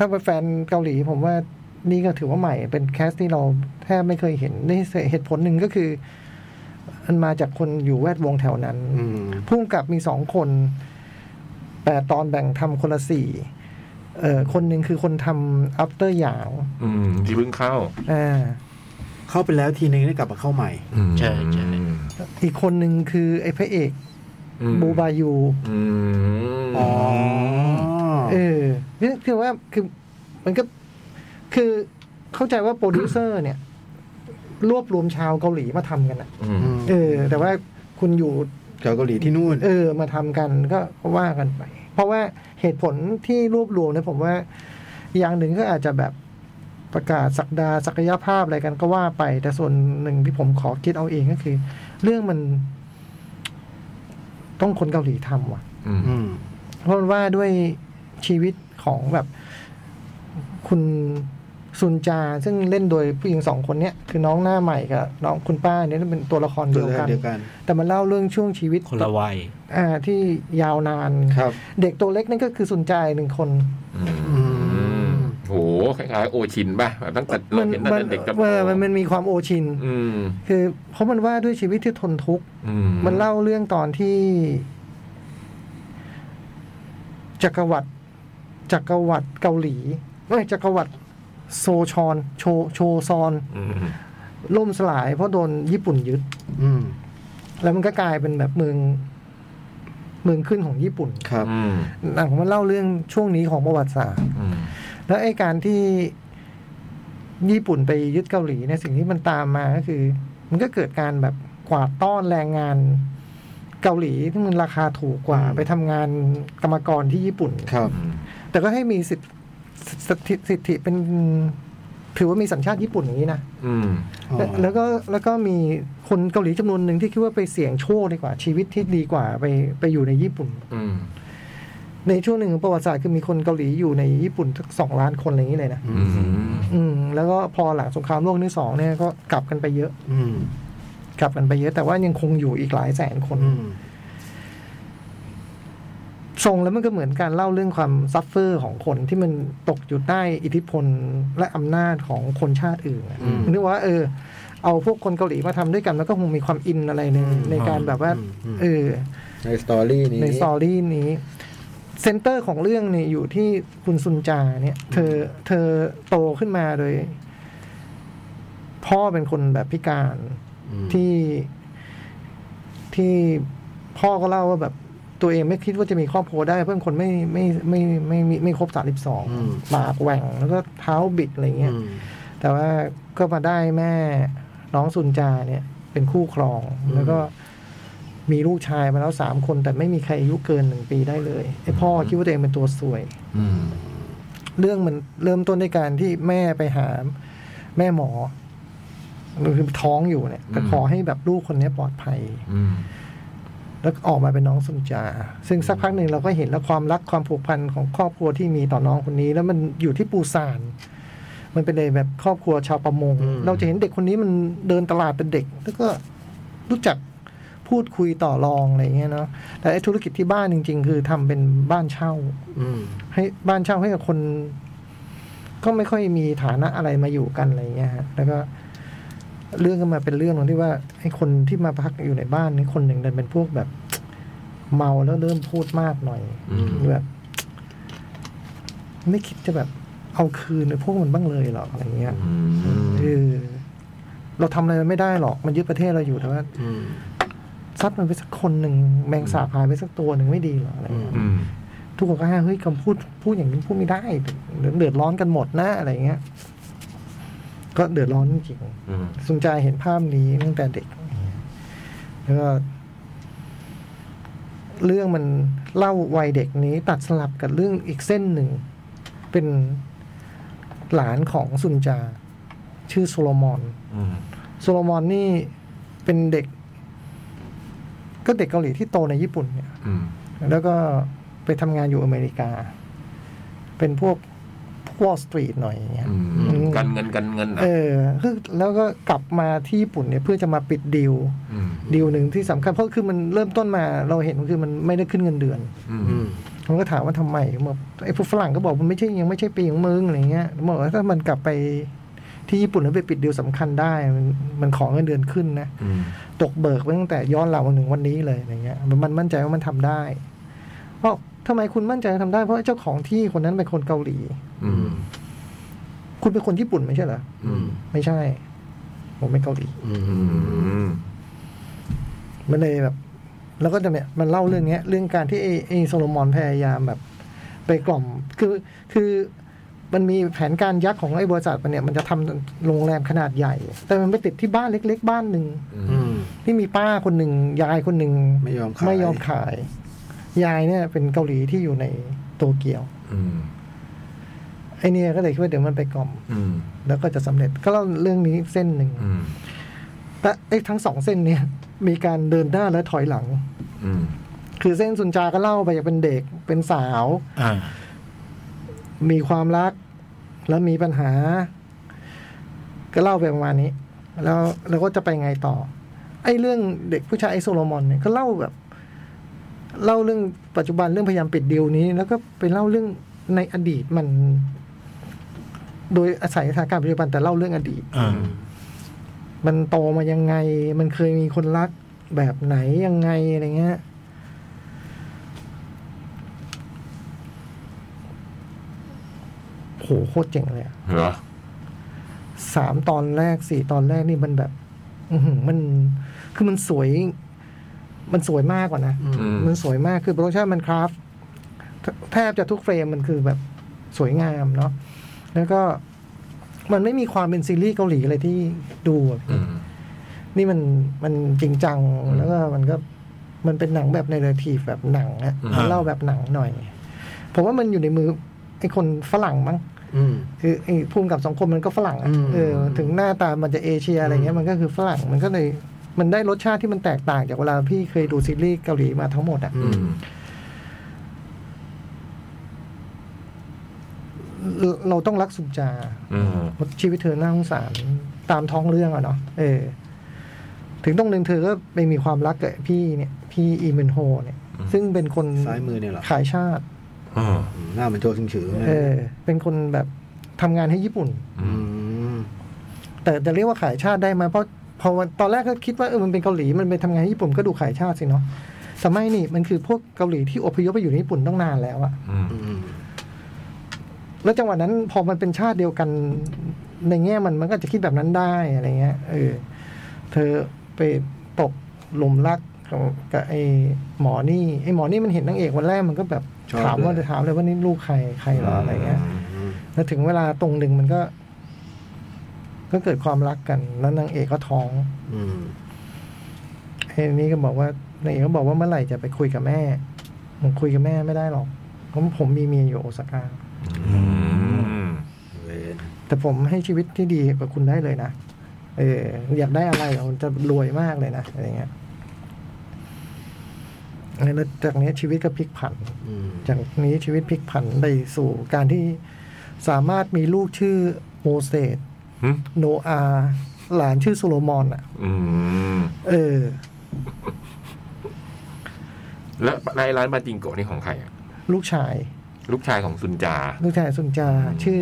B: ถ้าเป็นแฟนเกาหลี ผมว่านี่ก็ถือว่าใหม่ เป็นแคสที่เราแทบไม่เคยเห็นนี่เหตุผลหนึ่งก็คือ มันมาจากคนอยู่แวดวงแถวนั้น
A: อืม
B: พุ่งกับมีสองคนแปดตอนแบ่งทำคนละสี่เอ่อคนหนึ่งคือคนทำ after หยาง
C: อืมที่เพิ่งเข้า
B: อ่า
A: เข้าไปแล้วทีนึงได้กลับมาเข้าใหม่
C: อืม
D: ใช่ใช่
B: อีกคนหนึ่งคือไอ้พระเอก
C: อืม
B: บูบายู
C: อืม
A: อ๋อ
B: เออนี่คือว่าคือมันก็คือเข้าใจว่าโปรดิวเซอร์เนี่ย รวบรวมชาวเกาหลีมาทำกันอะ
C: อืม
B: เออ แต่ว่าคุณอยู่
A: ชาวเกาหลีที่นู่น
B: เออมาทำกันก็ว่ากันไป เพราะว่าเหตุผลที่รวบรวมเนี่ยผมว่า อย่างหนึ่งก็อาจจะแบบ ประกาศศักดาศักยภาพอะไรกันก็ว่าไป แต่ส่วนหนึ่งที่ผมขอคิดเอาเองก็คือ เรื่องมัน ต้องคนเกาหลีทำว่ะ
C: อืม
A: อืม
B: เพราะว่าด้วยชีวิตของแบบ คุณซุนจา ซึ่งเล่นโดยผู้หญิงสองคนเนี้ยคือน้องหน้าใหม่กับน้องคุณป้าเนี่ยเป็นตัวละคร
F: ตัว
B: เดียว
F: แรก
B: กัน
F: เดียวกัน
B: แต่มันเล่าเรื่องช่วงชีวิต
D: คนละวัย
B: อ่าที่ยาวนาน
F: ครับ
B: เด็กตัวเล็กนั่นก็คือซุนจาอีกหนึ่งคน
C: อืมโหคล้ายๆโอชินป่ะแบบตั้งแต่เรา
B: มัน
C: เห็นตั้ง
B: มั
C: แต่เด็กกับ
B: เออมันมันมีความโอชิน
C: อืม
B: คือเพราะมันว่าด้วยชีวิตที่ทนทุกข์
C: อื
B: มันเล่าเรื่องตอนที่ จักรวรรดิจักรวรรดิเกาหลีไม่จักรวรรดิโซชอน โชโชซอน
C: อืม
B: ล่มสลายเพราะโดนญี่ปุ่นยึด
A: อืม
B: แล้วมันก็กลายเป็นแบบเมือง เมืองขึ้นของญี่ปุ่น
F: ครับ
C: อืม
B: หนังมันเล่าเรื่องช่วงนี้ของประวัติศาสตร์
C: อืม
B: แล้วไอ้การที่ญี่ปุ่นไปยึดเกาหลีเนี่ยสิ่งที่มันตามมาก็คือ มันก็เกิดการแบบกวาดต้อนแรงงานเกาหลีที่มันราคาถูกกว่า
F: อืม
B: ไปทำงานกรรมกรที่ญี่ปุ่น
F: ครับ
B: แต่ก็ให้มีสิทธิสิทธิสิทธิเป็นถือว่ามีสัญชาติญี่ปุ่นอย่างนี้นะ
C: อืม
F: อ๋อ
B: แล้วแล้วก็แล้วก็มีคนเกาหลีจำนวนหนึ่งที่คิดว่าไปเสี่ยงโชคดีกว่าชีวิตที่ดีกว่าไปไปอยู่ในญี่ปุ่น
C: อืม
B: ในช่วงหนึ่งของประวัติศาสตร์คือมีคนเกาหลีอยู่ในญี่ปุ่นสักสองล้านคนอะไรอย่างนี้เลยนะ
C: อืม
B: อืมแล้วก็พอหลังสงครามโลกที่สองเนี่ยก็กลับกันไปเยอะ
A: อืม
B: กลับกันไปเยอะแต่ว่ายังคงอยู่อีกหลายแสนคน
A: อืม
B: ทรงแล้วมันก็เหมือนการเล่าเรื่องความซัฟเฟอร์ของคนที่มันตกอยู่ใต้อิทธิพลและอำนาจของคนชาติอื่นอะ
A: อืม
B: นึกว่า เออ เอาพวกคนเกาหลีมาทำด้วยกันแล้วก็คงมีความอินอะไรในในการแบบว่า เออ
F: ในสตอรี่นี้
B: ในสตอรี่นี้เซนเตอร์ของเรื่องเนี่ยอยู่ที่คุณซุนจาเนี่ย เธอเธอโตขึ้นมาโดย พ่อเป็นคนแบบพิการที่ที่พ่อก็เล่าว่าแบบตัวเองไม่คิดว่าจะมีครอบครัวได้ เพื่อนคนไม่ไม่ไม่ไม่ไม่ไม่ไม่ครบสามสิบสอง
A: อืม
B: ปากแหว่งแล้วก็เท้าบิดอะไรเงี้ย แต่ว่าก็มาได้แม่น้องสุนจาเนี่ย เป็นคู่ครอง แล้วก็มีลูกชายมาแล้วสามคน แต่ไม่มีใครอายุเกินหนึ่งปีได้เลยไอพ่อคิดว่าตัวเองเป็นตัวสวย
F: อืม
B: เรื่องมันเริ่มต้นด้วยการที่แม่ไปหาแม่หมอคือท้องอยู่เนี่ยแต่
C: อืม
B: ขอให้แบบลูกคนเนี้ยปลอดภัย
C: อืม
B: แล้วก็ออกมาเป็นน้องสุนจา ซึ่งสักพักหนึ่งเราก็เห็นแล้วความรักความผูกพันของครอบครัวที่มีต่อน้องคนนี้ แล้วมันอยู่ที่ปูซาน มันเป็นในแบบครอบครัวชาวประมง
A: อืม
B: เราจะเห็นเด็กคนนี้มันเดินตลาดเป็นเด็ก แล้วก็รู้จักพูดคุยต่อรองอะไรเงี้ยเนาะ แต่ไอ้ธุรกิจที่บ้านจริง ๆ คือทำเป็นบ้านเช่า
A: อืม
B: ให้บ้านเช่าให้กับคน ก็ไม่ค่อยมีฐานะอะไรมาอยู่กันอะไรเงี้ยฮะแล้วก็เรื่องก็มาเป็นเรื่องตรงที่ว่าไอ้คนที่มาพักอยู่ในบ้านนี่คนหนึ่งดันเป็นพวกแบบ เมาแล้วเริ่มพูดมากหน่อย
C: อืม
B: แบบ ไม่คิดจะแบบ เอาคืนไอ้พวกมันบ้างเลยหรอกอะไรเงี้ยเออเราทำอะไรมันไม่ได้หรอกมันยึดประเทศเราอยู่แต่ว่า
A: อืม
B: ซัดมันไปสักคนหนึ่งแมงสาบหายไปสักตัวหนึ่งไม่ดีหรออะไรเงี้ย
C: อืม
B: ทุกคนก็ห้ามเฮ้ยคำพูดพูดอย่างนี้พูดไม่ได้เดี๋ยวเดือดร้อนกันหมดนะอะไรเงี้ย ก็เดือดร้อนจริง
C: อืม
B: ๆสนใจเห็นภาพนี้ตั้งแต่เด็ก แล้วก็ เรื่องมันเล่าวัยเด็กนี้ตัดสลับกับเรื่องอีกเส้นหนึ่ง เป็นหลานของสุนจา ชื่อโซโลมอน
C: อืม
B: โซโลมอนนี่เป็นเด็ก ก็เด็กเกาหลีที่โตในญี่ปุ่นเนี่ย
C: อืม
B: แล้วก็ไปทำงานอยู่อเมริกา เป็นพวกวอลสตรีทหน่อยอย่างเงี้ย
C: อืมการเงินการเงินอ่ะ
B: เออคือแล้วก็กลับมาที่ญี่ปุ่นเนี่ยเพื่อจะมาปิดดีล
C: ม
B: ดีลหนึ่งที่สำคัญเพราะคือมันเริ่มต้นมาเราเห็นคือมันไม่ได้ขึ้นเงินเดือน
C: อืม
A: อืม
B: ผมก็ถามว่าทำไมบอกไอ้พวกฝรั่งก็บอกมันไม่ใช่ยังไม่ใช่ปีของมึงอะไรเงี้ยผมบอกว่าถ้ามันกลับไปที่ญี่ปุ่นแล้วไปปิดดีลสำคัญได้มันมันขอเงินเดือนขึ้นนะ
C: อืม
B: ตกเบิกไปตั้งแต่ย้อนหลังวันหนึ่งวันนี้เลยอย่างเงี้ยมันมั่นใจว่ามันทำได้เพราะทำไมคุณมั่นใจว่าทำได้เพราะเจ้าของที่คนนั้นเป็นคนเกาหลี
C: อืม
B: คุณเป็นคนญี่ปุ่นไม่ใช่เหรอ
C: อืม
B: ไม่ใช่ ผมเป็นเกาหลี
C: อืม
B: มันเลยแบบ แล้วก็จะเนี่ยมันเล่าเรื่องเนี้ย เรื่องการที่เอเอโซโลมอนพยายามแบบ ไปกล่อม คือคือมันมีแผนการยักษ์ของไอ้บริษัทมันเนี่ยมันจะทำโรงแรมขนาดใหญ่ แต่มันไปติดที่บ้านเล็ก ๆ บ้านหนึ่ง
C: อื
A: อื
C: ม
A: ม
B: ที่มีป้าคนหนึ่งยายคนหนึ่ง
F: ไม่ยอมขาย
B: ไม่ยอมขาย ยายเนี่ยเป็นเกาหลีที่อยู่ในโตเกียว
C: อืม
B: ไ ไอเนี่ยก็เลยคิดว่าเดี๋ยวมันไปกล่อม
C: อืม
B: แล้วก็จะสำเร็จก็เล่าเรื่องนี้เส้นหนึ่ง
C: อืม
B: แต่ไอ้ทั้งสองเส้นเนี่ยมีการเดินหน้าและถอยหลัง
C: อืม
B: คือเส้นสุนจาก็เล่าไปจากเป็นเด็กเป็นสาว
D: อ่า
B: มีความรัก แล้วมีปัญหา ก็เล่าไปประมาณนี้ แล้วแล้วก็จะไปไงต่อ ไอ้เรื่องเด็กผู้ชายไอ้โซโลมอนเนี่ยก็เล่าแบบ เล่าเรื่องปัจจุบันเรื่องพยายามปิดดีลนี้ แล้วก็ไปเล่าเรื่องในอดีตมัน โดยอาศัยสถานการณ์ปัจจุบันแต่เล่าเรื่องอดีต
D: อ่า
B: มันโตมายังไง มันเคยมีคนรักแบบไหนยังไงอะไรเงี้ย โหโคตรเจ๋งเลยอะ
C: เหรอ
B: สามตอนแรกสี่ตอนแรกนี่มันแบบ อื้อหือมัน คือมันสวย มันสวยมากกว่านะ
C: อืม
B: มันสวยมาก คือโปรดักชันมันคราฟต์แทบจะทุกเฟรมมันคือแบบสวยงามเนาะ แล้วก็มันไม่มีความเป็นซีรีส์เกาหลีอะไรที่ดูอะ
C: อืม
B: นี่มันมันจริงจัง
C: อืม
B: แล้วก็มันก็มันเป็นหนังแบบในเรทีฟแบบหนังอะ
C: อืม
B: มันเล่าแบบหนังหน่อย ผมว่ามันอยู่ในมือไอ้คนฝรั่งมั้ง
A: อืม
B: คือไอ้ภูมิกับสังคมมันก็ฝรั่งอะ
A: อืม
B: เออถึงหน้าตามันจะเอเชียอะไรเงี้ยมันก็คือฝรั่งมันก็เลยมันได้รสชาติที่มันแตกต่างจากเวลาพี่เคยดูซีรีส์เกาหลีมาทั้งหมดอะ
A: อื
C: อืม
B: เราเราต้องรักสุจา
C: อืม
B: ชีวิตเธอน่าสงสารตามท้องเรื่องอะเนาะเออ ถึงตรงหนึ่งเธอก็ไปมีความรักกับพี่เนี่ย พี่อีเมนโฮเนี่ย ซึ่งเป็นคน
F: ซ้ายมือเนี่ยเหรอ
B: ขายชาติ
C: อืม
F: อืมหน้ามันโจชิงฉือไหม
B: เออ เป็นคนแบบทำงานให้ญี่ปุ่น
C: อื
F: ม
C: ม
B: แต่จะเรียกว่าขายชาติได้ไหมเพราะพอวันตอนแรกก็คิดว่าเออมันเป็นเกาหลีมันไปทำงานให้ญี่ปุ่นก็ดูขายชาติสิเนาะแต่ไม่นี่มันคือพวกเกาหลีที่อพยพไปอยู่ในญี่ปุ่นต้องนานแล้วอะ
C: อืม
F: อืม
B: แล้วจังหวะนั้นพอมันเป็นชาติเดียวกันในแง่มันมันก็จะคิดแบบนั้นได้อะไรเงี้ยเออ เธอไปตกหลุมรักกับกับไอ้หมอนี่ไอ้หมอนี่มันเห็นนางเอกวันแรกมันก็แบบถามว่าจะถามเลยว่านี่ลูกใครใครเหรออะไรเงี้ย
F: อืม
B: แล้วถึงเวลาตรงหนึ่งมันก็ ก็เกิดความรักกัน แล้วนางเอกก็ท้อง
F: อืม
B: ไอ้นี่ก็บอกว่านางเอกก็บอกว่าเมื่อไหร่จะไปคุยกับแม่ผมคุยกับแม่ไม่ได้หรอกเพราะผมมีเมียอยู่โอซาก้า
C: อืม
F: เวร
B: แต่ผมให้ชีวิตที่ดีกับคุณได้เลยนะเอออยากได้อะไรอ่ะผมจะรวยมากเลยนะอะไรเงี้ยแล้วจากนี้ชีวิตก็พลิกผัน
F: อืม
B: จากนี้ชีวิตพลิกผันไปสู่การที่สามารถมีลูกชื่อโมเสส
C: อืม
B: โนอาห์หลานชื่อโซโลมอนอ่ะ
C: อืม
B: เออ
C: แล้วในร้านบาจิงโกะนี่ของใครอะ
B: ลูกชาย
C: ลูกชายของซุนจา
B: ลูกชายสุนจา ชื่อ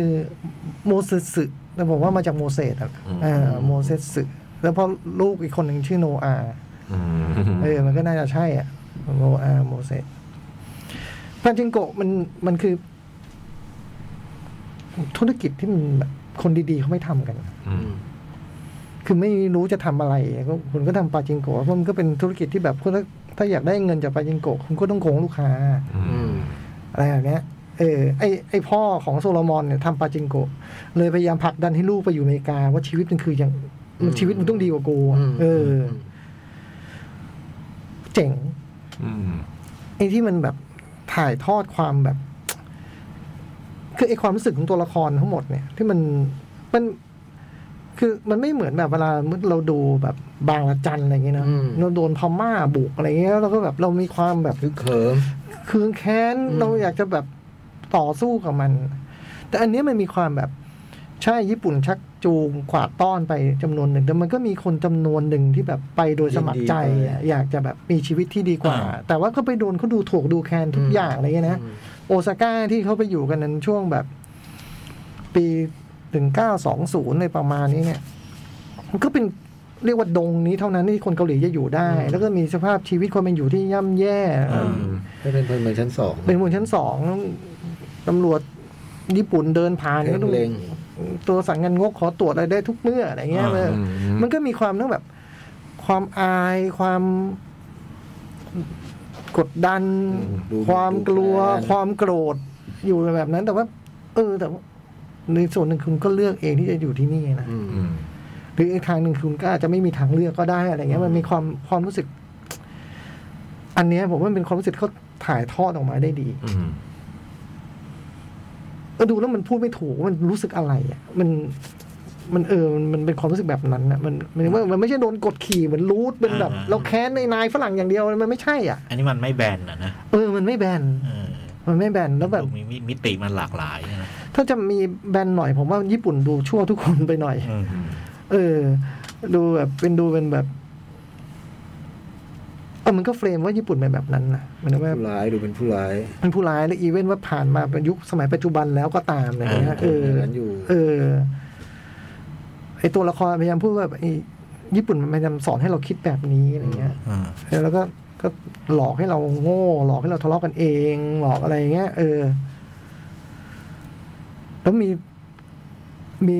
B: โมเสสสึแต่ผมว่ามาจากโมเสสอ่ะ
C: อืม
B: อ่าโมเสสสึแล้วพอลูกอีกคนหนึ่งชื่อโนอาห์
C: อืม
B: เออ มันก็น่าจะใช่อ่ะ โนอาห์โมเสสปันจิงโกะมันมันคือ ธุรกิจที่มันแบบคนดีๆเขาไม่ทำกัน
C: อื
F: อื
C: ม
F: ม
B: คือไม่รู้จะทำอะไรก็คุณก็ทำปาจิงโกะเพราะมันก็เป็นธุรกิจที่แบบคุณถ้าถ้าอยากได้เงินจากปาจิงโกะคุณก็ต้องโกงลูกค้า
C: อื
F: อื
C: ม
F: ม
B: อะไรแบบเนี้ย เออ ไอไอพ่อของโซโลมอนเนี่ยทำปาจิงโกะ เลยพยายามผลักดันให้ลูกไปอยู่อเมริกา ว่าชีวิตมันคืออย่างมันชีวิตมันต้องดีกว่ากูอะเออ เจ๋ง
C: อืม
B: ไอที่มันแบบถ่ายทอดความแบบ คือไอความรู้สึกของตัวละครทั้งหมดเนี่ย ที่มันมัน คือมันไม่เหมือนแบบเวลาเราดูแบบบางละจันอะไรอย่างเงี้ยนะเราโดนพม่าบุกอะไรเงี้ยเราก็แบบเรามีความแบบ
F: คือเขิม
B: คืองแค้น
F: อืม
B: เราอยากจะแบบต่อสู้กับมัน แต่อันเนี้ยมันมีความแบบใช่ญี่ปุ่นชักจูงขวาดต้อนไปจำนวนหนึ่งแต่มันก็มีคนจำนวนหนึ่งที่แบบไปโดยสมัครใจอะอยากจะแบบมีชีวิตที่ดีกว่า แต่ว่าก็ไปโดนเขาดูถูกดูแคลนทุกอย่างอะไรเงี้ยนะโอซาก้าที่เขาไปอยู่กันนั้นช่วงแบบ ปีถึงเก้าสองศูนย์ในประมาณนี้เนี่ย มันก็เป็นเรียกว่าดงนี้เท่านั้นที่คนเกาหลีจะอยู่ได้ แล้วก็มีสภาพชีวิตคนเป็นอยู่ที่ย่ำแย่
F: ให้เป็นเพลิงเมืองชั้นสอง
B: เป็นบนชั้นสองตำรวจญี่ปุ่นเดินผ่านก็ดู
F: เล็ง
B: ตัวสั่งเงินงกขอตรวจอะไรได้ทุกเมื่ออะไรเงี้ยมัน
D: อ่า
C: อืม
B: มันก็มีความทั้งแบบ ความอายความกดดัน
F: ดู
B: ความกลัว
F: ดูแคลน
B: ความโกรธอยู่แบบนั้น แต่ว่า เออ แต่ว่าในส่วนหนึ่งคุณก็เลือกเองที่จะอยู่ที่นี่นะ
F: อืม
C: อืม
B: หรืออีกทางหนึ่งคุณก็อาจจะไม่มีทางเลือกก็ได้อะไรเงี้ยมันมีความความรู้สึก อันเนี้ยผมว่ามันเป็นความรู้สึกที่เขาถ่ายทอดออกมาได้ดี
C: อืม
B: เออดูแล้วมันพูดไม่ถูกว่ามันรู้สึกอะไรอ่ะมันมันเออมันมันเป็นความรู้สึกแบบนั้นนะมันมันว่ามันไม่ใช่โดนกดขี่เหมือนรูทเป็นแบบ
D: อ่า
B: เราแค้นในนายฝรั่งอย่างเดียวมันไม่ใช่อ่ะ
D: อันนี้มันไม่แบนนะนะ
B: เออมันไม่แบน
D: เออ
B: มันไม่แบนแล้วแบบ
D: ดูมีมิมิติมันหลากหลายนะ
B: ถ้าจะมีแบนหน่อยผมว่าญี่ปุ่นดูชั่วทุกคนไปหน่อย
D: อืม
B: เออ ดูแบบเป็นดูเป็นแบบเออมันก็เฟรมว่าญี่ปุ่นเป็นแบบนั้นนะหมันว่า
F: ผู้ร้ายดูเป็นผู้ร้าย
B: เป็นผู้ร้ายและอีเวนต์ว่าผ่านมาเป็นยุคสมัยปัจจุบันแล้วก็ตามอะไรอย่างเงี้ยเออ
F: อย่างนั้นอยู่
B: เออไอตัวละครพยายามพูดว่าไอญี่ปุ่นมันพยายามสอนให้เราคิดแบบนี้อะไรเงี้ย
D: อืม
B: เออแล้วก็ก็หลอกให้เราโง่ หลอกให้เราทะเลาะกันเอง หลอกอะไรเงี้ยเออ แล้วมีมี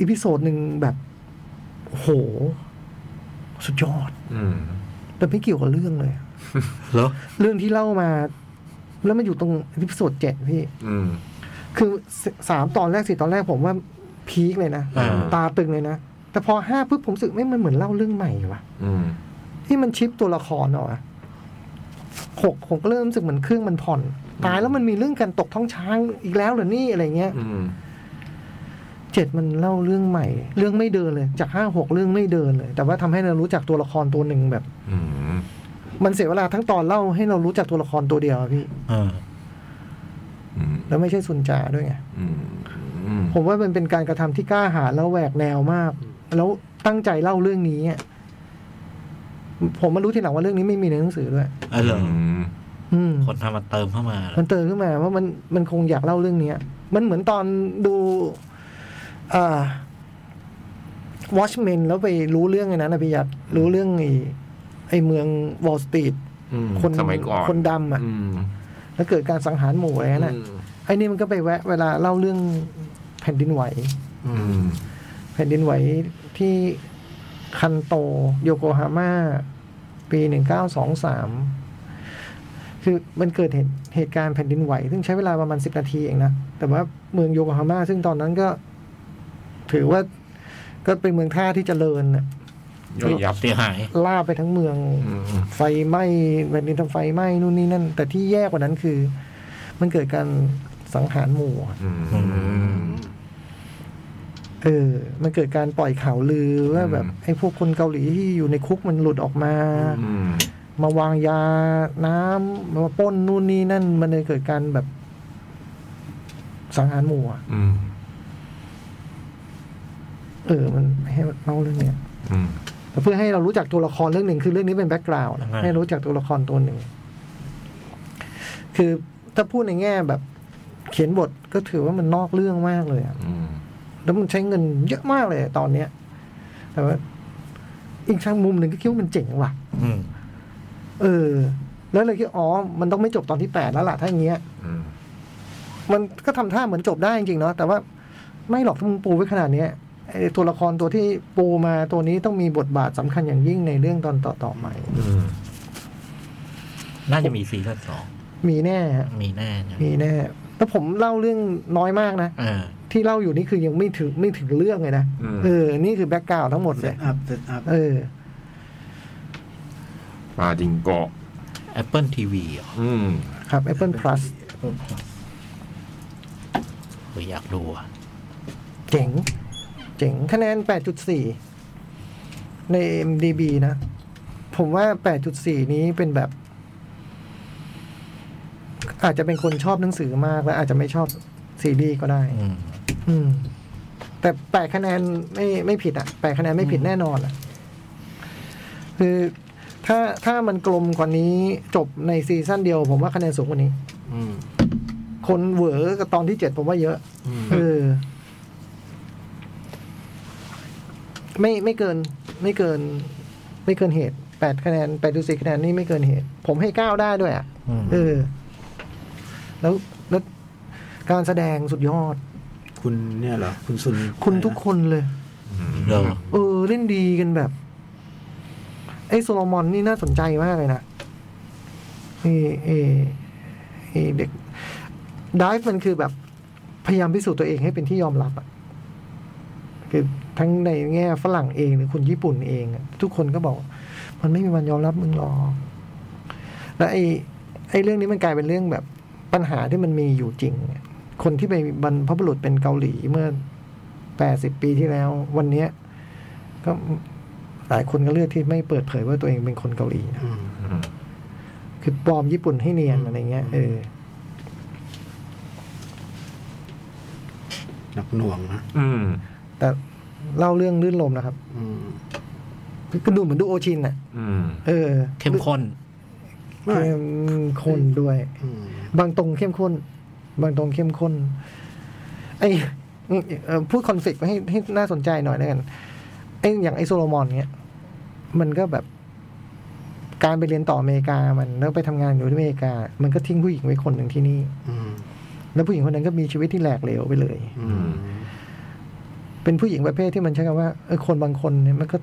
B: อีพิโซดหนึ่งแบบโอ้โห สุดยอด
C: อืม
B: แต่ไม่เกี่ยวกับเรื่องเลย
D: เหรอ
B: เรื่องที่เล่ามา แล้วมันอยู่ตรงอีพิโซดเจ็ดพี่
C: อืม
B: คือสสามตอนแรกสี่ตอนแรกผมว่าพีคเลยนะ
C: อ่า
B: ตาตึงเลยนะ แต่พอห้าปุ๊บผมรู้สึกไม่มันเหมือนเล่าเรื่องใหม่ว่ะ
C: อืม
B: ที่มันชิปตัวละครเหรอวะหกผมก็เริ่มรู้สึกเหมือนเครื่องมันผ่อน ตายแล้วมันมีเรื่องการตกท้องช้างอีกแล้วเหรอนี่อะไรเงี้ย
C: อืม
B: เจ็ดมันเล่าเรื่องใหม่ เรื่องไม่เดินเลย จากห้าหกเรื่องไม่เดินเลย แต่ว่าทำให้เรารู้จักตัวละครตัวหนึ่งแบบ
C: อืม
B: มันเสียเวลาทั้งตอนเล่าให้เรารู้จักตัวละครตัวเดียวอะพี่
D: เออ
C: อืม
B: แล้วไม่ใช่สุนจาด้วยไง
C: อืม อืม
B: ผมว่ามันเป็นการกระทำที่กล้าหาญแล้วแหวกแนวมาก แล้วตั้งใจเล่าเรื่องนี้อะผมมารู้ทีหลังว่าเรื่องนี้ไม่มีในหนังสือด้วย
D: เออเหรอ
B: อืม
D: คนทำมาเติมเข้ามาเหรอ
B: มันเติมขึ้นมาว่ามันมันคงอยากเล่าเรื่องเนี้ย มันเหมือนตอนดูอ่า Watchmen แล้วไปรู้เรื่องไอ้นั้นนะพี่ยักษ์รู้เรื่องไอ้ไอ้เมืองวอลสตรีท
C: อืม
B: คน
C: สมัยก่อน
B: คนดำอ่ะ
C: อืม
B: แล้วเกิดการสังหารหมู่อะไรนั่นน่ะไอ้นี่มันก็ไปแวะเวลาเล่าเรื่องแผ่นดินไหว
C: อืม
B: แผ่นดินไหวที่คันโต โยโกฮาม่า ปี 1923 คือมันเกิดเหตุเหตุการณ์แผ่นดินไหว ซึ่งใช้เวลาประมาณ 10 นาทีเองนะ แต่ว่าเมืองโยโกฮาม่า ซึ่งตอนนั้นก็ ถือว่าก็เป็นเมืองท่าที่เจริญน่ะ
C: ย่อยยับ
D: เสียหาย
B: ล่าไปทั้งเมือง
C: อืม
B: ไฟไหม้แผ่นดินทำไฟไหม้นู่นนี่นั่น แต่ที่แย่กว่านั้นคือ มันเกิดการสังหารหมู่อะ
C: อืม
B: เออ มันเกิดการปล่อยข่าวลือว่าแบบ
C: อืม
B: ไอ้พวกคนเกาหลีที่อยู่ในคุกมันหลุดออกมา
C: อืม
B: มาวางยาน้ำมาปล้นนู่นนี่นั่น มันเลยเกิดการแบบสังหารหมู่อะ
C: อืม
B: เออ มันให้เล่าเรื่องเนี้ย
C: อืม
B: เพื่อให้เรารู้จักตัวละครเรื่องหนึ่งคือเรื่องนี้เป็นแบ็กกราวด์
D: อ่า
B: ให้รู้จักตัวละครตัวหนึ่ง คือถ้าพูดในแง่แบบ เขียนบทก็ถือว่ามันนอกเรื่องมากเลยอะ
C: อืม
B: แล้วมันใช้เงินเยอะมากเลยตอนเนี้ย แต่ว่าอีกทางมุมหนึ่งก็คิดว่ามันเจ๋งว่ะ
D: อืม
B: เออ แล้วเลยคิดอ๋อ มันต้องไม่จบตอนที่แปดแล้วล่ะถ้าอย่างเงี้ย
C: อืม
B: มันก็ทำท่าเหมือนจบได้จริงๆเนาะ แต่ว่าไม่หรอกถ้ามึงปูไว้ขนาดเนี้ยไอ้ตัวละครตัวที่ปูมาตัวนี้ต้องมีบทบาทสำคัญอย่างยิ่งในเรื่องตอนต่อๆไป
C: อืม
D: น่าจะมีซีซั่นสอง
B: มีแน่ฮะ
D: มีแน่นะ
B: มีแน่แล้วผมเล่าเรื่องน้อยมากนะ
D: เออ
B: ที่เล่าอยู่นี่คือยังไม่ถึงไม่ถึงเรื่องเลยนะ
C: อืม
B: เออ นี่คือแบ็กกราวทั้งหมดเลย
F: อัพเซตอัพ
B: เออ
C: ปลาจิงเกาะ
D: Apple TV เหรอ
C: อืม
B: ครับ Apple Plus
D: เอออยากดูอ่ะ
B: เจ๋ง เจ๋ง คะแนน 8.4 ใน MDB นะ ผมว่า 8.4 นี้เป็นแบบ อาจจะเป็นคนชอบหนังสือมากแล้ว อาจจะไม่ชอบซีรีส์ก็ได้
D: อืม
B: อืม แต่แปดคะแนนไม่ไม่ผิดอ่ะแปดคะแนนไม่ผิดแน่นอนอ่ะ คือถ้าถ้ามันกลมกว่านี้จบในซีซั่นเดียว ผมว่าคะแนนสูงกว่านี้
F: อืม
B: คนเหวอกับตอนที่เจ็ดผมว่าเยอะ
F: อืม
B: เออ ไม่ไม่เกิน ไม่เกิน ไม่เกินเหตุแปดคะแนนแปดดูสี่คะแนนนี่ไม่เกินเหตุ ผมให้เก้าได้ด้วยอ่ะ
D: อืม
B: เออ แล้วแล้วการแสดงสุดยอด
F: คุณเนี่ยเหรอ คุณซุน
B: คุณทุกคนเลย
D: เรา
B: เออ เล่นดีกันแบบ ไอ้โซโลมอนนี่น่าสนใจมากเลยนะไอ้ไอ้ไอ้เด็กดิฟมันคือแบบ พยายามพิสูจน์ตัวเองให้เป็นที่ยอมรับอะคือทั้งในแง่ฝรั่งเองหรือคนญี่ปุ่นเองอะทุกคนก็บอก มันไม่มีวันยอมรับมึงหรอกและไอ้ไอ้เรื่องนี้มันกลายเป็นเรื่องแบบปัญหาที่มันมีอยู่จริงอะ คนที่ไปบรรพบุรุษเป็นเกาหลีเมื่อแปดสิบปีที่แล้ว วันเนี้ยก็หลายคนก็เลือกที่ไม่เปิดเผยว่าตัวเองเป็นคนเกาหลีนะ
A: อืม
C: อืม
B: คือปลอมญี่ปุ่นให้เนียนอะไรเงี้ยเออ
A: หนักหน่วงนะ
C: อืม
B: แต่เล่าเรื่องลื่นลมนะครับ
A: อืม
B: ก็ดูเหมือนดูโอชินอ่ะ
C: อืม
B: เออ
D: เข้มข้น
A: ไม่
B: เข้มข้นด้วย
A: อืม
B: บางตรงเข้มข้น บางตรงเข้มข้นไอเอ่อพูดคอนฟ lict ให้ให้น่าสนใจหน่อยแล้วกันไออย่างไอโซโลมอนเนี้ยมันก็แบบ การไปเรียนต่ออเมริกามันแล้วไปทำงานอยู่ที่อเมริกา มันก็ทิ้งผู้หญิงไว้คนหนึ่งที่นี่
A: อืม
B: แล้วผู้หญิงคนนั้นก็มีชีวิตที่แหลกเหลวไปเลย
A: อืม
B: เป็นผู้หญิงประเภทที่มันใช้คำว่าเออคนบางคนเนี่ยมันก็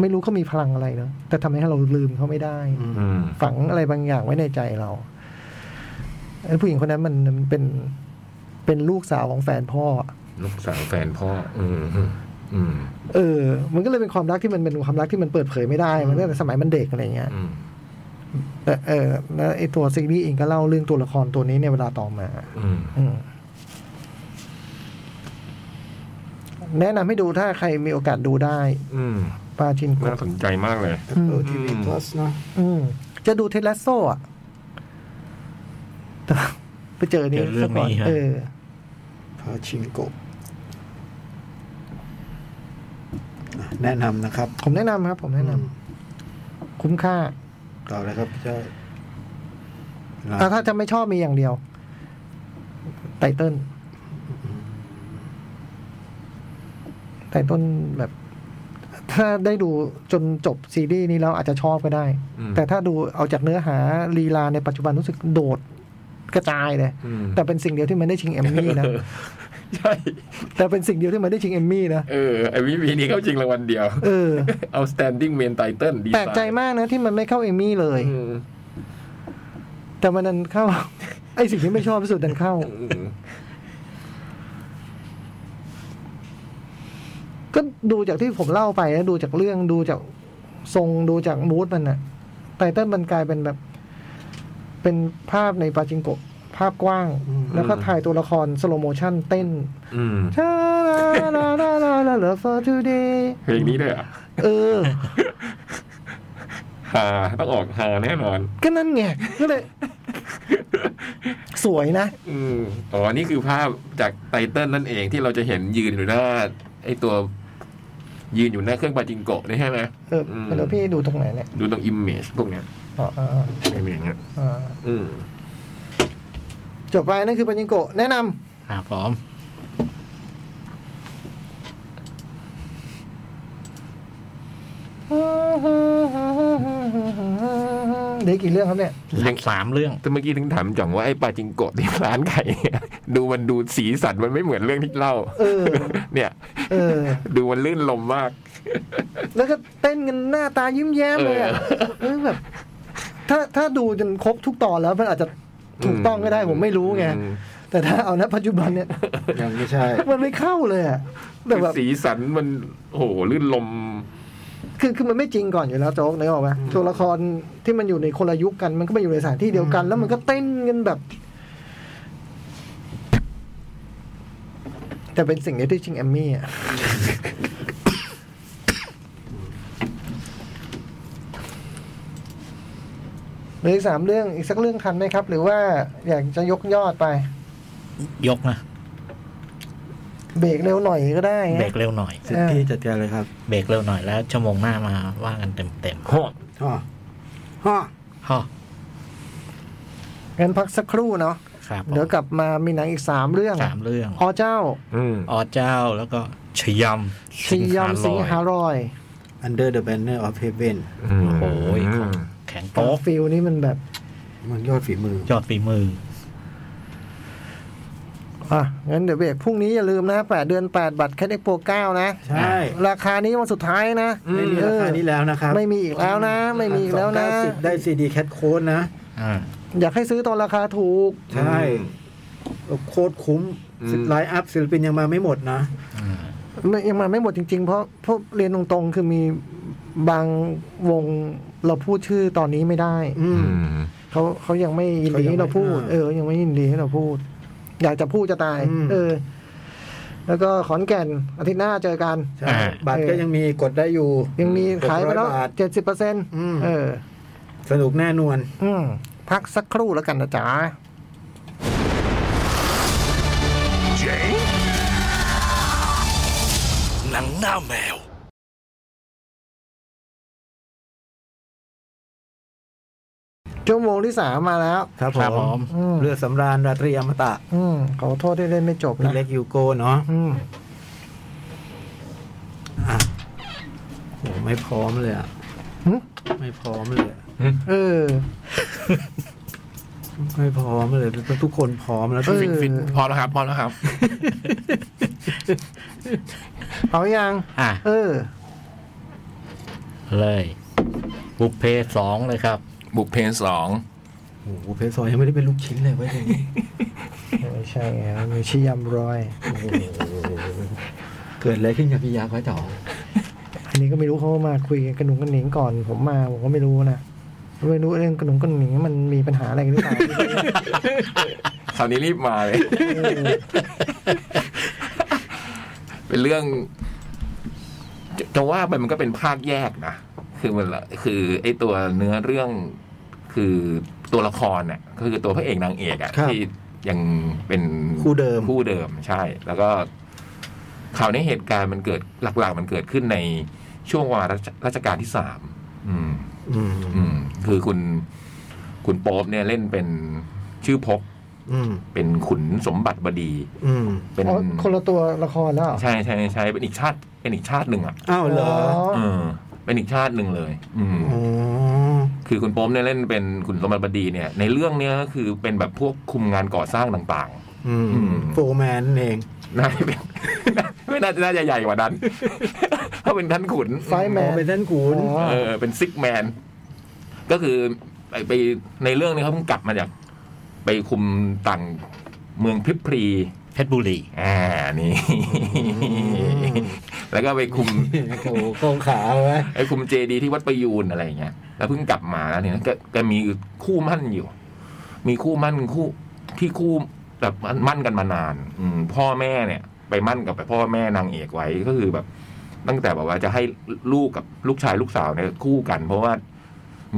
B: ไม่รู้เขามีพลังอะไรเนาะแต่ทำให้เราลืมเขาไม่ได้
C: อืม
B: ฝังอะไรบางอย่างไว้ในใจเราไอ้ผู้หญิงคนนั้นมันมันเป็นเป็นลูกสาวของแฟนพ่อ
C: ลูกสาวแฟนพ่อ อืมอืมอืม
B: เออ มันก็เลยเป็นความรักที่มันเป็นความรักที่มันเปิดเผยไม่ได้ มันตั้งแต่สมัยมันเด็กอะไรเงี้ย
C: อืม
B: แต่เออแล้วไอ้ตัวซีรีส์เองก็เล่าเรื่องตัวละครตัวนี้ในเวลาต่อมา
C: อืม
B: อืมแนะนำให้ดูถ้าใครมีโอกาสดูได้
C: อืม
B: ปาชินโกะ
C: น่าสนใจมากเลย
A: เออทีวีพลัสเนาะ
B: อืม จะดูเทเลสโซอ่ะ แต่ไปเจอนี้
D: เจอเรื่อง
B: ซะก่น
D: นี้ฮะ
B: เออ
A: พาชิงโกะอ่ะแนะนำนะครับ
B: ผมแนะนำครับ ผมแนะนำคุ้มค่า
A: ต่อเลยครับพี่จ้อย
B: อ่ะถ้าจะไม่ชอบมีอย่างเดียว ไตเติ้ลไตเติ้ลแบบ ถ้าได้ดูจนจบซีรีส์นี้แล้วอาจจะชอบก็ได้
C: อืม
B: แต่ถ้าดูเอาจากเนื้อหาลีลาในปัจจุบันรู้สึกโดดกระจายเลย
C: อืม
B: แต่เป็นสิ่งเดียวที่มันได้ชิงเอมมี่นะ
C: ใช่
B: แต่เป็นสิ่งเดียวที่มันได้ชิงเอมมี่นะ
C: เออไอวีวีนี้เข้าจริงรางวัลเดียว
B: เออ
C: outstanding main title ดีไซน์
B: แปลกใจมากนะที่มันไม่เข้าเอมมี่เลย
C: อืม
B: แต่มันนั้นเข้า ไอสิ่งที่ไม่ชอบที่สุดดันเข้า
C: อืม
B: ก็ดูจากที่ผมเล่าไปนะดูจากเรื่องดูจากทรงดูจากมูดมันอะไตเติ้ลมันกลายเป็นแบบ เป็นภาพในปาจิงโกะภาพกว้าง แล้วก็ถ่ายตัวละครสโลโมชันเต้น
C: อืม
B: ชาลาลาลาลา love for today
C: เพลงนี้ด้วยเหรอ่ะ
B: เออ
C: ฮาต้องออกฮาแน่นอน
B: ก็นั่นไงก็เลย สวยนะ
C: อืมอ๋อ นี่คือภาพจากไตเติ้ลนั่นเองที่เราจะเห็นยืนอยู่หน้า ไอตัว ยืนอยู่หน้าเครื่องปาจิงโกะนี่ใช่ไหม
B: เออ
C: อืม
B: แล้วพี่ดูตรงไหนเนี่ย
C: ดูตรงอิมเมจพวกเนี้ย
B: อ๋ออ๋อ
C: อิมเมจเนี้ย
B: อ๋อ
C: อืม
B: จบไปนั่นคือปาจิงโกะแนะนำ
D: ครับผม
B: เด็กกี่เรื่องครับเนี่ย
D: ยังสามเรื่อง
C: แต่เมื่อกี้ถึงถามจ่องว่าไอปาจิงโกะที่ร้านไข่ เนี่ยดูมันดูสีสันมันไม่เหมือนเรื่องที่เล่า
B: เออ
C: เนี่ย
B: เออ
C: ดูมันลื่นลมมาก
B: แล้วก็เต้นกันหน้าตายิ้มแย้มเลยอ่ะเออแบบ ถ้าถ้าดูจนครบทุกตอนแล้วมันอาจจะถูกต้องก็ได้ผมไม่รู้ไง
C: อืม
B: แต่ถ้าเอาณปัจจุบันเนี่ย
A: ยังไม่ใช่
B: มันไม่เข้าเลยอ่ะแต่แบบ
C: สีสันมัน โอ้โหลื่นลม
B: คือคือมันไม่จริงก่อนอยู่แล้วโจ๊กนึกออกไหมตัวละครที่มันอยู่ในคนละยุคกัน มันก็มาอยู่ในสถานที่เดียวกัน แล้วมันก็เต้นกันแบบ แต่เป็นสิ่งเดียวที่ชิงแอมมี่อ่ะ เหลืออีกสามเรื่องอีกสักเรื่องคันไหมครับ หรือว่าอยากจะยกยอดไป
D: ยกนะ
B: เบรกเร็วหน่อยก็ได้นะ
D: เบรกเร็วหน่อย
A: สิทธิจัดการเลยครับ
D: เบรกเร็วหน่อยแล้วชั่วโมงหน้ามาว่ากันเต็มเต็ม
A: ฮ่อฮ่อ
D: ๆฮอ
B: งั้นพักสักครู่เนาะ
D: ครับผม
B: เดี๋ยวกลับมามีหนังอีกสามเรื่อง
D: สามเรื่อง
B: อเจ้า
C: อืม
D: อเจ้าแล้วก็ชยำ
B: ชียอมสิงหารอย
A: อันเดอร์เดอะแบนเนอร์ออฟเฮเวน
D: โอ้โหของแข็ง
B: โอ้
D: โป๊ก
B: ฟิลนี่มันแบบ
A: มันยอดฝีมือ
D: ยอดฝีมือ
B: อ่ะงั้นเดี๋ยวเบรกพรุ่งนี้อย่าลืมนะแปดเดือนแปดบัตรแคทเอ็กโปเก้านะ
A: ใช่
B: ราคานี้วันสุดท้ายนะ
A: ไม่มีราคานี้แล้วนะค
B: เอ
A: รับ
B: อไม่มีอีกแล้วนะ ไม่มีอีกแล้วนะ
A: 290ได้ซีดีแคทโค้ดนะ
D: อ่า
B: อยากให้ซื้อตอนราคาถูก
A: ใช่โคตรคุ้ม
C: อืม
A: สิบไลน์อัพศิลปินยังมาไม่หมดนะ
B: ไม่ยังมาไม่หมดจริง ๆ เพราะเพราะเรียนตรงๆ คือมีบางวงเราพูดชื่อตอนนี้ไม่ได้
A: อืม
B: เขาเขายังไม่ยินดีให้เราพูด
A: เขายังไม่
B: เออ ยังไม่ยินดีให้เราพูด อยากจะพูดจะตาย
A: อืม
B: เออ แล้วก็ขอนแก่นอาทิตย์หน้าเจอกัน
A: ใช่
D: อ่า
A: บัตรก็ยังมีกดได้อยู่
B: ยังมีขายไปแล้ว
A: หกร้อบท
B: เจ็ดสิบเปอร์เซ็นต์
A: อืม
B: เออ
A: สนุกแน่นวน
B: อืมพักสักครู่แล้วกันนะจ๊ะ
G: หนังหน้าแมว
B: ชั่วโมงที่สามมาแล้ว
A: ครับผ
D: ครับผม ม
B: อืม
A: เรือสำราญราตรีอมตะ
B: อืมขอโทษที่เล่นไม่จบ
A: พี่
B: นะ
A: เล็กยูโกเนาะ
B: อืม
A: โอ้ไม่พร้อมเลยอะ
B: หึ
A: ไม่พร้อมเลยอะ
B: เออ
A: ไม่พร้อมเลยทุกคนพร้อมแล้ว
B: เออ
C: ฟินฟินพอแล้วครับ พอแล้วครับ
B: เอายัง
D: อ่ะ
B: เออ
D: เลย บุพเพสองเลยครับ
C: บุกเพนสอง
A: โอ้โหเพชรซอยยังไม่ได้เป็นลูกชิ้นเลยเว้ยอย่าง นี้
B: ไม่ใช่ไงไม่ใช่ยำรอย
A: เกิดอะไรขึ้นกับพี่ยักษ์ไว้ต่อ
B: อันนี้ก็ไม่รู้เขามาคุยกันกระหนุงกระหนิงก่อน ผมมาผมก็ไม่รู้นะไม่รู้เรื่องกระหนุงกระหนิงมันมีปัญหาอะไรกันหรื อเปล่า
C: คราวนี้รีบมาเลย เป็นเรื่องจะจะว่าไปมันก็เป็นภาคแยกนะ คือมันละคือไอ้ตัวเนื้อเรื่องคือตัวละครเนี่ยก็คือตัวพระเอกนางเอกอะที่ยังเป็น
A: คู่เดิม
C: คู่เดิมใช่ แล้วก็ข่าวนี้เหตุการณ์มันเกิดหลักๆ มันเกิดขึ้นในช่วงวาระราชการที่สามอืม
A: อืม
C: อืม คือคุณ คุณโป๊บเนี่ยเล่นเป็นชื่อพบ
A: อืม
C: เป็นขุนสมบัติบดี
A: อืม
C: เป็น
B: อ๋อคนละตัวละครแล้วเหรอ
C: ใช่ใช่ใช่เป็นอีกชาติ เป็นอีกชาติหนึ่งอ่ะ
A: อ้าวเหรอ
C: เออ เป็นอีกชาติหนึ่งเลย อืม
A: อ๋อ
C: คือคุณโป๊บเนี่ยเล่นเป็นขุนสมบัติบดีเนี่ย ในเรื่องเนี้ยก็คือเป็นแบบพวกคุมงานก่อสร้างต่าง
A: อืม
C: อืม
A: โฟร์แมนนั่นเอง
C: ๆน่าจะเป็น ไม่น่าจะน่าจะใหญ่กว่านั้น ถ้าเป็นท่านขุน
B: ไฟแม
A: อ๋อน เป็นท่านขุน
B: อ๋อ
C: เออเป็นซิกแมน ก็คือไปไปในเรื่องนี้เขาเพิ่งกลับมาจาก ไปคุมต่างเมืองพริบพรี
D: เพชรบุรี
C: อ่านี่ แล้วก็ไปคุม
A: โอ้โหโค้งขาไว้
C: ไอ้คุมเจดีที่วัดประยูนอะไรอย่างเงี้ยแล้วเพิ่งกลับมาแล้วเนี่ยก็ก็มีคู่มั่นอยู่ มีคู่มั่นคู่ที่คู่แบบมั่นกันมานาน อืมพ่อแม่เนี่ย ไปมั่นกับพ่อแม่นางเอกไว้ก็คือแบบ ตั้งแต่แบบว่าจะให้ลูกกับลูกชายลูกสาวเนี่ยคู่กัน เพราะว่า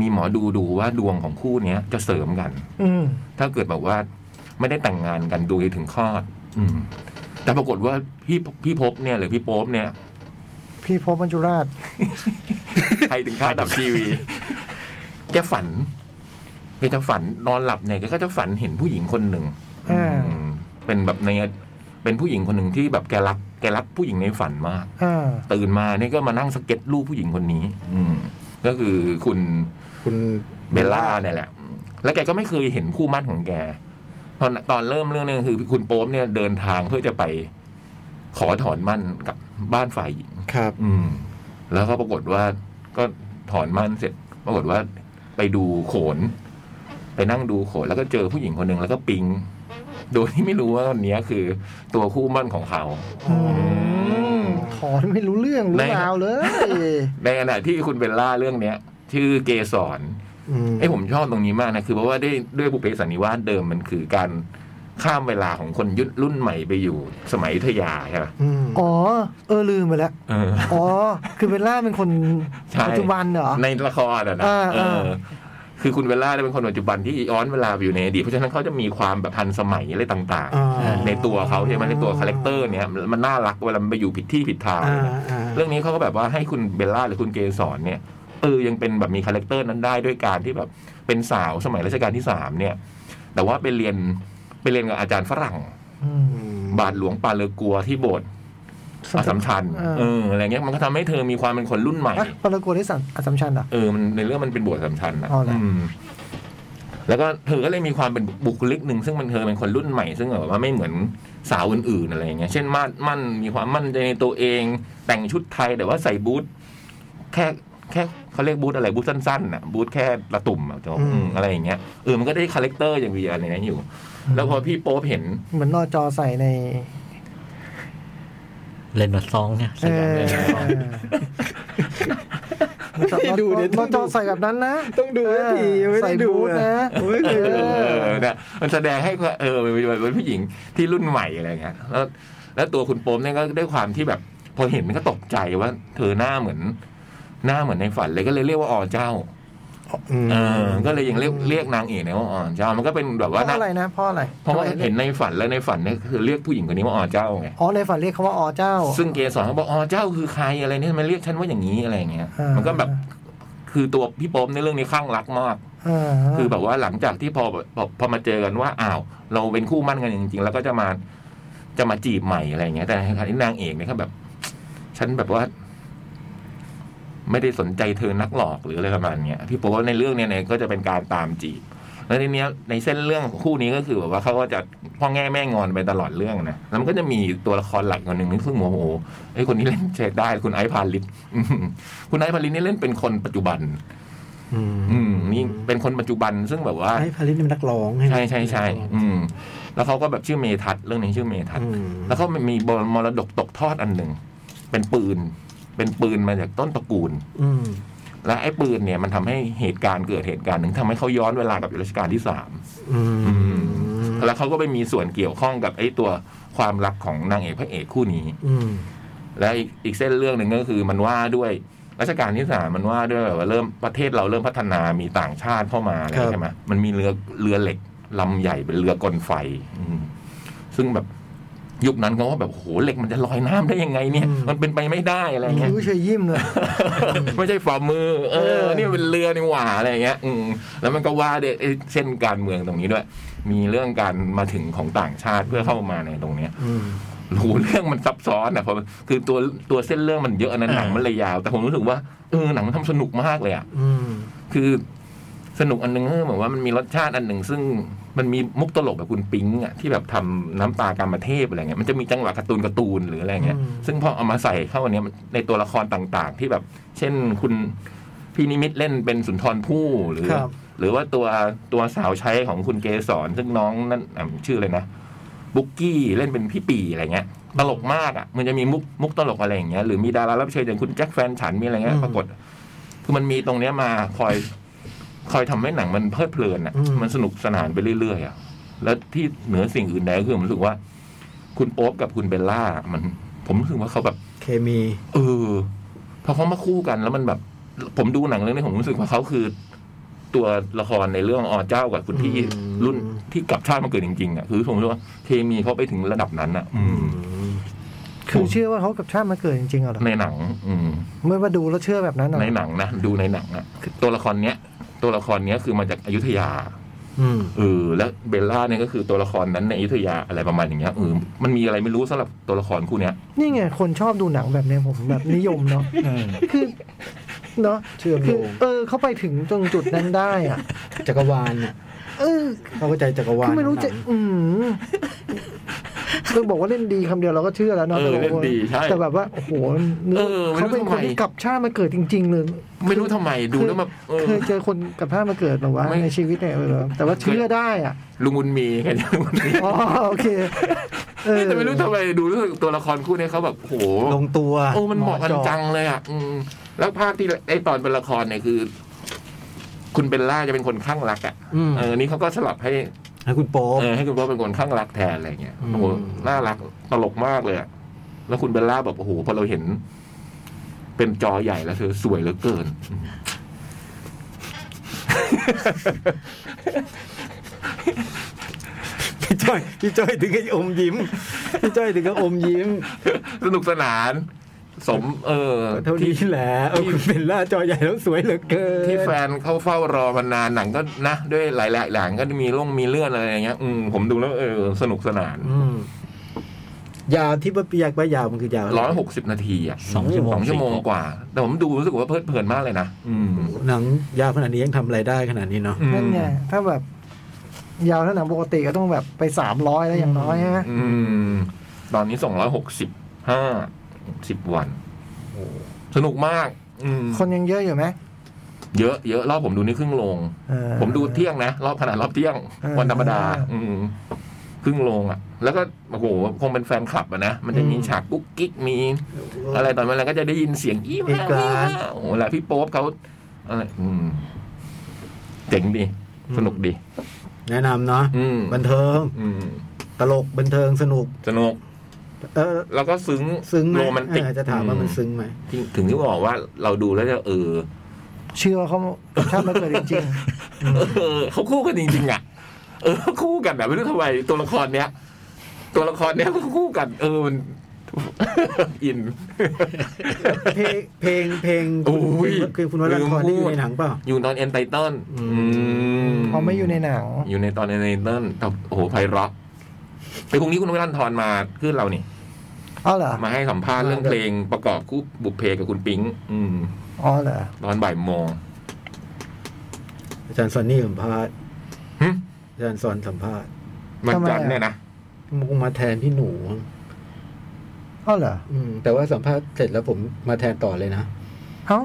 C: มีหมอดูดูว่าดวงของคู่เนี้ยจะเสริมกัน
B: อืม
C: ถ้าเกิดแบบว่าไม่ได้แต่งงานกันดูจนถึงคลอด อืม แต่ปรากฏว่าพี่พี่พบเนี่ยหรือพี่โป๊บเนี่ย
B: พี่พบมัญจุราช
C: ใครถึงข้าดับทีวี แกฝันแกจะฝันนอนหลับเนี่ยแกก็จะฝันเห็นผู้หญิงคนหนึ่ง
B: อ่า
C: อืมเป็นแบบในเป็นผู้หญิงคนหนึ่งที่แบบแกรักแกรักผู้หญิงในฝันมาก
B: อ่า
C: ตื่นมาเนี่ยก็มานั่งสเก็ตรูปผู้หญิงคนนี้ อืม ก็คือคุณ
A: คุณ
C: เบลล่าเนี่ยแหละอืมแล้วแกก็ไม่เคยเห็นคู่มั่นของแก ตอนตอนเริ่มเรื่องเนี่ยคือคุณโป๊ปเนี่ยเดินทางเพื่อจะไปขอถอนมั่นกับบ้านฝ่ายหญิง
A: ครับ
C: อืม แล้วก็ปรากฏว่าก็ถอนมั่นเสร็จ ปรากฏว่าไปดูโขน ไปนั่งดูโขน แล้วก็เจอผู้หญิงคนหนึ่งแล้วก็ปิง โดยที่ไม่รู้ว่าคนเนี้ยคือตัวคู่มั่นของเขา
B: อืมถอนไม่รู้เรื่องรู้
C: ใน
B: ราวเลย
C: ในขณะที่คุณเบลล่าเรื่องเนี้ย ชื่อเกสร
A: อืม
C: ไอ้ยผมชอบตรงนี้มากนะ คือเพราะว่าด้วยด้วยบุพเพสันนิวาสเดิมมันคือการข้ามเวลาของคนยุครุ่นใหม่ไปอยู่สมัยอยุธยาใช่ไหม
A: อืม
B: อ๋อ เออลืมไปแล้ว
C: เออ
B: อ๋อ คือเบลล่าเป็นคน
C: ใช่
B: ปัจจุบันเหรอ
C: ในละครอะนะ
B: อ่า
C: เอ
B: อ่า
C: อ คือคุณเวลล่าเนี่ยเป็นคนปัจจุบันที่ย้อนเวลาไปอยู่ในอดีตเพราะฉะนั้นเขาจะมีความแบบทันสมัยอะไรต่าง
A: อ่า
C: ๆ ในตัวเขาใช่ไหมในตัวคาแรคเตอร์เนี่ย มันน่ารักเวลามันไปอยู่ผิดที่ผิดทาง
A: อ่า
C: เนี่ย
A: อ่า
C: เรื่องนี้เขาก็แบบว่าให้คุณเบลล่าหรือคุณเกสรเนี่ยเออยังเป็นแบบมีคาแรคเตอร์นั้นได้ด้วยการที่แบบเป็นสาวสมัยรัชกาลที่สามเนี่ย แต่ว่าไปเรียนไปเรียนกับอาจารย์ฝรั่ง
B: อืม
C: บาทหลวงปาเลอกัวที่โบสถ์อสสัมชัญ
B: อ่า
C: เอออะไรเงี้ยมันก็ทำให้เธอมีความเป็นคนรุ่นใหม่
B: อ่ะปรากฏได้สั่งอสสัมชัญเหรอ
C: เออ มันในเรื่องมันเป็นบทสำคัญนะ
B: อ๋อเหรออื
C: มแล้วก็เธอก็เลยมีความเป็นบุคลิกหนึ่งซึ่งมันเธอเป็นคนรุ่นใหม่ ซึ่งแบบว่าไม่เหมือนสาวอื่นๆอะไรอย่างเงี้ย เช่นมั่นมั่นมีความมั่นใจในตัวเอง แต่งชุดไทยแต่ว่าใส่บูทแค่แค่เขาเรียกบูทอะไรบูทสั้นๆน่ะบูทแค่ระตุ่มอะจ๊ะอืมอะไรอย่างเงี้ยเออมันก็ได้คาแรคเตอร์อย่างเดียวในนั้นอยู่ แล้วพอพี่โป๊ปเห็น
B: เหมือนนอจอใส่ใน
D: เลนมาซองเนี่ยส
B: เอย
D: าม
B: อ
D: เลนมาซอง
B: นอ
A: ดูเดี๋ยว
B: ม
A: ต้
B: อ
A: อง
B: จ
A: ดู
B: อใส่แบบนั้นนะ
A: ต้องดูให้ทียังไม่ได้
B: ใส่
A: ดู
B: บูท
A: อะ
B: นะ
A: ผมไม่เคยดู
C: เออเนี่ยมันแสดงให้เออมันเป็นผู้หญิงที่รุ่นใหม่อะไรเงี้ยแล้วแล้วตัวคุณโป๊มเนี่ยก็ด้วยความที่แบบ พอเห็นก็ตกใจว่า เธอหน้าเหมือน หน้าเหมือนในฝันเลยก็เลยเรียกว่าอ๋อเจ้าเออก็เลยยังเรียกเรียกนางเอกเนี่ยว่าอ๋อเจ้ามันก็เป็นแบบ
B: เพ
C: ว่า
B: ราะ
C: หน้า
B: อะไรนะเพราะอะไร
C: เพราะว่าเห็นในฝันแล้วในฝันเนี่ยคือเรียกผู้หญิงคนนี้ว่าอ๋อเจ้าไง
B: อ๋อในฝันเรียกเขาว่าอ๋อเจ้า
C: ซึ่งเกสรเขาบอกอ๋อเจ้าคือใครอะไรเนี่ยทำไมันเรียกฉันว่าอย่างนี้อะไรเงี้ย
B: อ่ามั
C: มันก็แบบคือตัวพี่โป๊มในเรื่องนี้ข้างรักมาก
B: อ่า
C: คือแบบว่าหลังจากที่พอพอพอมาเจอกันว่าอ้าว เราเป็นคู่มั่นกันจริงๆ แล้วก็จะมาจะมาจีบใหม่อะไรอย่างเงี้ย แต่ในขณะที่นางเอกเนี่ยเขาแบบ ฉันแบบว่า ไม่ได้สนใจเธอนักหลอกหรืออะไรประมาณเนี้ยพี่โป๊ปว่าในเรื่องเนี่ยเนี่ยก็จะเป็นการตามจีบแล้วในเนี้ยในเส้นเรื่องของคู่นี้ก็คือแบบว่าเขาก็จะพ่อแง่แม่งอนไปตลอดเรื่องนะแล้วมันก็จะมีตัวละครหลักคนหนึ่งนี่ซึ่งโมโหไอ้ยคนนี้เล่นเชดได้คุณไอซ์พาลิต อืมคุณไอซ์พาลิตนี่เล่นเป็นคนปัจจุบัน อืมนี่เป็นคนปัจจุบันซึ่งแบบว่า
A: ไอ้พาริสนี่มันนักร้องไหม
C: ใช่ใช่ใช่อืม แล้วเขาก็แบบชื่อเมทัศน์เรื่องนี้ชื่อเมทัศน์
A: อืม
C: แล้วเขามีมรดกตกทอดอันหนึ่ง เป็นปืน เป็นปืนมาจากต้นตระกูล
A: อืม
C: และไอ้ปืนเนี่ยมันทำให้เหตุการณ์เกิดเหตุการณ์หนึ่งทำให้เขาย้อนเวลากับรัชกาลที่สาม
A: อืม
C: อืม แล้วเขาก็ไปมีส่วนเกี่ยวข้องกับไอ้ตัวความรักของนางเอกพระเอกคู่นี้
A: อืม
C: และอีกอีกเส้นเรื่องหนึ่งก็คือมันว่าด้วยรัชกาลที่สามมันว่าด้วยแบบว่าเริ่มประเทศเราเริ่มพัฒนามีต่างชาติเข้ามาอะไรใช่ไหมมันมีเรือเรือเหล็กลำใหญ่เป็นเรือกลไฟ อืมซึ่งแบบยุคนั้นเขาก็แบบโอ้โหเหล็กมันจะลอยน้ำได้ยังไงเนี่ย มันเป็นไปไม่ได้อะไรเงี้ย
B: รู้เชยยิ้มเลย
C: ไม่ใช่ฝ่ามือ เอ
B: เอ
C: อ
B: อ
C: นี่มันเป็นเรือนี่หว่าอะไรอย่างเงี้ย อืมแล้วมันก็ว่าเด็เส้นการเมืองตรงนี้ด้วย มีเรื่องการมาถึงของต่างชาติเพื่อเข้ามาในตรงเนี้ยรู้เรื่องมันซับซ้อนอ่ะเพราะคือตัวตัวเส้นเรื่องมันเยอะนะหนังมันเลยยาว แต่ผมรู้สึกว่าเออหนังมันทำสนุกมากเลยอ่ะ
A: อืม
C: คือสนุกอันหนึงก็เหมือนว่ามันมีรสชาติอันหนึ่ง ซึ่งมันมีมุกตลกแบบคุณปิ๊งอ่ะที่แบบทำน้ำตาการมาเทพอะไรเงี้ยมันจะมีจังหวะการ์ตูนการ์ตูนหรืออะไรเงี้ยซึ่งพอเอามาใส่เข้าอันเนี้ยมันในตัวละครต่างๆ ที่แบบ เช่นคุณพี่นิมิตเล่นเป็นสุนทรภู่หรือ
A: ครับ
C: หรือว่าตัวตัวสาวใช้ของคุณเกสรซึ่งน้องนั่นอ่ะชื่ออะไรนะบุกกี้เล่นเป็นพี่ปีอะไรเงี้ย ตลกมากอ่ะ มันจะมีมุกมุกตลกอะไรอย่างเงี้ยหรือมีดารารับเชิญอย่างคุณแจ็คแฟนฉันมีอะไรเงี้ย
A: อืม
C: ปรากฏ คือมันมีตรงเนี้ยมาคอย คอยทำให้หนังมันเพลิดเพลินอ่ะ
A: อืม
C: มันสนุกสนานไปเรื่อยๆอ่ะแล้วที่เหนือสิ่งอื่นใดก็คือผมรู้สึกว่า คุณโป๊ปกับคุณเบลล่า มัน ผมรู้สึกว่าเขาแบบ
A: เคมี
C: เออพอเขามาคู่กันแล้วมันแบบ ผมดูหนังเรื่องนี้ผมรู้สึกว่าเขาคือ ตัวละครในเรื่องอเจ้ากับคุณพี่
A: อืม
C: รุ่นที่กลับชาติมาเกิดจริงๆอ่ะคือผมรู้ว่าเคมีเขาไปถึงระดับนั้นอ่ะ อืม
B: คือเชื่อว่าเขากับชาติมาเกิดจริงๆเหรอ
C: ในหนัง อืม
B: ไม่ว่าดูแล้วเชื่อแบบนั้นเหรอ
C: ในหนังนะดูในหนังอ่ะคือตัวละครเนี้ย ตัวละครเนี้ยคือมาจากอยุธยา
A: อืม
C: เออแล้วเบลล่าเนี่ยก็คือตัวละครนั้นในอยุธยาอะไรประมาณอย่างเงี้ยเออมันมีอะไรไม่รู้สำหรับตัวละครคู่เนี้ย
B: นี่ไงคนชอบดูหนังแบบเนี้ยผมแบบนิยมเนาะคือเนาะ
F: เชื่อม
B: คื
F: โย
B: อง เออเขาไปถึงตรงจุดนั้นได้อ่ะ
F: จักรวาลน่ะ
B: เออ
F: เขาเข้าใจจักรวาล
B: คือไม่รู้จะ
F: หนัง
B: อื มคือบอกว่าเล่นดีคำเดียวเราก็เชื่อแล้วเนาะ
C: เออเล่นดีใช่
B: แต่แบบว่าโอ้โหนึก
C: เออไม่รู้
B: เขาเป็น
C: ทำ
B: ค
C: ไม
B: นที่กลับชาติมาเกิดจริง ๆ เลย
C: ไม่รู้ทำไมดูแล้วแบบเออ
B: เคยเจอคนกลับชาติมาเกิดหรอวะ
C: ไม่
B: ในชีวิตเนี่ยเออแต่ว่าเชื่อได้อ่ะ
C: ลุงบุญมีแค่นี้ลุงบุญมี
B: อ๋อโอเคเออ
C: แต่ไม่รู้ทำไมดูรู้สึกตัวละครคู่เนี้เขาแบบโห
A: ลงตัว
C: โอ้มันเหมาะกันจังเลยอ่ะอืมแล้วภาคที่ไอตอนเป็นละครเนี่ยคือ คุณเบลล่าจะเป็นคนข้างรักอ่ะ
A: อืม
C: เออนี่เขาก็สลับให้
A: แล้วคุณโป๊ป
C: เออให้คุณพ่อเป็นคนข้างรักแทนอะไรเงี้ย
A: อืม
C: โอ้โหน่ารักตลกมากเลยอะแล้วคุณเบลล่าแบบโอ้โหพอเราเห็น เป็นจอใหญ่แล้วเธอสวยเหลือเกิน
A: พี่จ้อยพี่จ้อยถึงกับอมยิ้มพี่จ้อยถึงกับอมยิ้ม
C: สนุกสนาน สม เออ
A: เท่านี้
C: ที่
A: แหละเออคุณเบลล่าจอใหญ่แล้วสวยเหลือเกิน
C: ที่แฟนเขาเฝ้ารอมานานหนังก็นะ ด้วยหลายๆหลังก็มีล่งมีเลื่อนอะไรอย่างเงี้ยอืมผมดูแล้วเออสนุกสนาน
A: อืมยาวที่ว่าเปียกว่ายาวมันคือยาวะไ
C: ร้อยหกสิบนาทีอ่ะ
D: สองชั่วโมง
C: สองชั่วโมงกว่า แต่ผมดูรู้สึกว่าเพลิดเพลินมากเลยนะอืม
A: หนังยาวขนาดนี้ยังทำอะไรได้ขนาดนี้เนาะ
B: นั่นไงถ้าแบบ ยาวเท่าหนังปกติก็ต้องแบบไปสามร้อยแล้วอย่างน้อยฮะ
C: อืม ตอนนี้สองร้อยหกสิบห้าสิบวันสนุกมาก อืม
B: คนยังเยอะอยู่ไหม
C: เยอะเยอะรอบผมดูนี่ครึ่งโรง
B: เออ
C: ผมดูเที่ยงนะรอบขนาดรอบเที่ยง
B: เออ
C: วันธรรมดา อืมครึ่งโรงอ่ะ แล้วก็โอ้โหคงเป็นแฟนคลับอะนะมันจะมี
A: อืม
C: ฉากกุ๊กกิ๊กมี อะไรตอนนั้นเราก็จะได้ยินเสียงอี
A: เอก
C: มา
A: ร้าน
C: โอ้โหแล้วพี่โป๊ปเขา อะไรอืมเจ๋งดี สนุกดี
A: แนะนำเนาะ
C: อืม
A: บันเทิง
C: อืม
A: ตลกบันเทิงสนุก
C: สนุก
A: เออ
C: แล้วก็ซึ้ง
A: ซึ้งไหม
C: โรแมนติก
A: เออจะถามว่ามัน
C: อื
A: ซึ้งไหม
C: ที่ถึงที่บอกว่าเราดูแล้วจะเออ
B: เชื่อเขาชาติมาเกิดจริง
C: เออเขาคู่กันจริงๆอ่ะ เออเขาคู่กันแบบไม่รู้ทำไมตัวละครเนี้ย ตัวละครเนี้ยเขาคู่กัน เออมัน อิน
A: เพลงเพลงเพลง
C: โอ้ย
A: คือคุณวัลลันท
C: ลืม
A: ร
C: พูด
A: นี่อยู่ในหนังเปล่า
C: อยู่ตอนเอนไตเติล
A: อืม
B: ๆเขาไม่อยู่ในหนัง
C: อยู่ในตอนเอนไตเติลแต่โอ้โหไพเราะไอ้พรุ่งนี้คุณวิรันทรมาขึ้นเรานี่
B: อ๋อเหรอ
C: มาให้สัมภาษณ์เรื่องเพลงประกอบคู่บุพเพกับคุณปิ๊ง อืม
B: อ๋อเหรอ
C: ตอนบ่ายโมง
A: อาจารย์ซอนนี่สัมภาษณ์
C: หึ
A: อาจารย์ซอนสัมภาษณ์
C: มัน
B: ทำไม
C: จันทร์
B: อะ
C: เนี่ยนะ
A: คงมาแทนพี่หนู
B: อ๋อเหรอ
A: อืมแต่ว่าสัมภาษณ์เสร็จแล้วผมมาแทนต่อเลยนะ
B: เอ้า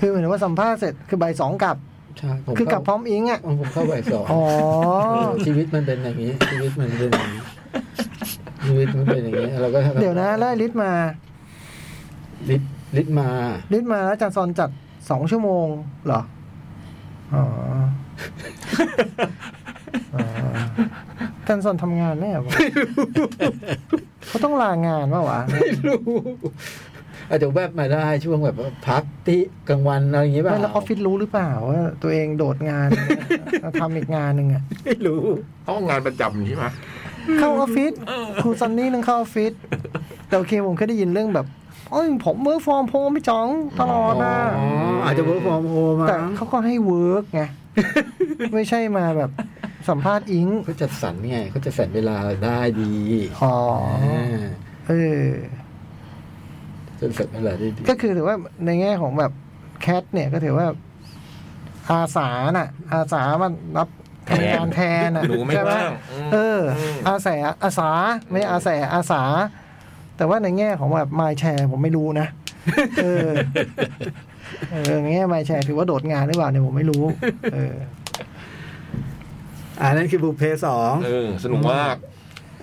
B: คือเหมือนว่าสัมภาษณ์เสร็จคือใบายสองกลับ
A: ใช่ผม
B: คือกลับพร้
A: เข้า
B: อมอิงอ่ะ
A: ผมเข้าบ่ายสอง
B: อ๋อ
A: เออชีวิตมันเป็นอย่างนี้ ชีวิตมันเป็นอย่างนี้ชีวิตมันเป็นอย่างนี้เราก็
B: เดี๋ยวนะไล่ลิสต์มา
A: ลิดลิดมา
B: ลิสต์มาแล้วอาจารย์ซอนจัดสองชั่วโมงเหรอ อ๋ออ๋ออาจารย์ซอนทำงานไหมอะเขาต้องลางานป่าวะ
A: อาจจะแวบมาได้ช่วงแบบว่าพักที่กลางวันอะไรอย่างนี้ป่ะ
B: ไม่แล้วออฟฟิศรู้หรือเปล่าว่าตัวเองโดดงาน ทำอีกงานหนึ่งอ่ะ
A: ไม่รู้
C: ต้องงานประจำใช่ไหม
B: เข้าออฟฟิศครูซันนี่นึงเข้าออฟฟิศแต่โอเคผมเคยได้ยินเรื่องแบบเอ้ยผมเวิร์กฟอร์มโฮมไม่จ้องตลอดนะ
A: อ๋อ อาจจะเวิร์กฟอร์มโฮมา
B: แต่เขาก็ให้เวิร์กไง ไม่ใช่มาแบบสัมภาษณ์อิง
A: เขาจัดสรรไงเขาจัดสรรเวลาได้ดี
B: อ๋อเออ
A: จัดสรรเวลาได้ดี
B: ก็คือถือว่าในแง่ของแบบแคทเนี่ยก็ถือว่า อาสาน่ะ อาสามันรับทำงานแทนน่ะ
C: หนูไม่
B: ใช่ห
C: ว่างอืม
B: เอออ
C: ม
B: อาแสอาสาไม่ใช่อาแสอาสา แต่ว่าในแง่ของแบบมายแชร์ผมไม่รู้นะเออเออในแง่มายแชร์ถือว่าโดดงานหรือเปล่าเนี่ยผมไม่รู้ เออ
A: อ่านั่นคือบุพเพสอง
C: เออ สนุกมาก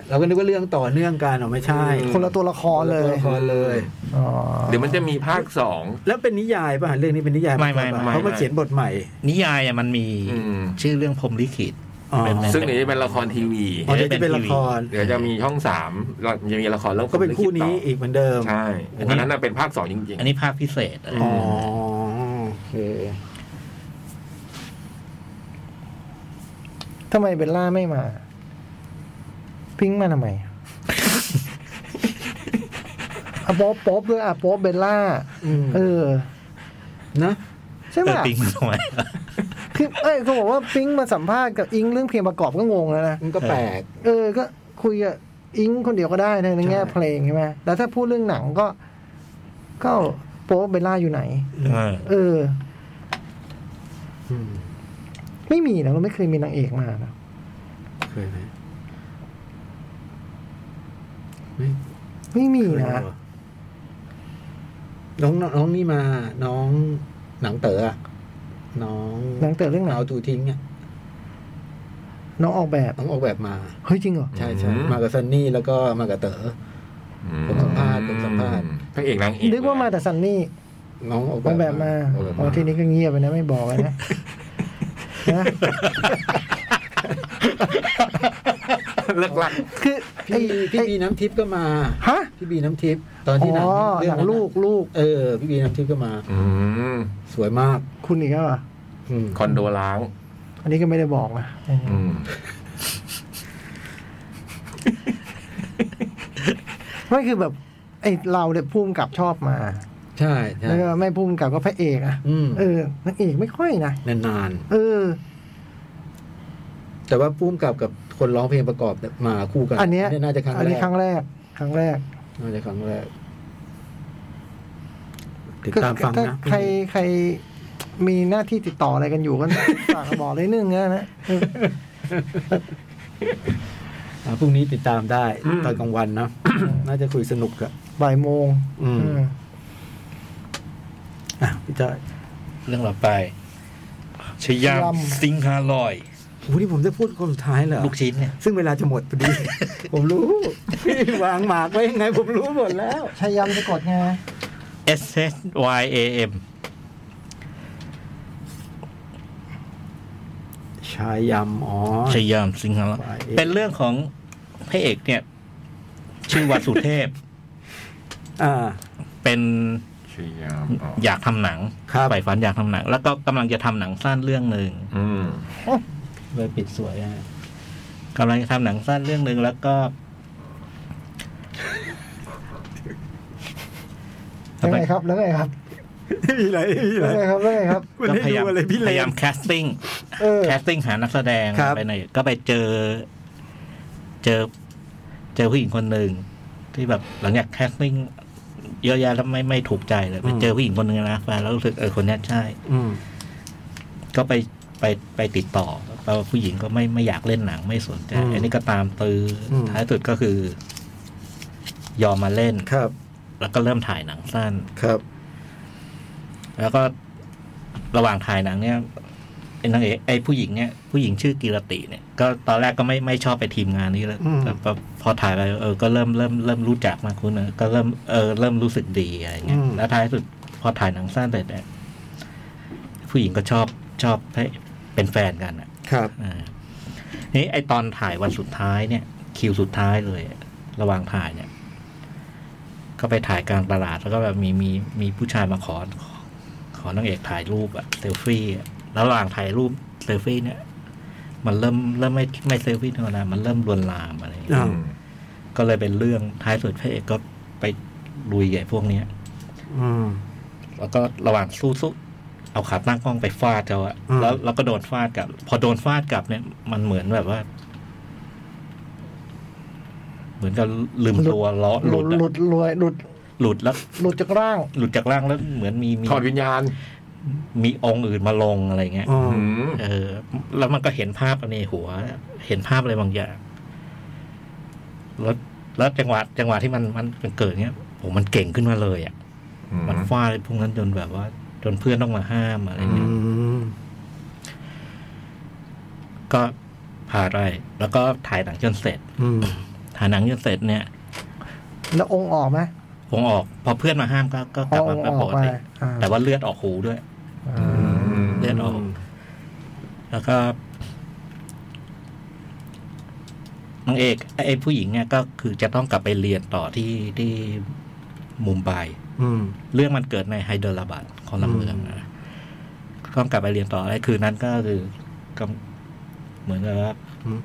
A: เราก็นึกว่าเรื่องต่อเนื่องกันอ๋อไม่ใช่
B: คนละตัวละครเลย
A: คนะตัวะครเลย
B: อ๋อ
C: เดี๋ยวมันจะมีภาคสอง
A: แล้วเป็นนิยายป่ะเรื่องนี้เป็นนิยาย
D: ไม่ไม่
A: ป่ะ
D: ไม่
A: เขามาเขียนบทใหม่
D: นิยายอะมันมี
C: อืม
D: ชื่อเรื่องพรหมลิขิต
A: อ๋อ
D: เป็นเป็น
C: ซึ่งเดี๋ยวจะเป็นละครทีวี
A: อ๋อเดี๋ยวจะเป็นละคร
C: เดี๋ยวจะมีช่องสามเราจะมีละครเรื่อง
A: ก็เป็นคู่นี้
C: ลิ
A: อีกเหมือนเดิม
C: ขิตต่อใช่อันนั้นน่ะเป็นภาคสองจริง
D: อันนี้ภาคพิเศษอะไร
A: อ๋อ
C: ม
A: โอเค
B: ทำไมเบลล่าไม่มา พิงค์มาทำไมอะโป๊บโป๊บด้วยอะโป๊บเบลล่า
A: อืม
B: เออ
A: นะ
B: ใช่ไหม
D: เออปิงมาทำไม
B: คือเอ้ยเขาบอกว่าปิ๊งมาสัมภาษณ์กับอิงเรื่องเพลงประกอบก็งงแล้วนะ
A: มันก็แปลก
B: เออ ก็คุยกับอิงคนเดียวก็ได้นะในแง่
A: ใช่
B: เพลงใช่ไหมแล้วถ้าพูดเรื่องหนังก็ ก็โป๊บเบลล่าอยู่ไหน
D: เออ
B: เออ
A: อืม
B: ไม่มีนะเราไม่เคยมีนางเอกมานะ
A: เคยไหมไม่
B: ไม่มี
A: เคย
B: นะ
A: เหรอน้องน้องนี่มา น้องหนังเต๋ออะน้อง
B: หนังเต๋อเรื่องไหน
A: เอาตูทิ้งอ่ะ
B: น้องออกแบบ
A: น้องออกแบบมา
B: เฮ้ยจริงเหรอ
A: ใช่ใช่
C: อืม
A: มากับซันนี่แล้วก็มากับเต๋อ
C: ๆอื
A: ผมสัมภาษณ์ผมสัมภาษณ์
C: พระเอกนางเอก
B: นึกว่ามาแต่ซันนี่
A: น้องออก
B: ออกแบบมา
A: ออกแบบ
B: อ๋อ
A: มา
B: ทีนี้ก็เงียบไปนะไม่บอกไว้นะ นะ
C: เลิกลัก
B: คือไอ้
A: พี่พี่
B: ไอ้
A: บีน้ำทิพย์ก็มา
B: ฮะ
A: พี่บีน้ำทิพย์ตอนที่หนัง
B: อ๋อ
A: เรื่
B: หนัง
A: นั้น
B: ลูกลูก
A: เออ พี่บีน้ำทิพย์ก็มา
C: อืม
A: สวยมาก
B: คุณอีกแล้วเหรอ
A: อืม
C: คอนโดล้าง
B: อันนี้ก็ไม่ได้บอกนะ
C: อืม
B: ไม่คือแบบไอเราเนี่ยพุ่มกับชอบมา
A: ใช่ใช่
B: แล้วก็ไม่พุ่มกับก็พระเอกอะ
A: อืม
B: เออนางเอกไม่ค่อยนะ
A: นาน
B: เออ
A: ๆแต่ว่าปุ้มกับกับคนร้องเพลงประกอบเนี่ยมาคู่กัน
B: อันเนี้ย
A: น่าจะครั้ง
B: อัน
A: แร
B: นี้
A: ก
B: ครั้งแรก ครั้งแรก
A: น่าจะครั้งแรกติดตามฟัง
B: ถ้า
A: นะ
B: ใครใครมีหน้าที่ติดต่ออะไรกันอยู่ก็ ฝากบอกเลยนึงนะนะเออ
A: อ่าพรุ่งนี้ติดตามได้
C: อืม
A: ตอนกลางวันนะ น่าจะคุยสนุกอะ
B: บ่ายโมง
A: อืม
B: อืม
A: อ่ะพี่จ้อย
D: เรื่องต่อไปชยาม
B: ชยาม
D: สิงหาลอย
A: โอ้โหนี่ผมจะพูดคนสุดท้ายเหรอ
D: ลูกชิ้นเนี่ย
A: ซึ่งเวลาจะหมดพอดี ผมรู้ พี่วางหมากไว้ยังไง ผมรู้หมดแล้ว
B: ชายามจะกดไง
D: เอ S H Y A M
F: ชายยำอ๋อ
D: ชยามสิงหะ
F: YAM
D: เป็นเรื่องของพระเอกเนี่ย ชื่อวาสุเทพ
A: อ่า
D: เป็น
C: ชยามอ๋อ
D: อยากทำหนัง
A: ครับ
D: ใฝ่ฝันอยากทำหนัง แล้วก็กำลังจะทำหนังสั้นเรื่องหนึ่ง
C: อืม
F: เลยปิดสวยฮะ
D: กำลังจะทำหนังสั้นเรื่องหนึ่งแล้วก็
B: ยังไงครับแล้วไงครับ
A: ไม่มีอะไรไม่มีอะ
B: แล้
A: ไร
B: วไงครับแล้วไงครับ
A: มันให้ดูอะไรพี่
D: พ
A: เล็
D: ยายาก มแคสติ้ง
B: เออ
D: แคสติ้งหานักแสดง
A: ครับ
D: ไปไหนก็ไปเจอ เจอ เจอผู้หญิงคนหนึ่งที่แบบหลังจากแคสติ้งเยอะแยะแล้วไม่ไม่ถูกใจเลยไปเจอผู้หญิงคนหนึ่งนะแฟนแล้วรู้สึกเออคนเนี้ยใช่
A: อืม
D: ก็ไปไปไปติดต่อแปลว่าผู้หญิงก็ไม่ไม่อยากเล่นหนังไม่สนใจ
A: อืม
D: อันนี้ก็ตามตืออ
A: ม
D: ท้ายสุดก็คือ ยอมมาเล่น
A: ครับ
D: แล้วก็เริ่มถ่ายหนังสั้น
A: ครับ
D: แล้วก็ระหว่างถ่ายหนังเนี่ยไอ้นางเอกไอ้ผู้หญิงเนี่ยผู้หญิงชื่อกีรติเนี่ย ก็ตอนแรกก็ไม่ไม่ชอบไปทีมงานนี้แล้ว
A: อืม
D: แต่พอพอถ่ายไปเออก็เริ่มเริ่มเริ่มรู้จักมากขึ้นนะก็เริ่มเออเริ่มรู้สึกดีอะไรเงี้ยแล้วท้ายสุดพอถ่ายหนังสั้นเสร็จเนี่ยผู้หญิงก็ชอบชอบให้เป็นแฟนกันอ่ะ
A: ครับ
D: อ่านี่ไอตอนถ่ายวันสุดท้ายเนี่ย คิวสุดท้ายเลย ระหว่างถ่ายเนี่ย ก็ไปถ่ายกลางตลาดแล้วก็แบบมีมีมีผู้ชายมาขอ ขอนางเอกถ่ายรูปอะเซลฟี่อะแล้วระหว่างถ่ายรูปเซลฟี่เนี่ย มันเริ่มเริ่มไม่ไม่เซลฟี่ธรรมดามันเริ่มลวนลามอะไรอย่างเงี้ย
A: อ่า
C: อืม
D: ก็เลยเป็นเรื่องท้ายสุดพระเอกก็ไปลุยใหญ่พวกเนี้ย
A: อืม
D: แล้วก็ระหว่างสู้สู้เอาขาตั้งกล้องไปฟาดเขาอะ
A: อืม
D: แล้วเราก็โดนฟาดกลับ พอโดนฟาดกลับเนี่ย มันเหมือนแบบว่า เหมือนกับลืมตัวล้อห
B: ห
D: ลุ
B: ลุ
D: ด
B: ด
D: อะ
B: หลุดหลุดหลุด
D: หลุดแล้ว
B: หลุดจากร่าง
D: หลุดจากร่างแล้วเหมือนมีมี
C: ถอดวิญญาณ
D: มีองค์อื่นมาลงอะไรเงี้ย
A: อืม
C: อืม
D: เออ แล้วมันก็เห็นภาพในหัว เห็นภาพอะไรบางอย่างแล้วแล้วจังหวะจังหวะที่มันมันมันเกิดเนี้ยโอ้มันเก่งขึ้นมาเลยอ่ะมันฟาดไอ้พวกนั้นจนแบบว่า จนเพื่อนต้องมาห้ามอะไร
A: อื
D: เงี้ย
A: ม
D: ก็พาไปแล้วก็ถ่ายหนังจนเสร็จ
A: อืม
D: ถ่ายหนังจนเสร็จเนี่ย
B: แล้วองค์ออกไหม
D: คงออกพอเพื่อนมาห้ามก็ก็ก
B: เอา
D: ลับ
B: อ
D: มาง
B: ค์อน อก
D: เป็ปก
B: ไป
D: ติ
B: อ่า
D: แต่ว่าเลือดออกหูด้วย
B: อ่า
D: เลือดออก แล้วก็นางเอกไอ้ผู้หญิงเนี่ยก็คือจะต้องกลับไปเรียนต่อที่ที่มุมไบ
A: อืม
D: เรื่องมันเกิดในไฮเดรลาบัดของลำเมืองนะก็กลับไปเรียนต่อไอ้คืนนั้นก็คือกำเหมือนกับว่า
A: อืม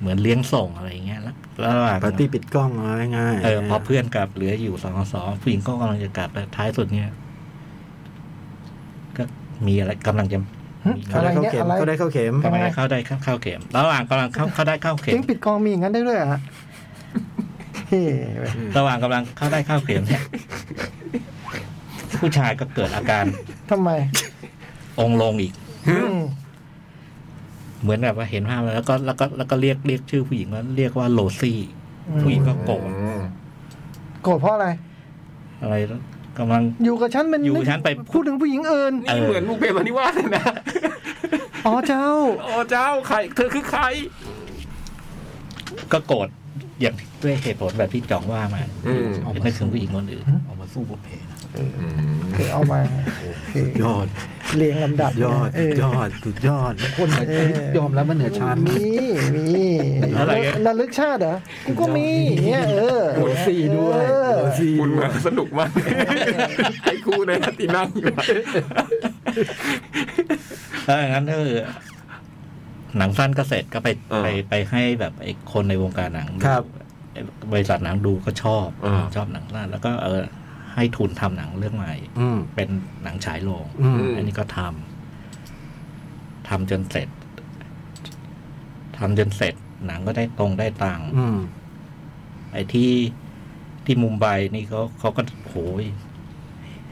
D: เหมือนเลี้ยงส่งอะไรอย่างเงี้ยแล้วแล้วระหว่าง
A: ปาร์ตี้ปิดกล้องเอาง่ายๆ
D: เออพอเพื่อนกลับเหลืออยู่สองสองผู้หญิงก็กำลังจะกลับแต่ท้ายสุดเนี่ย ก็มีอะไรกำลังจะมี
A: เขา
B: อะไร
A: ได้เข้า
B: เนี่ย
A: เข็ม
B: อะไร
A: เขาได้เข้าเข็ม
B: ทำไม
D: กำลังจะเข้าได้เข้าเข้าเข็มระหว่างกำลังเข้าเข้าได้เข้าเข็
B: ทิ้
D: ม
B: งปิดกองมีอย่างนั้นได้ด้วยเหรอฮะเฮ้ย
D: ระหว่างกำลังเข้าได้เข้าเข็มเนี่ย ผู้ชายก็เกิดอาการ
B: ทำไม
D: องค์ลงอีก
B: อืม
D: เหมือนแบบว่าเห็นภาพแล้วแล้วก็แล้วก็แล้วก็เรียกเรียกชื่อผู้หญิงว่าเรียกว่าโลซี่ ผู้หญิงก็โกรธ
C: อืม
B: โกรธเพราะอะไร
D: อะไรแล้วกำลัง
B: อยู่กับฉันเป็น
D: อยู่กับฉันไป
B: พูดถึงผู้หญิงเอิน
D: เอ
E: นี่
D: อ
E: เหมือนมุกเปรมนิวาสเลยนะ
B: อ๋อเจ้า
E: โอ้เจ้าใครเธอคือใคร
D: ก็โกรธอย่างด้วยเหตุผลแบบที่จ่องว่ามา
C: อืม
F: เอามา
D: เป็นนึกถึงผู้หญิงคนอื่น
F: เอามาสู้บุพเพนะ
C: อืม
B: เอามาโอเค
A: ยอด
B: เรียงลำดับ
A: ยอด
B: เ
A: ยอดสุดยอด
F: คนเหนือชีวิตยอมแล้วมันเหนือชั้น
B: มีมี
C: อะไรเงี้ย
B: ระลึกชาติเหรอกูก็มีเนี่ยเออ
F: หมุนสี่ด้วย
B: เออ
C: คุณมาสนุกมากไอ้คู่ในยที่นั่งอยู่อะ
D: ถ้าอย่างนั้นก็คือหนังสั้นก็เสร็จก็ไป
C: เออ
D: ไปไปให้แบบไอ้คนในวงการหนังดู
A: ครับ
D: ไอ้บริษัทหนังดูก็ชอบ
C: เออ
D: ชอบหนังสั้นแล้วก็เออ ให้ทุนทำหนังเรื่องใหม่
A: อืม
D: เป็นหนังฉายโรง
A: อืม
D: อันนี้ก็ทำทำจนเสร็จทำจนเสร็จ หนังก็ได้ตรงได้ตังค์
A: อืม
D: ไอ้ที่ที่มุมไบนี่เขาเขาก็โหย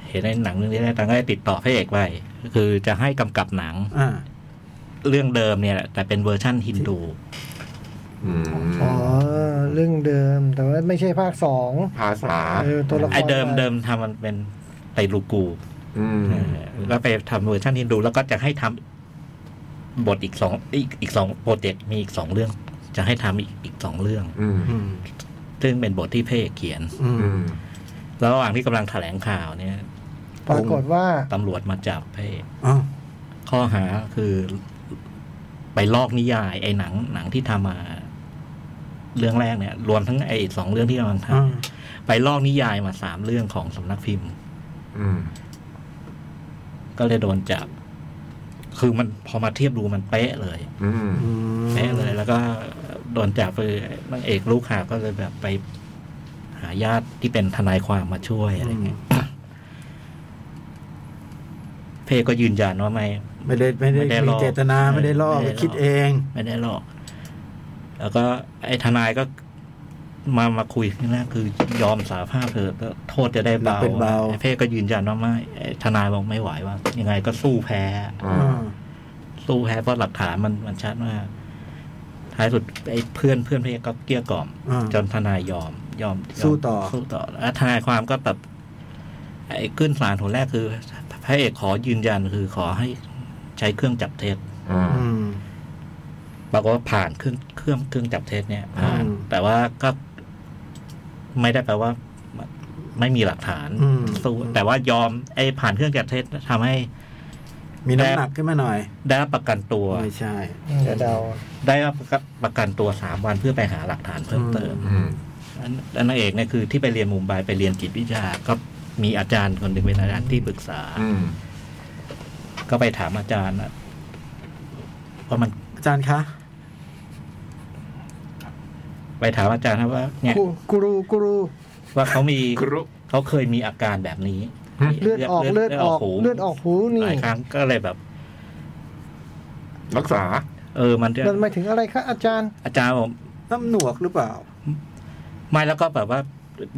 D: เห็นในหนังเรื่องนี้ได้ตังค์ก็ได้ติดต่อพระเอกไปก็คือจะให้กำกับหนัง
A: อ่า
D: เรื่องเดิมเนี่ยแหละแต่เป็นเวอร์ชั่นฮินดู
C: อืม
B: อ๋อเรื่องเดิมแต่ว่าไม่ใช่ภาคสอง
C: ภาษา
B: เออตัวละคร
D: ไอ้เดิมเดิมทำมันเป็นไตรลูกู
C: อืม
D: เออแล้วไปทำเวอร์ชันฮินดู แล้วก็จะให้ทำบทอีกสองอีกอีกสองโปรเจกต์มีอีกสองเรื่อง จะให้ทำอีกอีกสองเรื่อง
C: อืม
A: อืม
D: ซึ่งเป็นบทที่พระเอกเขียน
A: อื
C: อื
A: ม
C: ม
D: แล้วระหว่างที่กำลังแถลงข่าวเนี่ย
B: ปรากฏว่า
D: ตำรวจมาจับให้
A: อ้าว
D: ข้อหาคือ ไปลอกนิยาย ไอ้หนังหนังที่ทำมา เรื่องแรกเนี่ย รวมทั้งไอ้สองเรื่องที่กำลังท
A: อ้าว
D: ำไปลอกนิยายมาสามเรื่องของสำนักพิมพ์
C: อืม
D: ก็เลยโดนจับ คือมันพอมาเทียบดูมันเป๊ะเลย
C: อืม
A: อืม
D: แพ้เลยแล้วก็โดนจับไปนางเอกลูกหาก็เลยแบบไปหาญาติที่เป็นทนายความมาช่วยอะไรเงี้ยเพ่ก็ยืนยันว่าไม่
A: ไม่ได้ไม่ได้
D: ไม่ได้ล
A: มี
D: อก
A: เจตนาไม่ได้ลอก
D: ไม่ได้ลอก
A: คิดเอง
D: ไม่ได้หรอก แล้วก็ไอ้ทนายก็มามาคุยที่แรกคือยอมสาภาพเถอะแล้วโทษจะได้เบา
A: เป็นเบา
D: ไอ้เพ่ก็ยืนยันว่าไม่ไอ้ทนายบอกไม่ไหวว่า ยังไงก็สู้แพ้
A: อ่า
D: สู้แพ้เพราะหลักฐานมันมันชัดว่าท้ายสุดไอ้เพื่อนเพื่อนพระเอกก็เกลี้ยกล่อม
A: อ่า
D: จนทนายยอมยอมยม
A: สู้ต่อ
D: สู้ต่อแล้วทนายความก็แบบไอ้ขึ้นศาลหนแรกคือพระเอกขอยืนยันคือขอให้ใช้เครื่องจับเท็จ
C: อืม
A: อืม
D: ปรากฏว่าผ่านเครื่องเครื่องเครื่องจับเท็จเนี่ยผ่าน
A: อืม
D: แต่ว่าก็ไม่ได้แปลว่าไม่มีหลักฐาน
A: อืม
D: สู้แต่ว่ายอมไอ้ผ่านเครื่องจับเท็จทำให้
A: มีน้ำหนักขึ้นมาหน่อย
D: ได้รับประกันตัว
A: ไม่ใช่
B: จะเดา
D: ได้รับประกันตัวสามวันเพื่อไปหาหลักฐานเพิ่มเติม
C: อืม
D: อันอันนางเอกเนี่ยคือที่ไปเรียนมุมไบไปเรียนจิตวิทยาก็มีอาจารย์คนหนึ่งเป็นอาจารย์ที่ปรึกษา
C: อืม
D: ก็ไปถามอาจารย์อะว่ามัน
A: อาจารย์คะ
D: ไปถามอาจารย์ครับว่า เนี่ย
B: กูกูรูกูรู
D: ว่าเขามี
C: ครุ
D: เขาเคยมีอาการแบบนี้
C: อืม
B: เลือดออกเลือดออก
D: หู
B: เลือดออกหูนี่
D: หลายครั้งก็เลยแบบ
C: รักษา
D: เออมันจะ
B: มันหมายถึงอะไรคะอาจารย์
D: อาจารย์บอก
A: น้ำหนวกหรือเปล่า
D: ไม่แล้วก็แบบว่า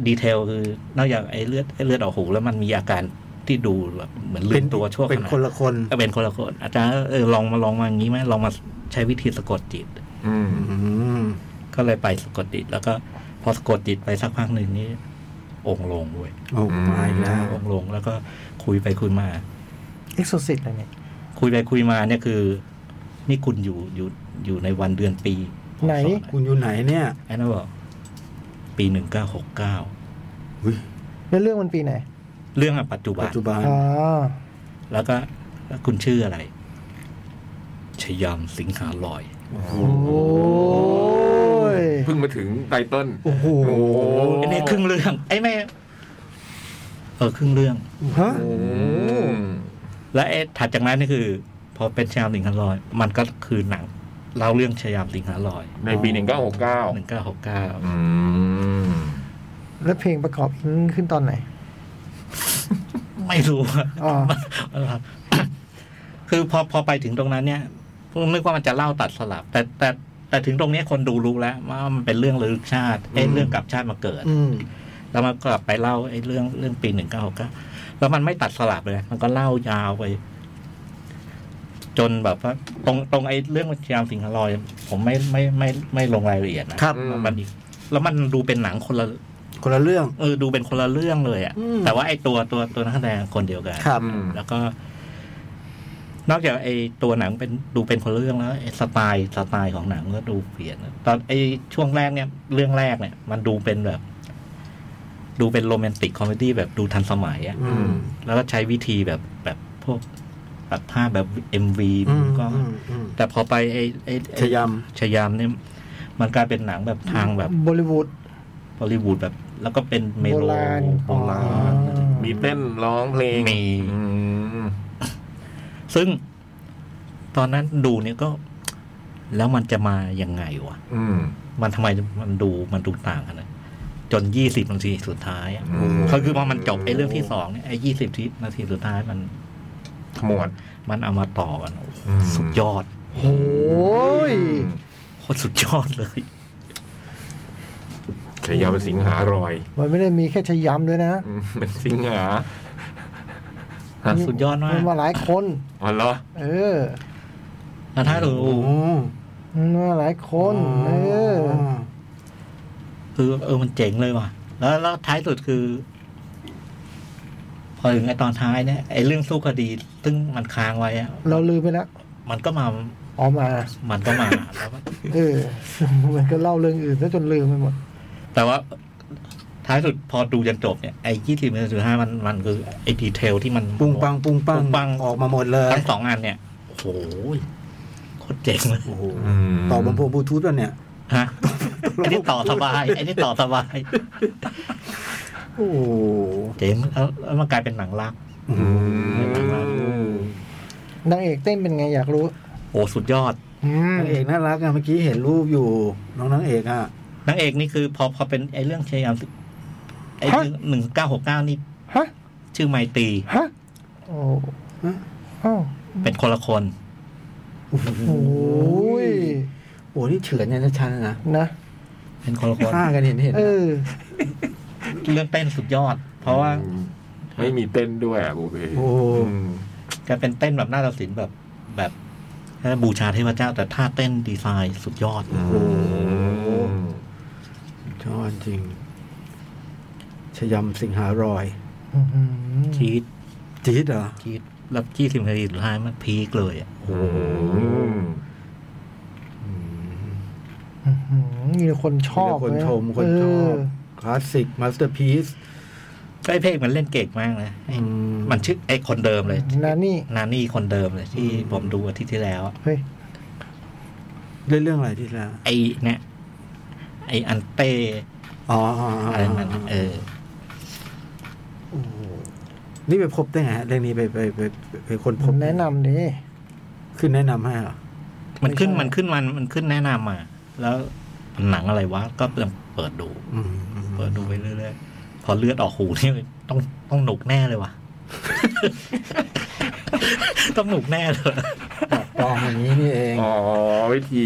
D: ดีเทลคือนอกจากไอ้เลือดไอ้เลือดออกหูแล้วมันมีอาการที่ดูแบบเหมือนลืมตัวชั่วขณะ
A: เป็นคนละคน
D: ก็เป็นคนละคนอาจารย์ก็เออลองมาลองมาอย่างนี้ไหมลองมาใช้วิธีสะกดจิต
C: อืม
A: อืม
D: ก็เลยไปสะกดจิต แล้วก็ พอสะกดจิตไปสักพักหนึ่งนี่องค์ลงเว้ย
A: โอ้มาอีกแล้ว
D: องค์ลงแล้วก็คุยไปคุยมา
B: เอ็กซ์โซซิตอะไรเนี่ย
D: คุยไปคุยมาเนี่ยคือ นี่คุณอยู่อยู่อยู่ในวันเดือนปี
B: ไหน
D: พศ
A: คุณอยู่ไหนเนี่ย
D: ไอ้นั่นบอกปีหนึ่งเก้าหกเก้า
B: แล้วเรื่องมันปีไหน
D: เรื่องอะปัจจุบั
A: ปั
D: น
A: จจุบัน
B: อ๋อ
D: แล้วก็แล้วคุณชื่ออะไรชยามสิงหาลอย
B: โอ้ย
C: เพิ่งมาถึงไตเติ้ล
A: โอ้โห
C: โอ้โห
D: ไอ้นี่ครึ่งเรื่อง ไอ้แม่เออครึ่งเรื่อง
A: ฮะ
D: และไอ้ถัดจากนั้นนี่คือ พอเป็นชยามสิงหาลอย มันก็คือหนังเล่าเรื่องชยามสิงหาลอย
C: ในปีหนึ่งเก้าหกเก้า
D: หนึ่งเก้าหกเก้า
C: อืม
B: แล้วเพลงประกอบอิงขึ้นตอนไหน
D: ไม่รู้อะ
B: อ๋อ
D: คือพอพอไปถึงตรงนั้นเนี่ยผมนึกว่ามันจะเล่าตัดสลับ แต่แต่แต่ถึงตรงเนี้ยคนดูรู้แล้วว่ามันเป็นเรื่องระลึกชาติเอ้ยเรื่องกลับชาติมาเกิด
B: อืม
D: แล้วมันก็ไปเล่าไอ้เรื่องเรื่องปีหนึ่งเก้าหกาแล้วมันไม่ตัดสลับเลย มันก็เล่ายาวไป จนแบบว่า ตรงตรงไอ้เรื่องชยามสิงหลอย ผมไม่ไม่ไม่ไม่ลงรายละเอียดนะครับ มันมันอีกแล้วมันดูเป็นหนังคนละ
A: คนละเรื่อง
D: เออดูเป็นคนละเรื่องเลยอะ่ะ
A: อืม
D: แต่ว่าไอ้ตัวตัวตัวนักแสดงคนเดียวกัน
A: ครับ
D: แล้วก็ นอกจากไอ้ตัวหนังเป็นดูเป็นคนละเรื่องแล้วไอ้สไตล์สไตล์ของหนังก็ดูเปลี่ยนตอนไอ้ช่วงแรกเนี่ย เรื่องแรกเนี่ย มันดูเป็นแบบ ดูเป็นโรแมนติกคอมเมดี้แบบดูทันสมัยอะ
A: อืม
D: แล้วก็ใช้วิธีแบบแบบพวกตัดภาพแบบ MV
A: อืม
D: ก็
A: อืมอืม
D: แต่พอไปไอ้ไอ้ไอ้
A: ชะย
D: ชยามเนี่ยมันกลายเป็นหนังแบบทางแบบ
B: บอลิวูด
D: บอลิวูดแบบ แล้วก็เป็นเมโล
B: โบราณ
D: โบรา
B: อ๋อ
D: ณ
C: มีเต้นร้องเพลง
D: มี
C: อืม
D: ซึ่งตอนนั้นดูเนี่ยก็ แล้วมันจะมายังไงวะ
C: อืม
D: มันทำไมมันดูมันดูต่างกันนะจนยี่สิบนาทีสุดท้ายอะ
C: อืม
D: ก็คือพอมันจบไอ้เรื่องที่สองเนี่ยไอ้ยี่สิบนาทีสุดท้ายมัน
C: ขมวด
D: มันเอามาต่อกัน
C: อืม
D: สุดยอด
B: โอ้ย
D: โคตรสุดยอดเลย
C: ชายาเป็นสิงหารอย
B: มันไม่ได้มีแค่ชยามด้วยนะ
C: อืมเป็นสิงหา ฮะ
D: สุดยอดมาก
B: นมาหลายคน
C: อ๋อเหรอ
B: เออ
D: แล้วถ้าดู
A: ำโอ้
B: มันมาหลายคน เออ
D: คือเออมันเจ๋งเลยว่ะ แล้วแล้วท้ายสุดคือ พอถึงไอตอนท้ายเนี่ยไอเรื่องสู้คดี ซึ่งมันค้างไว้อะ
B: เราลืมไปแล้ว
D: มันก็มา
B: ออกมา
D: มันก็มาแล้วก็
B: เออ มันก็เล่าเรื่องอื่นซะจนลืมไปหมด
D: แต่ว่า ท้ายสุดพอดูจนจบเนี่ยไอ้ยี่สิบเปอร์เซ็นต์สุดท้ายมันมันคือไอ้ดีเทลที่มัน
A: ปุ้งปังปุ้งปั
D: ปุ้งปั
A: ง
D: ง
A: ออกมาหมดเลย
D: ทั้งสองอันเนี่ยโอ้โหโคตรเจ๋งเลย
A: โอ้โห
C: อืม
A: ต่อบนโพบลูทูธป่ะเนี่ย
D: ฮะไอ้นี่ต่อสบายไอ้นี่ต่อสบาย
A: โอ้โห
D: เจ๋งแล้วแล้วมันกลายเป็นหนังรัก
B: นางเอกเต้นเป็นไงอยากรู้
D: โอ้สุดยอด
B: อืม
A: นางเอกน่ารักอะเมื่อกี้เห็นรูปอยู่น้องนางเอกอะ
D: นางเอกนี่คือพอพอเป็นไอ้เรื่องเชยามไอ้หนึ่งเก้าหกเก้านี่
B: ฮะ
D: ชื่อไมตรี
B: ฮะโอ้อ้าว
D: เป็นคนละคน
B: โอ้ย
A: โอ้โหนี่เฉือนยันชันนะ
B: นะ
D: เป็นคนละคน
A: ฆ่ากันเห็นเห็น
B: เออ
D: เรื่องเต้นสุดยอด เพราะว่า
C: ไม่มีเต้นด้วยอ่ะกูเอง
A: โอ้โห
D: แกเป็นเต้นแบบหน้าตัดสินแบบแบบบูชาเทพเจ้า แต่ท่าเต้นดีไซน์สุดยอด
A: ชอบจริง ชยำสิงหารอย
D: ชีด
A: จี๊ดเหรอ
D: ชีดรับขี้สิบนาทีสุดท้ายมันพีคเลยอะ
B: อืมมีแต่คนชอบ
A: มีแต่คน
B: เลย
A: ชม คนชอบ
B: เ
A: คลาสสิกมาสเตอร์พีซ
D: ก็ไอ้เพลงมันเล่นเก่งมากนะไอ้
A: อืม
D: มันชื่อไอ้คนเดิมเลย
B: นานี่
D: นานี่คนเดิมเลยที่ผมดูอาทิตย์ที่แล้ว
B: เฮ้ย
A: เล่นเรื่องอะไรที่แล้ว
D: ไอ้เนี่ยไอ้อันเต้
A: อ๋ออ๋ออ๋อ
D: อะไรมันเออ
A: นี่ไปพบได้ไงฮะเรื่องนี้ไปไปไปไปไปคนพ
B: ผ
A: บ
B: มแนะนำดิ
A: ขึ้นแนะนำให้เหรอ
D: มันขึ้นมันขึ้นมันมันขึ้นแนะนำมา แล้วหนังอะไรวะ ก็เริ่มเปิดดู
A: อืมอืม
D: เปิดดูไปเรื่อยๆ พอเลือดออกหูนี่ต้องต้องหนุกแน่เลย ว่ะ ต้องหนุกแน่เลย
A: ปลอมอย่างนี้นี่เอง
C: อ๋อ วิธี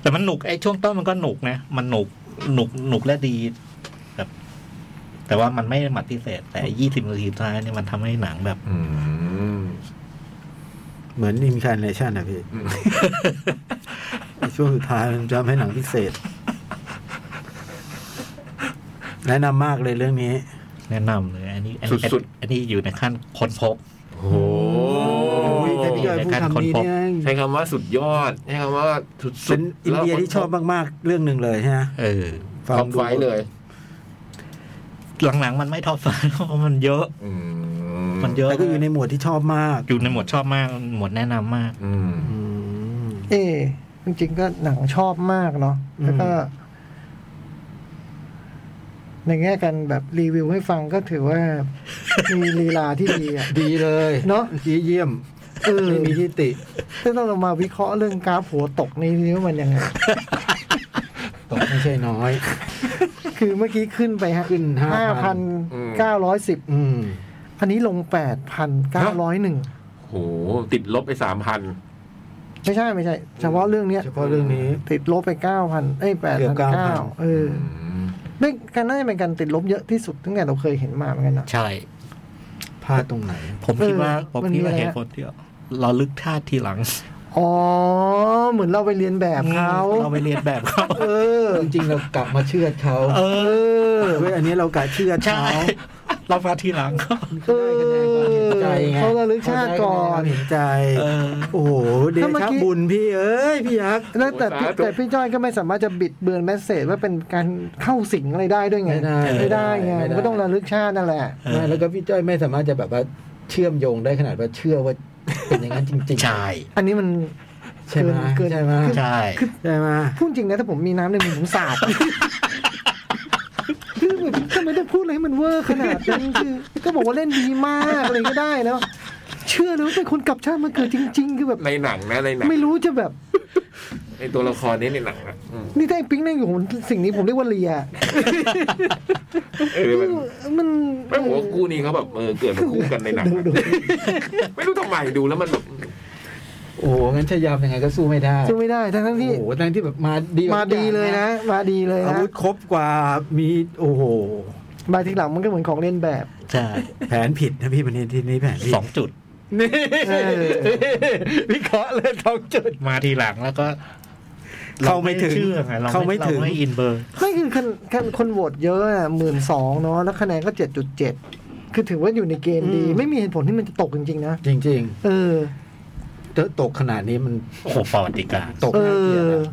D: แต่มันหนุกไอ้ช่วงต้นมันก็หนุกนะ มันหนุกหนุกหนุกและดีแบบแต่ว่ามันไม่ได้หมัดพิเศษ แต่ยี่สิบนาทีสุดท้ายเนี่ยมันทำให้หนังแบบ
C: อืม
A: เหมือนอินคาเนชั่นนะพี่
C: อืม
A: ไอ้ช่วงสุดท้ายมันจะทำให้หนังพิเศษ แนะนำมากเลยเรื่องนี้
D: แนะนำเลย อันนี้อันนี้เป็น
C: สุด
D: อันนี้อยู่ในขั้นคนพบ
C: โอ้โห
A: โอ้ยแต่พี่จอยพูดคำนี้เนี่ย
C: ใช้คำว่าสุดยอด ใช้คำว่าสุดๆ
A: เป็นอินเดียที่ชอบมากๆ เรื่องหนึ่งเลยฮะ
D: เออ
C: ทอมไฟว์เลย
D: หลังๆมันไม่ท็อปไฟว์ เพราะมันเยอะ
C: อื
D: มันเยอะ
A: แต่ก็อยู่ในหมวดที่ชอบมาก
D: อยู่ในหมวดชอบมาก หมวดแนะนำมาก
C: อืม
A: อืม
B: เอจริงๆก็หนังชอบมากเนาะแล้วก็
A: อืม
B: ในแง่กันแบบรีวิวให้ฟังก็ถือว่า มีลีลาที่ดี อ่ะ
A: ดีเลย
B: เนอะ
A: ดีเยี่ยม
B: เออ
A: ไม่มีที่ติ
B: ถ้าเรามาวิเคราะห์เรื่องกราฟหัวตกนี่นี่ว่ามันยังไง
A: ตกไม่ใช่น้อย
B: คือเมื่อกี้ขึ้นไปฮะ
A: ขึ้น5,000
B: ห้าพัน
C: อืม
B: เก้าร้อยสิบ
A: อืม
B: อันนี้ลงแปดพันเก้าร้อยหนึ่ง
C: โห ติดลบไปสามพัน
B: ไม่ใช่ไม่ใช่ เฉพาะเรื่องเนี้ย
A: เฉพาะเรื่องนี้
B: ติดลบไปเก้าพันเอ้ยแปด
A: เกือ
B: พั
A: บ
B: น
A: 9,000
B: เก้าเออไม่การน่าจะเป็นการติดลบเยอะที่สุดตั้งแต่เราเคยเห็นมาเหมือนกันนะ
D: ใช่
A: พลาดตรงไหน
D: ผมคิดว่า
B: เออ
D: ผม
B: มันมี
D: คิดว่า
B: อะไร
D: เหตุผลที่เราลึกท่าทีหลัง
B: อ๋อ เหมือนเราไปเรียนแบบเขา
D: เราไปเรียนแบบเขา
B: เออ
A: จริงๆ เรากลับมาเชื่อดเขา
D: เออ
A: เว้ยอันนี้เรากะเชื่อด
D: ใช่
A: เขา
D: เรามาทีหลังเขา
B: เออ
A: ได้คะแนน
B: เขา
A: ควมห็นใจไง
B: ระลึกชาติก่อน
A: เห็นใจ
D: เออ
A: โอ้โห เด
B: ถ้าเมื่อ
A: ชะ
B: กี้
A: บุญพี่เอ้ย พี่ยักษ์
B: แล้วแต่พี่
C: สาธุ
B: แต่พี่จ้อยก็ไม่สามารถจะบิดเบือนแมสเซจว่าเป็นการเข้าสิงอะไรได้ด้วยไง
A: ไม่ได้
B: ไม่ได้ไง
A: ม่
B: มันก็ต้องระลึกชาตินั่นแหละ
A: ไม่แล้วก็พี่จ้อยไม่สามารถจะแบบว่าเชื่อมโยงได้ขนาดว่าเชื่อว่าเป็นอย่างนั้นจริงๆ
D: ใช่
B: อันนี้มัน
A: ใช่ไหม
B: เกิน
A: ใช่ไหม
D: ใช่
A: ใช่ไหม
B: พูดจริงนะถ้าผมมีน้ำในมือผมสาดคือแบบทำไมต้องพูดอะไรให้มันเวอร์ขนาดนั้นคือก็บอกว่าเล่นดีมากอะไรก็ได้แล้ว เชื่อเลยว่าเป็นคนกลับชาติมาเกิดจริง ๆ คือแบบ
C: ในหนังนะในหนัง
B: ไม่รู้จะแบบ
C: ในตัวละครนี้ในหนังนะอืม
B: นี่ถ้าไอ้ปิ๊งนั่งอยู่ผมสิ่งนี้ผมเรียกว่าเลีย
C: เออมัน
B: มัน
C: ไม่หัวาคู่นี้เขาแบบเออเกิดมาคู่กันในหนังนะไม่รู้ทำไมดูแล้วมันแบบ
A: โอ้โห งั้นชายามยังไงก็สู้ไม่ได้
B: สู้ไม่ได้ทั้งทั้งๆ
A: โอ้
B: ที่
A: โหทั้งที่แบบมาดีกว่
B: มา
A: ทุก
B: ดี
A: อง
B: เลยนะ มาดีเลย
A: อา
B: นะ
A: วุธครบกว่ามีโอ้โห
B: มาทีหลังมันก็เหมือนของเล่นแบบ
D: ใช่
A: แผนผิดนะพี่มันนี้ที่นี้แผนผิด
D: สองจุด
A: นี่
B: เออ
A: วิเคราะห์เลยสองจุด
D: มาทีหลังแล้วก็
A: เข้าไม่ถึง
D: รชื่อไงเรา
A: เข้าไม่
D: ไม่
A: ถึ
D: ถึ
A: ง
D: งไม่อินเบอร์
B: ไม่คือคนคนคนโหวตเยอะอ่ะหมื่นสองเนาะแล้วคะแนนก็เจ็ดจุดเจ็ดคือถือว่าอยู่ในเกณฑ์ดี
A: อืม
B: ไม่มีเหตุผลที่มันจะตกจริง ๆ นะ
A: จริง
B: เออ
A: ๆเตอะตกขนาดนี้มัน
D: โอ้โหประวัติการณ์
A: ตก
B: เอ
A: น่าเกลียด
B: อ
A: อะ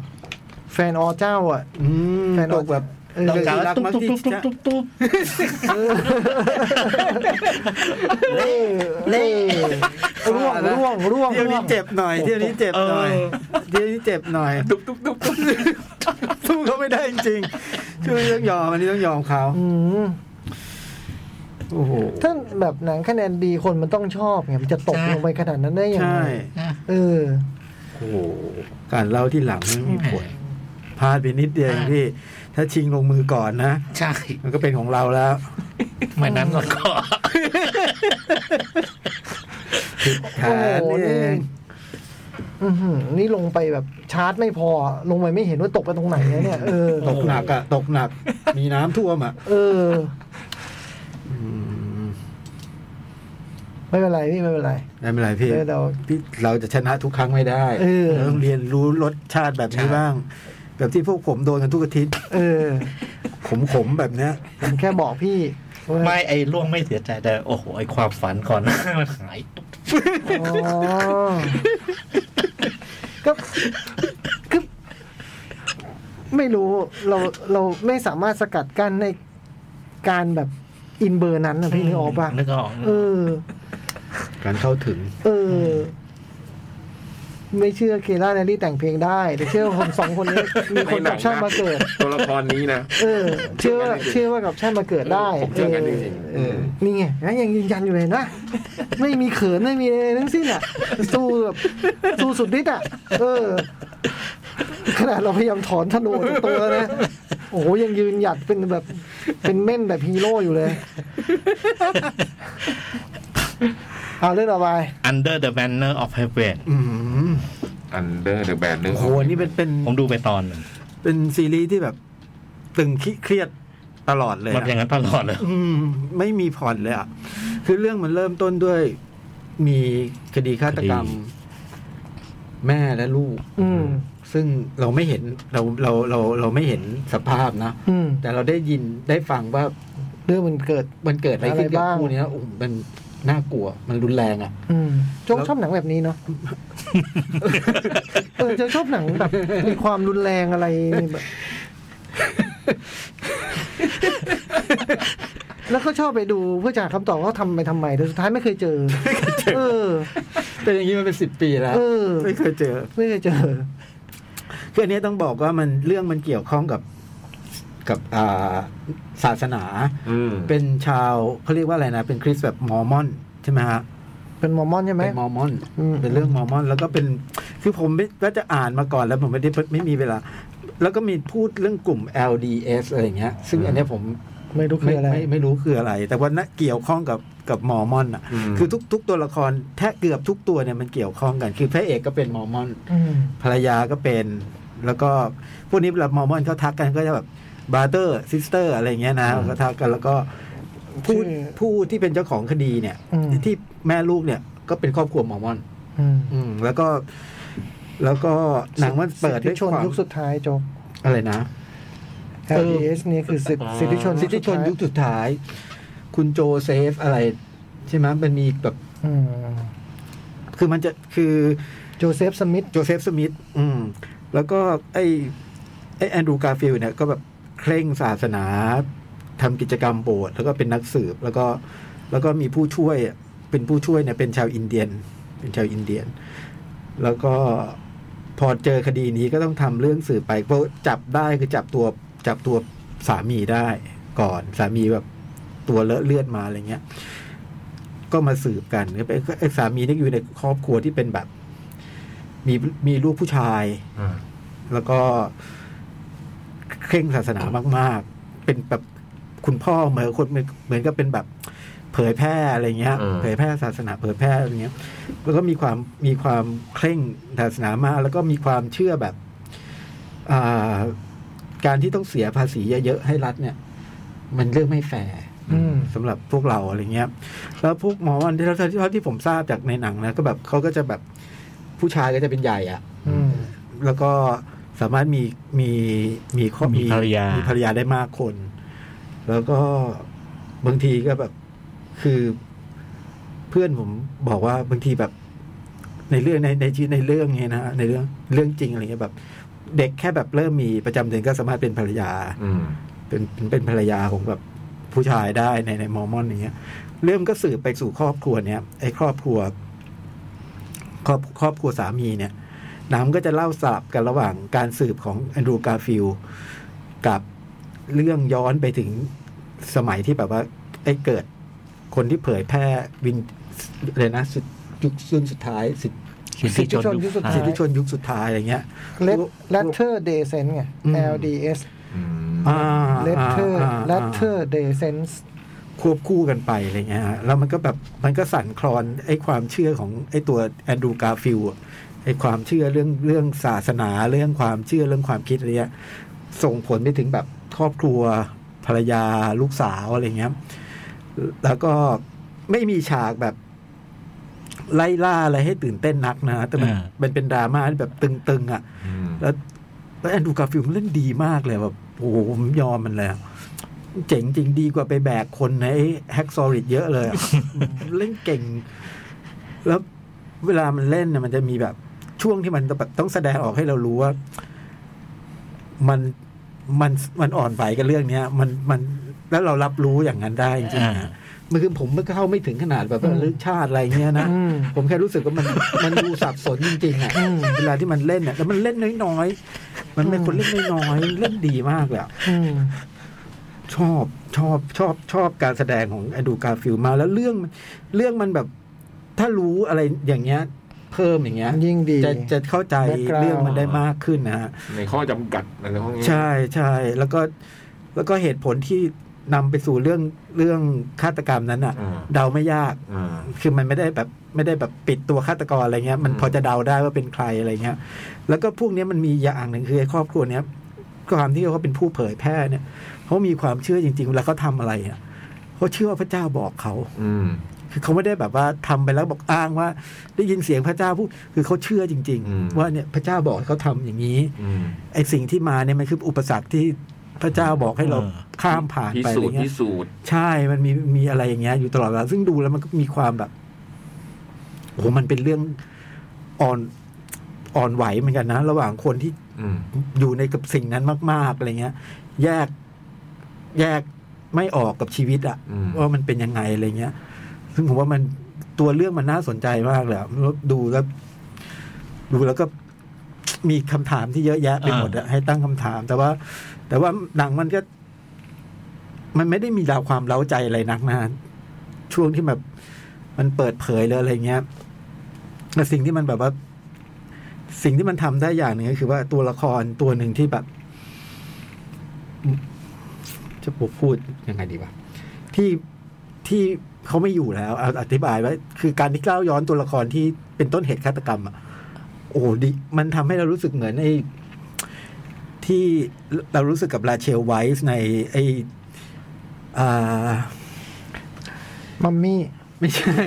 B: แฟนอเจ้าอ่ะ
A: ม
B: แฟนออก
A: ตกแบบ
B: เออ
A: เราจะ
D: กะว่าตุ๊บตุ๊บตุ๊บตุ๊บตุ๊บ
B: เล่เล่ร่วงร่วงร่วง
A: เที่ยว
B: ร่ว
A: นี้
B: ง
A: เจ็บหน่อยเที่ยวนี้เจ็บหน่อยเที่ยวนี้เจ็บหน่อย
C: ตุ๊บตุ๊บตุ๊บตุ๊บ
A: สู้เขาไม่ได้จริงๆคือต้องยอมอันนี้ต้องยอมเขา
B: อืม
A: โอ้โห
B: ถ้าแบบหนังคะแนนดีคนมันต้องชอบไงมันจะตกลงไปขนาดนั้นได้ยัง
A: ใช่
B: ไงเออ
A: โอ้โหการเล่าที่หลังไม่มีผลพลาดไปนิดเดียวเองพี่ ถ้าชิงลงมือก่อนนะ
D: ใช่
A: มันก็เป็นของเราแล้ว
D: ไม่นั้นเราก็
A: แค่
B: โอ้โห
A: นี้
B: นี่
A: เอง
B: อื้อหือนี่ลงไปแบบชาร์จไม่พอ ลงไปไม่เห็นว่าตกไปตรงไหนแล้วเนี่ยเออ
A: ตกหนักอะตกหนัก มีน้ำท่วมอะ
B: เออ
A: อืม
B: ไม่เป็นไรพี่ไม่เป็นไร
A: ไม่เป็นไรพี่
B: เออเรา
A: พี่เราจะชนะทุกครั้งไม่ได้
B: เออ
A: เราต้องเรียนรู้รสชาติแบบนี้บ้าง แบบที่พวกผมโดนกันทุกอาทิตย์
B: เออ
A: ขมๆแบบเนี้ย
B: ผมแค่บอกพี่ว่า
D: ไม่ไอ้ล่วงไม่เสียใจแต่โอ้โหไอ้ความฝันก่อนมันหายตุ๊บ
B: อ๋อก็คือไม่รู้เราเราไม่สามารถสกัดกั้นในการแบบอินเบอร์นั้นนะพี่นึกออกปะ
D: นึกออก
B: เออ
A: การเข้าถึง
B: เออ ไม่เชื่อเคล่าแนลลี่แต่งเพลงได้ แต่เชื่อคนสองคนนี้มีคนกับชาติมาเกิด
E: ตัวละครนี้นะ
B: เออ เชื่อว่าเชื่อว่ากับชาติมาเกิดได้
E: ผมเชื่อกันจริงๆ
B: เออนี่ไงนะยังยืนยันอยู่เลยนะ ไม่มีเขินไม่มีอะไรทั้งสิ้นอ่ะ สู้แบบสู้สุดฤทธิ์อ่ะ เออ ขนาดเราพยายามถอนธนูออกจากตัวแล้วนะ โอ้โหยังยืนหยัดเป็นแบบ เป็นเม่นแบบฮีโร่อยู่เลย เอาเรื่องต่อไป
D: Under the Banner of Heaven
A: อืม
C: อันเดอร์เดอะแบนเนอ
A: โอ้
C: ร์
A: โหนี่เป็นเป็น
D: ผมดูไปตอนหนึ่ง
A: เป็นซีรีส์ที่แบบตึงเครียดตลอดเลย
D: มัน
A: อะ
D: อย่างนั้นตลอดเลย
A: อืมไม่มีผ่อนเลยอ่ะ คือเรื่องมันเริ่มต้นด้วย มีคดีฆาตกรรม
D: คดี
A: แม่และลูก
B: อืม
A: ซึ่งเราไม่เห็นเราเราเราเราไม่เห็นสภาพนะ
B: อืม
A: แต่เราได้ยินได้ฟังว่า
B: เรื่องมันเกิด
A: มันเกิดอะไรขึ้น
B: อะไร
A: กับ
B: บ้าง
A: คู่เนี้ยโอ้โหมันน่ากลัว มันรุนแรงอ่ะ
B: อืมโจงชอบหนังแบบนี้เนาะ เออโจงชอบหนังแบบ มีความรุนแรงอะไรแบบ แล้วก็ชอบไปดูเพื่อจะหาคำตอบว่าเขาทำไปทำไมแต่สุดท้ายไม่เคยเจอ เออ
A: เป็นอย่างนี้มาเป็นสิบปีแล้ว
B: เออ
A: ไม่เคยเจอ
B: ไม่เคยเจอ
A: คืออันนี้ต้องบอกว่ามันเรื่องมันเกี่ยวข้องกับกับอ่าศาสนา
E: อืม
A: เป็นชาวเขาเรียกว่าอะไรนะ เป็นคริสต์แบบมอร์มอนใช่ไหมฮะ
B: เป็นมอร์มอนใช่ไหม
A: เป็นมอร์มอน
B: อืม
A: เป็นเรื่องมอร์มอน แล้วก็เป็น คือผมไม่ก็จะอ่านมาก่อนแล้วผมไม่ได้ไม่มีเวลา แล้วก็มีพูดเรื่องกลุ่ม LDS อะไรอย่างเงี้ย ซึ่งอันเนี้ยผม
B: ไม่รู้คืออะไร
A: ไม่ไม่รู้คืออะไร แต่ว่าน่ะเกี่ยวข้องกับกับมอร์มอนอ่ะ
E: อืม
A: คือทุกทุกตัวละครแทบเกือบทุกตัวเนี่ยมันเกี่ยวข้องกัน คือพระเอกก็เป็นมอร์มอน
B: อืม
A: ภรรยาก็เป็น แล้วก็พวกนี้เวลามอร์มอนเขาทักกันก็จะแบบบาร์เตอร์ซิสเตอร์อะไรอย่างเงี้ยนะเขาทักกันแล้วก็ผู้
B: ชื่อ
A: ผู้ที่เป็นเจ้าของคดีเนี่ย
B: อืม
A: ที่แม่ลูกเนี่ยก็เป็นครอบครัวมอร์มอน
B: อืม
A: อืมแล้วก็แล้วก็หนังมันเปิดด้วย
B: สิทธิชน
A: ความ
B: ยุคสุดท้ายโจบ
A: อะไรนะ
B: LDS เนี่ยคือสิทธิสิทธิชน
A: สิทธิชนยุคสุดท้าย คุณโจเซฟอะไร ใช่ไหมมันมีแบบ
B: อืม
A: คือมันจะคือ
B: โจเซฟสมิธ
A: โจเซฟสมิธอืม แล้วก็ไอไอแอนดรูการ์ฟิลเนี่ย ก็แบบเคร่งศาสนาทำกิจกรรมโบสถ์แล้วก็เป็นนักสืบ แล้วก็แล้วก็มีผู้ช่วยเป็นผู้ช่วยเนี่ยเป็นชาวอินเดียน เป็นชาวอินเดียน แล้วก็พอเจอคดีนี้ก็ต้องทำเรื่องสืบไปเพราะจับได้คือจับตัวจับตัวสามีได้ก่อนสามีแบบตัวเลอะเลือดมาอะไรเงี้ย ก็มาสืบกันก็ไปไอ้สามีนี่อยู่ในครอบครัวที่เป็นแบบ มีมีลูกผู้ชาย
E: อ่า
A: แล้วก็เคร่งศาสนามาก ๆ เป็นแบบคุณพ่อเหมือนคนเหมือนก็เป็นแบบเผยแพร่อะไรเงี้ย
E: อืม
A: เผยแพร่ศาสนาเผยแพร่อะไรเงี้ย แล้วก็มีความมีความเคร่งศาสนามาก แล้วก็มีความเชื่อแบบอ่าการที่ต้องเสียภาษีเยอะ ๆ ให้รัฐเนี่ย มันเรื่องไม่แฟร์
B: อืม
A: สำหรับพวกเราอะไรเงี้ย แล้วพวกหมอวันที่เท่าที่เท่าที่ผมทราบจากในหนังนะก็แบบเขาก็จะแบบผู้ชายก็จะเป็นใหญ่อะ
B: อืม
A: แล้วก็สามารถมีมีมีครอบ
D: มีภรรยามี
A: ภรรยาได้มากคน แล้วก็บางทีก็แบบคือเพื่อนผมบอกว่าบางทีแบบ ในเรื่องในในชีวิตในเรื่องไงนะฮะในเรื่องเรื่องจริงอะไรเงี้ยแบบ เด็กแค่แบบเริ่มมีประจำเดือนก็สามารถเป็นภรรยา
E: อืม
A: เป็นเป็นเป็นภรรยาของแบบผู้ชายได้ในในมอร์มอนอย่างเงี้ย เรื่องก็สืบไปสู่ครอบครัวเนี้ยไอ้ครอบครัว ครอบครอบครัวสามีเนี่ย หน้ำก็จะเล่าสลับกันระหว่างการสืบของแอนดรูว์การ์ฟิลด์กับเรื่องย้อนไปถึงสมัยที่แบบว่าไอ้เกิดคนที่เผยแพร่วินอะไรนะสุดยุคสุดสุดท้ายสิทธิ
D: สิทธิชนยุคสุดท้าย
A: สิทธิชนยุคสุดท้ายอะไรเงี้ย
B: letter day sense ไง
A: อืม
B: LDS
C: อืม
A: อ่า
B: letter
A: อ่าอ่าอ่า
B: letter day sense
A: ควบคู่กันไปอะไรเงี้ยฮะแล้วมันก็แบบมันก็สั่นคลอนไอ้ความเชื่อของไอ้ตัวแอนดรูว์การ์ฟิลด์อะไอ้ความเชื่อเรื่องเรื่องศาสนาเรื่องความเชื่อเรื่องความคิดอะไรเงี้ยส่งผลไปถึงแบบครอบครัวภรรยาลูกสาวอะไรเงี้ยแล้วก็ไม่มีฉากแบบไล่ล่าอะไรให้ตื่นเต้นนักนะ แต่มัน
D: อ่ามั
A: มันเป็นดราม่าที่แบบตึงๆอ่ะ แล้วแล้วแอนดรูว์การ์ฟิลด์มันเล่นดีมากเลยแบบโอ้โหผมยอมมันเลยอะเจ๋งจริงดีกว่าไปแบกคนในแฮกซอริดเยอะ เลยอะ เล่นเก่ง แล้วเวลามันเล่นเนี่ยมันจะมีแบบช่วงที่มันแบบต้องแสดงออกให้เรารู้ว่า มันมันมันอ่อนไหวกับเรื่องเนี้ย มันมันแล้วเรารับรู้อย่างนั้นได้จริงๆ
D: อ่า
A: นะมันคือผมไม่เข้าไม่ถึงขนาดแบบว่าลึกชาติอะไรเงี้ยนะ
B: อืม
A: ผมแค่รู้สึกว่ามัน มันดูสับสนจริงๆอ่ะเวลาที่มันเล่นเนี่ยแล้วมันเล่นน้อยๆ มันเป็นคนเล่นน้อยๆเล่นดีมากเลยอะ
B: อืม
A: ชอบชอบชอบชอบการแสดงของแอนดรูว์การ์ฟิลด์มากแล้วเรื่องเรื่องมันแบบถ้ารู้อะไรอย่างเงี้ย เพิ่มอย่างเงี้ย
B: ยิ่งดี
A: จะจะเข้าใจ
B: Background
A: เรื่องมันได้มากขึ้นนะฮะ
E: ในข้อจำกัดอะไรพวกนี้
A: ใช่ใช่แล้วก็แล้วก็เหตุผลที่นำไปสู่เรื่องเรื่องฆาตกรรมนั้นอ่ะ
E: อ่า
A: เดาไม่ยาก
E: อ่า
A: คือมันไม่ได้แบบไม่ได้แบบปิดตัวฆาตกรอะไรเงี้ย มัน
E: อืม
A: พอจะเดาได้ว่าเป็นใครอะไรเงี้ย แล้วก็พวกเนี้ยมันมีอย่างหนึ่งคือไอ้ครอบครัวเนี้ยความที่เขาเป็นผู้เผยแพร่เนี่ยเขามีความเชื่อจริงๆเวลาเขาทำอะไรอ่ะเขาเชื่อว่าพระเจ้าบอกเขา
E: อืม
A: คือเขาไม่ได้แบบว่าทำไปแล้วบอกอ้างว่า ได้ยินเสียงพระเจ้าพูดคือเขาเชื่อจริง ๆ ว่าเนี่ยพระเจ้าบอกให้เขาทำอย่างนี้
E: อืม
A: ไอ้สิ่งที่มาเนี่ยมันคืออุปสรรคที่พระเจ้าบอกให้เรา
D: เออ
A: ข้ามผ่าน
E: พิ
A: ไปอะ
E: สู
A: ไร
E: จน์
A: เงี้ย
E: พิสูจน์
A: ใช่ มันมีมีอะไรอย่างเงี้ยอยู่ตลอดเวลาซึ่งดูแล้วมันก็มีความแบบโอ้โหมันเป็นเรื่องอ่อนอ่อนไหวเหมือนกันนะ ระหว่างคนที่
E: อืม
A: อยู่ในกับสิ่งนั้นมาก ๆอะไรเงี้ย แยกแยกไม่ออกกับชีวิตอะ
E: อืม
A: ว่ามันเป็นยังไงอะไรเงี้ย ซึ่งผมว่ามันตัวเรื่องมันน่าสนใจมากเลยอะแล้วดูแล้วดูแล้วก็มีคำถามที่เยอะแยะไปหมดอะให้ตั้งคำถาม แต่ว่า แต่ว่าหนังมันก็ มันไม่ได้มีดาวความเล้าใจอะไรนักนะช่วงที่แบบมันเปิดเผยเลยอะไรเงี้ยแต่สิ่งที่มันแบบว่า สิ่งที่มันทำได้อย่างหนึ่งก็คือว่าตัวละครตัวหนึ่งที่แบบ จะพูดยังไงดีวะที่ที่เขาไม่อยู่แล้วเอาอธิบายไว้คือการที่เล่าย้อนตัวละครที่เป็นต้นเหตุฆาตกรรมอ่ะโอ้โหดิมันทำให้เรารู้สึกเหมือนไอ้ที่เรารู้สึกกับราเชลไวส์ในไอ้อ่า
B: มัมมี่
A: ไม่ใช่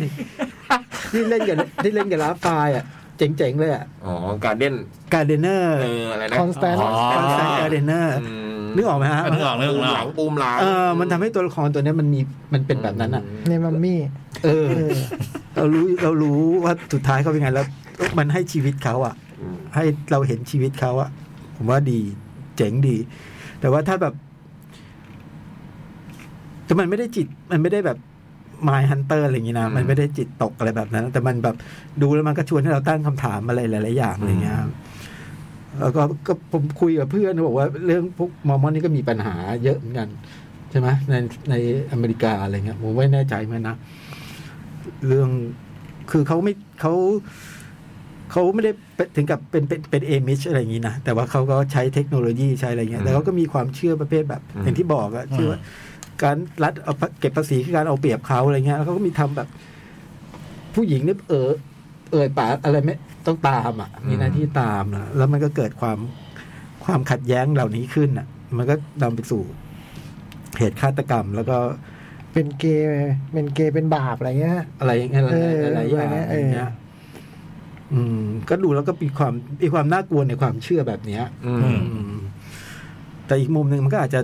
A: ที่เล่นกับที่เล่นกับลาฟายอ่ะ เจ๋งๆเลยอ่ะ
E: อ๋อการเด่น
A: การเดเนอร์
E: เอออะไรนะ
B: Constant
E: อ๋อ
A: คอนสแตนการเดเนอร์
E: ม
A: นึกออกไหมฮะ
D: นึกออกนึก
E: ปูม
D: อ
E: ห
D: อ
E: ลั
D: ก
E: งปูมหลัง
A: เออมันทำให้ตัวละครตัวเนี้ยมันมีมันเป็นแบบนั้นอ่ะ
B: ในมัมมี่
A: เออ เรารู้เรารู้ว่าสุดท้ายเขาเป็นไงแล้ว มันให้ชีวิตเขาอ่ะ
E: อืม
A: ให้เราเห็นชีวิตเขาอะผมว่าดีเจ๋งดี แต่ว่าถ้าแบบ แต่มันไม่ได้จิต มันไม่ได้แบบมายฮันเตอร์อะไรอย่างนี้นะ มันไม่ได้จิตตกอะไรแบบนั้น แต่มันแบบดูแล้วมันก็ชวนให้เราตั้งคำถามอะไรหลายๆอย่างอะไรเงี้ยครับแล้วก็ก็ผมคุยกับเพื่อนนะบอกว่าเรื่องพวกมอมมอนนี่ก็มีปัญหาเยอะเหมือนกัน ใช่ไหมในในอเมริกาอะไรเงี้ยผมไม่แน่ใจเหมือนกันนะ เรื่องคือเขาไม่เขา เขาไม่ได้เป็นถึงกับเป็นเป็นเป็นเอมิชอะไรอย่างนี้นะ แต่ว่าเขาก็ใช้เทคโนโลยีใช้อะไรเงี้ยแต่เขาก็มีความเชื่อประเภทแบบ อย่างที่บอกอะเชื่อว่าการรัฐเอาเก็บภาษีคือการเอาเปรียบเขาอะไรเงี้ยแล้วเขาก็มีทำแบบ ผู้หญิงเนี่ยเออเอ่ยปากอะไรไม่ต้องตามอ่ะ มีหน้าที่ตามนะแล้วมันก็เกิดความความขัดแย้งเหล่านี้ขึ้นอ่ะ มันก็นำไปสู่เหตุฆาตกรรม แล้วก็
B: เป็นเกย์เป็นเกย์เป็นบาปอะไรเงี้ย
A: อะไรอย่างเงี้ย
B: เออ
A: หลายๆอย่าง
B: อะไรเงี้ย
A: อะไรเงี้ยอืม ก็ดูแล้วก็มีความมีความน่ากลัวในความเชื่อแบบเนี้ย
E: อืม
D: อืม
A: อืมแต่อีกมุมหนึ่งมันก็อาจจะ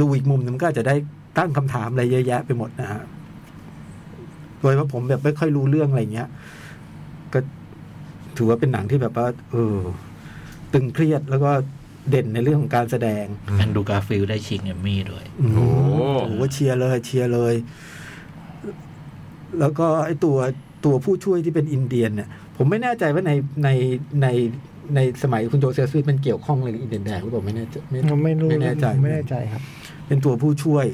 A: ดูอีกมุมหนึ่งมันก็อาจจะได้ตั้งคำถามอะไรเยอะแยะไปหมดนะฮะ โดยเฉพาะผมแบบไม่ค่อยรู้เรื่องอะไรเงี้ย ก็ถือว่าเป็นหนังที่แบบว่า เออ ตึงเครียดแล้วก็ เด่นในเรื่องของการแสดง
D: แอนดูการ์ฟิลด์ได้ชิงแอมมี่ด้วย
A: โอ้
C: โอ้โห
A: โหเชียร์เลยเชียร์เลย แล้วก็ไอตัวตัวผู้ช่วยที่เป็นอินเดียนเนี่ย ผมไม่แน่ใจว่าในในในในสมัยคุณโจเซฟสวิตมันเกี่ยวข้องอะไรกับอินเดียนแดงหรือเปล่าไม่แน่ใจไม่
B: ผมไม่รู้
A: ไม่แน่ใจ
B: ไม่แน่ใจครับ
A: เป็นตัวผู้ช่วย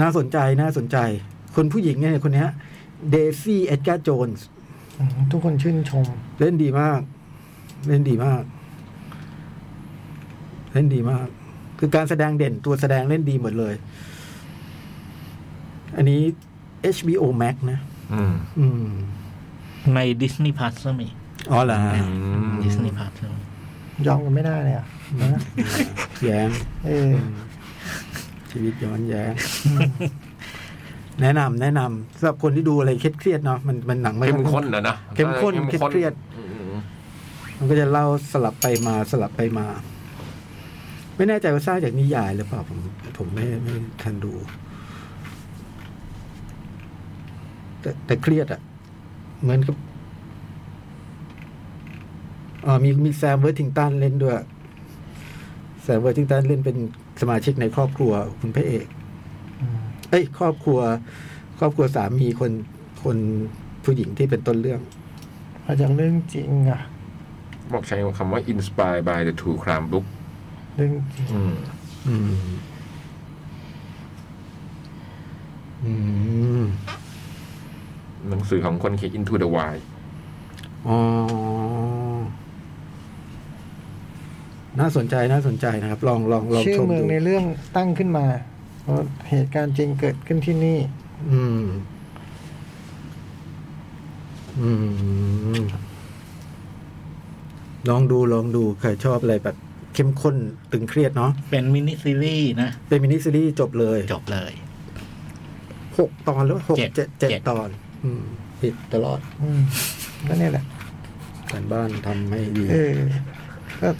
A: น่าสนใจน่าสนใจ คนผู้หญิงเนี่ยคนเนี้เดซี่เอ็ดการ์โจนส์
B: ทุกคนชื่นชม
A: เล่นดีมาก เล่นดีมาก เล่นดีมาก คือการแสดงเด่นตัวแสดงเล่นดีหมดเลย อันนี้ HBO Max นะ
C: อืม
A: อืม
D: ในดิสนีย์พาร์ทก็มี
A: อ๋อเหรอฮะ
D: ดิสนีย์พาร์ท
B: ยอมกันไม่ได้เลยอ่ะนะ
A: แย้ง
B: เออ
A: ชีวิตย้อนแย้ง แนะนำแนะนำสำหรับคนที่ดูอะไรเครียดๆเนาะมันมันหนังไม่
C: เข้มข้นเลยนะ
A: เข้มข้นเครียด
C: อืม
A: มันก็จะเล่าสลับไปมาสลับไปมา ไม่แน่ใจว่าสร้างจากนิยายหรือเปล่าผมผมไม่ไม่ทันดู แต่แต่เครียดอะ่ะ เหมือนกับอ่ามีมีแซมเวอร์ทิงตันเล่นด้วย แซมเวอร์ทิงตันเล่นเป็นสมาชิกในครอบครัวคุณพระเอก
B: อืม
A: เอ้ย ครอบครัว ครอบครัวสามีคนคนผู้หญิงที่เป็นต้นเรื่อง
B: มาจากเรื่องจริงอ่ะ
C: บอกใช้คำว่า inspired by the true crime book
B: เรื่องจริง
C: อืม
A: อืม อืม
C: หนังสือของคนเขียน into the wild
A: อ๋อ น่าสนใจน่าสนใจนะครับ ลองลองลอง
B: ชื่อ
A: ชม
B: เมือง
A: ดู
B: ในเรื่องตั้งขึ้นมาเพราะเหตุการณ์จริงเกิดขึ้นที่นี่
A: อืม อืม ลองดูลองดู ใครชอบอะไรแบบเข้มข้นตึงเครียดเนาะ
D: เป็นมินิซีรีส์นะ
A: เป็นมินิซีรีส์จบเลย
D: จบเลย
A: หกตอนหรือหก
D: เจ็ด
A: เจ็ดเจ็ด
D: เจ็ด
A: ตอน อืม ผิดตลอด
B: อืมก็เนี่ยแหละ
A: การบ้านทำไม่ดี
B: เออก็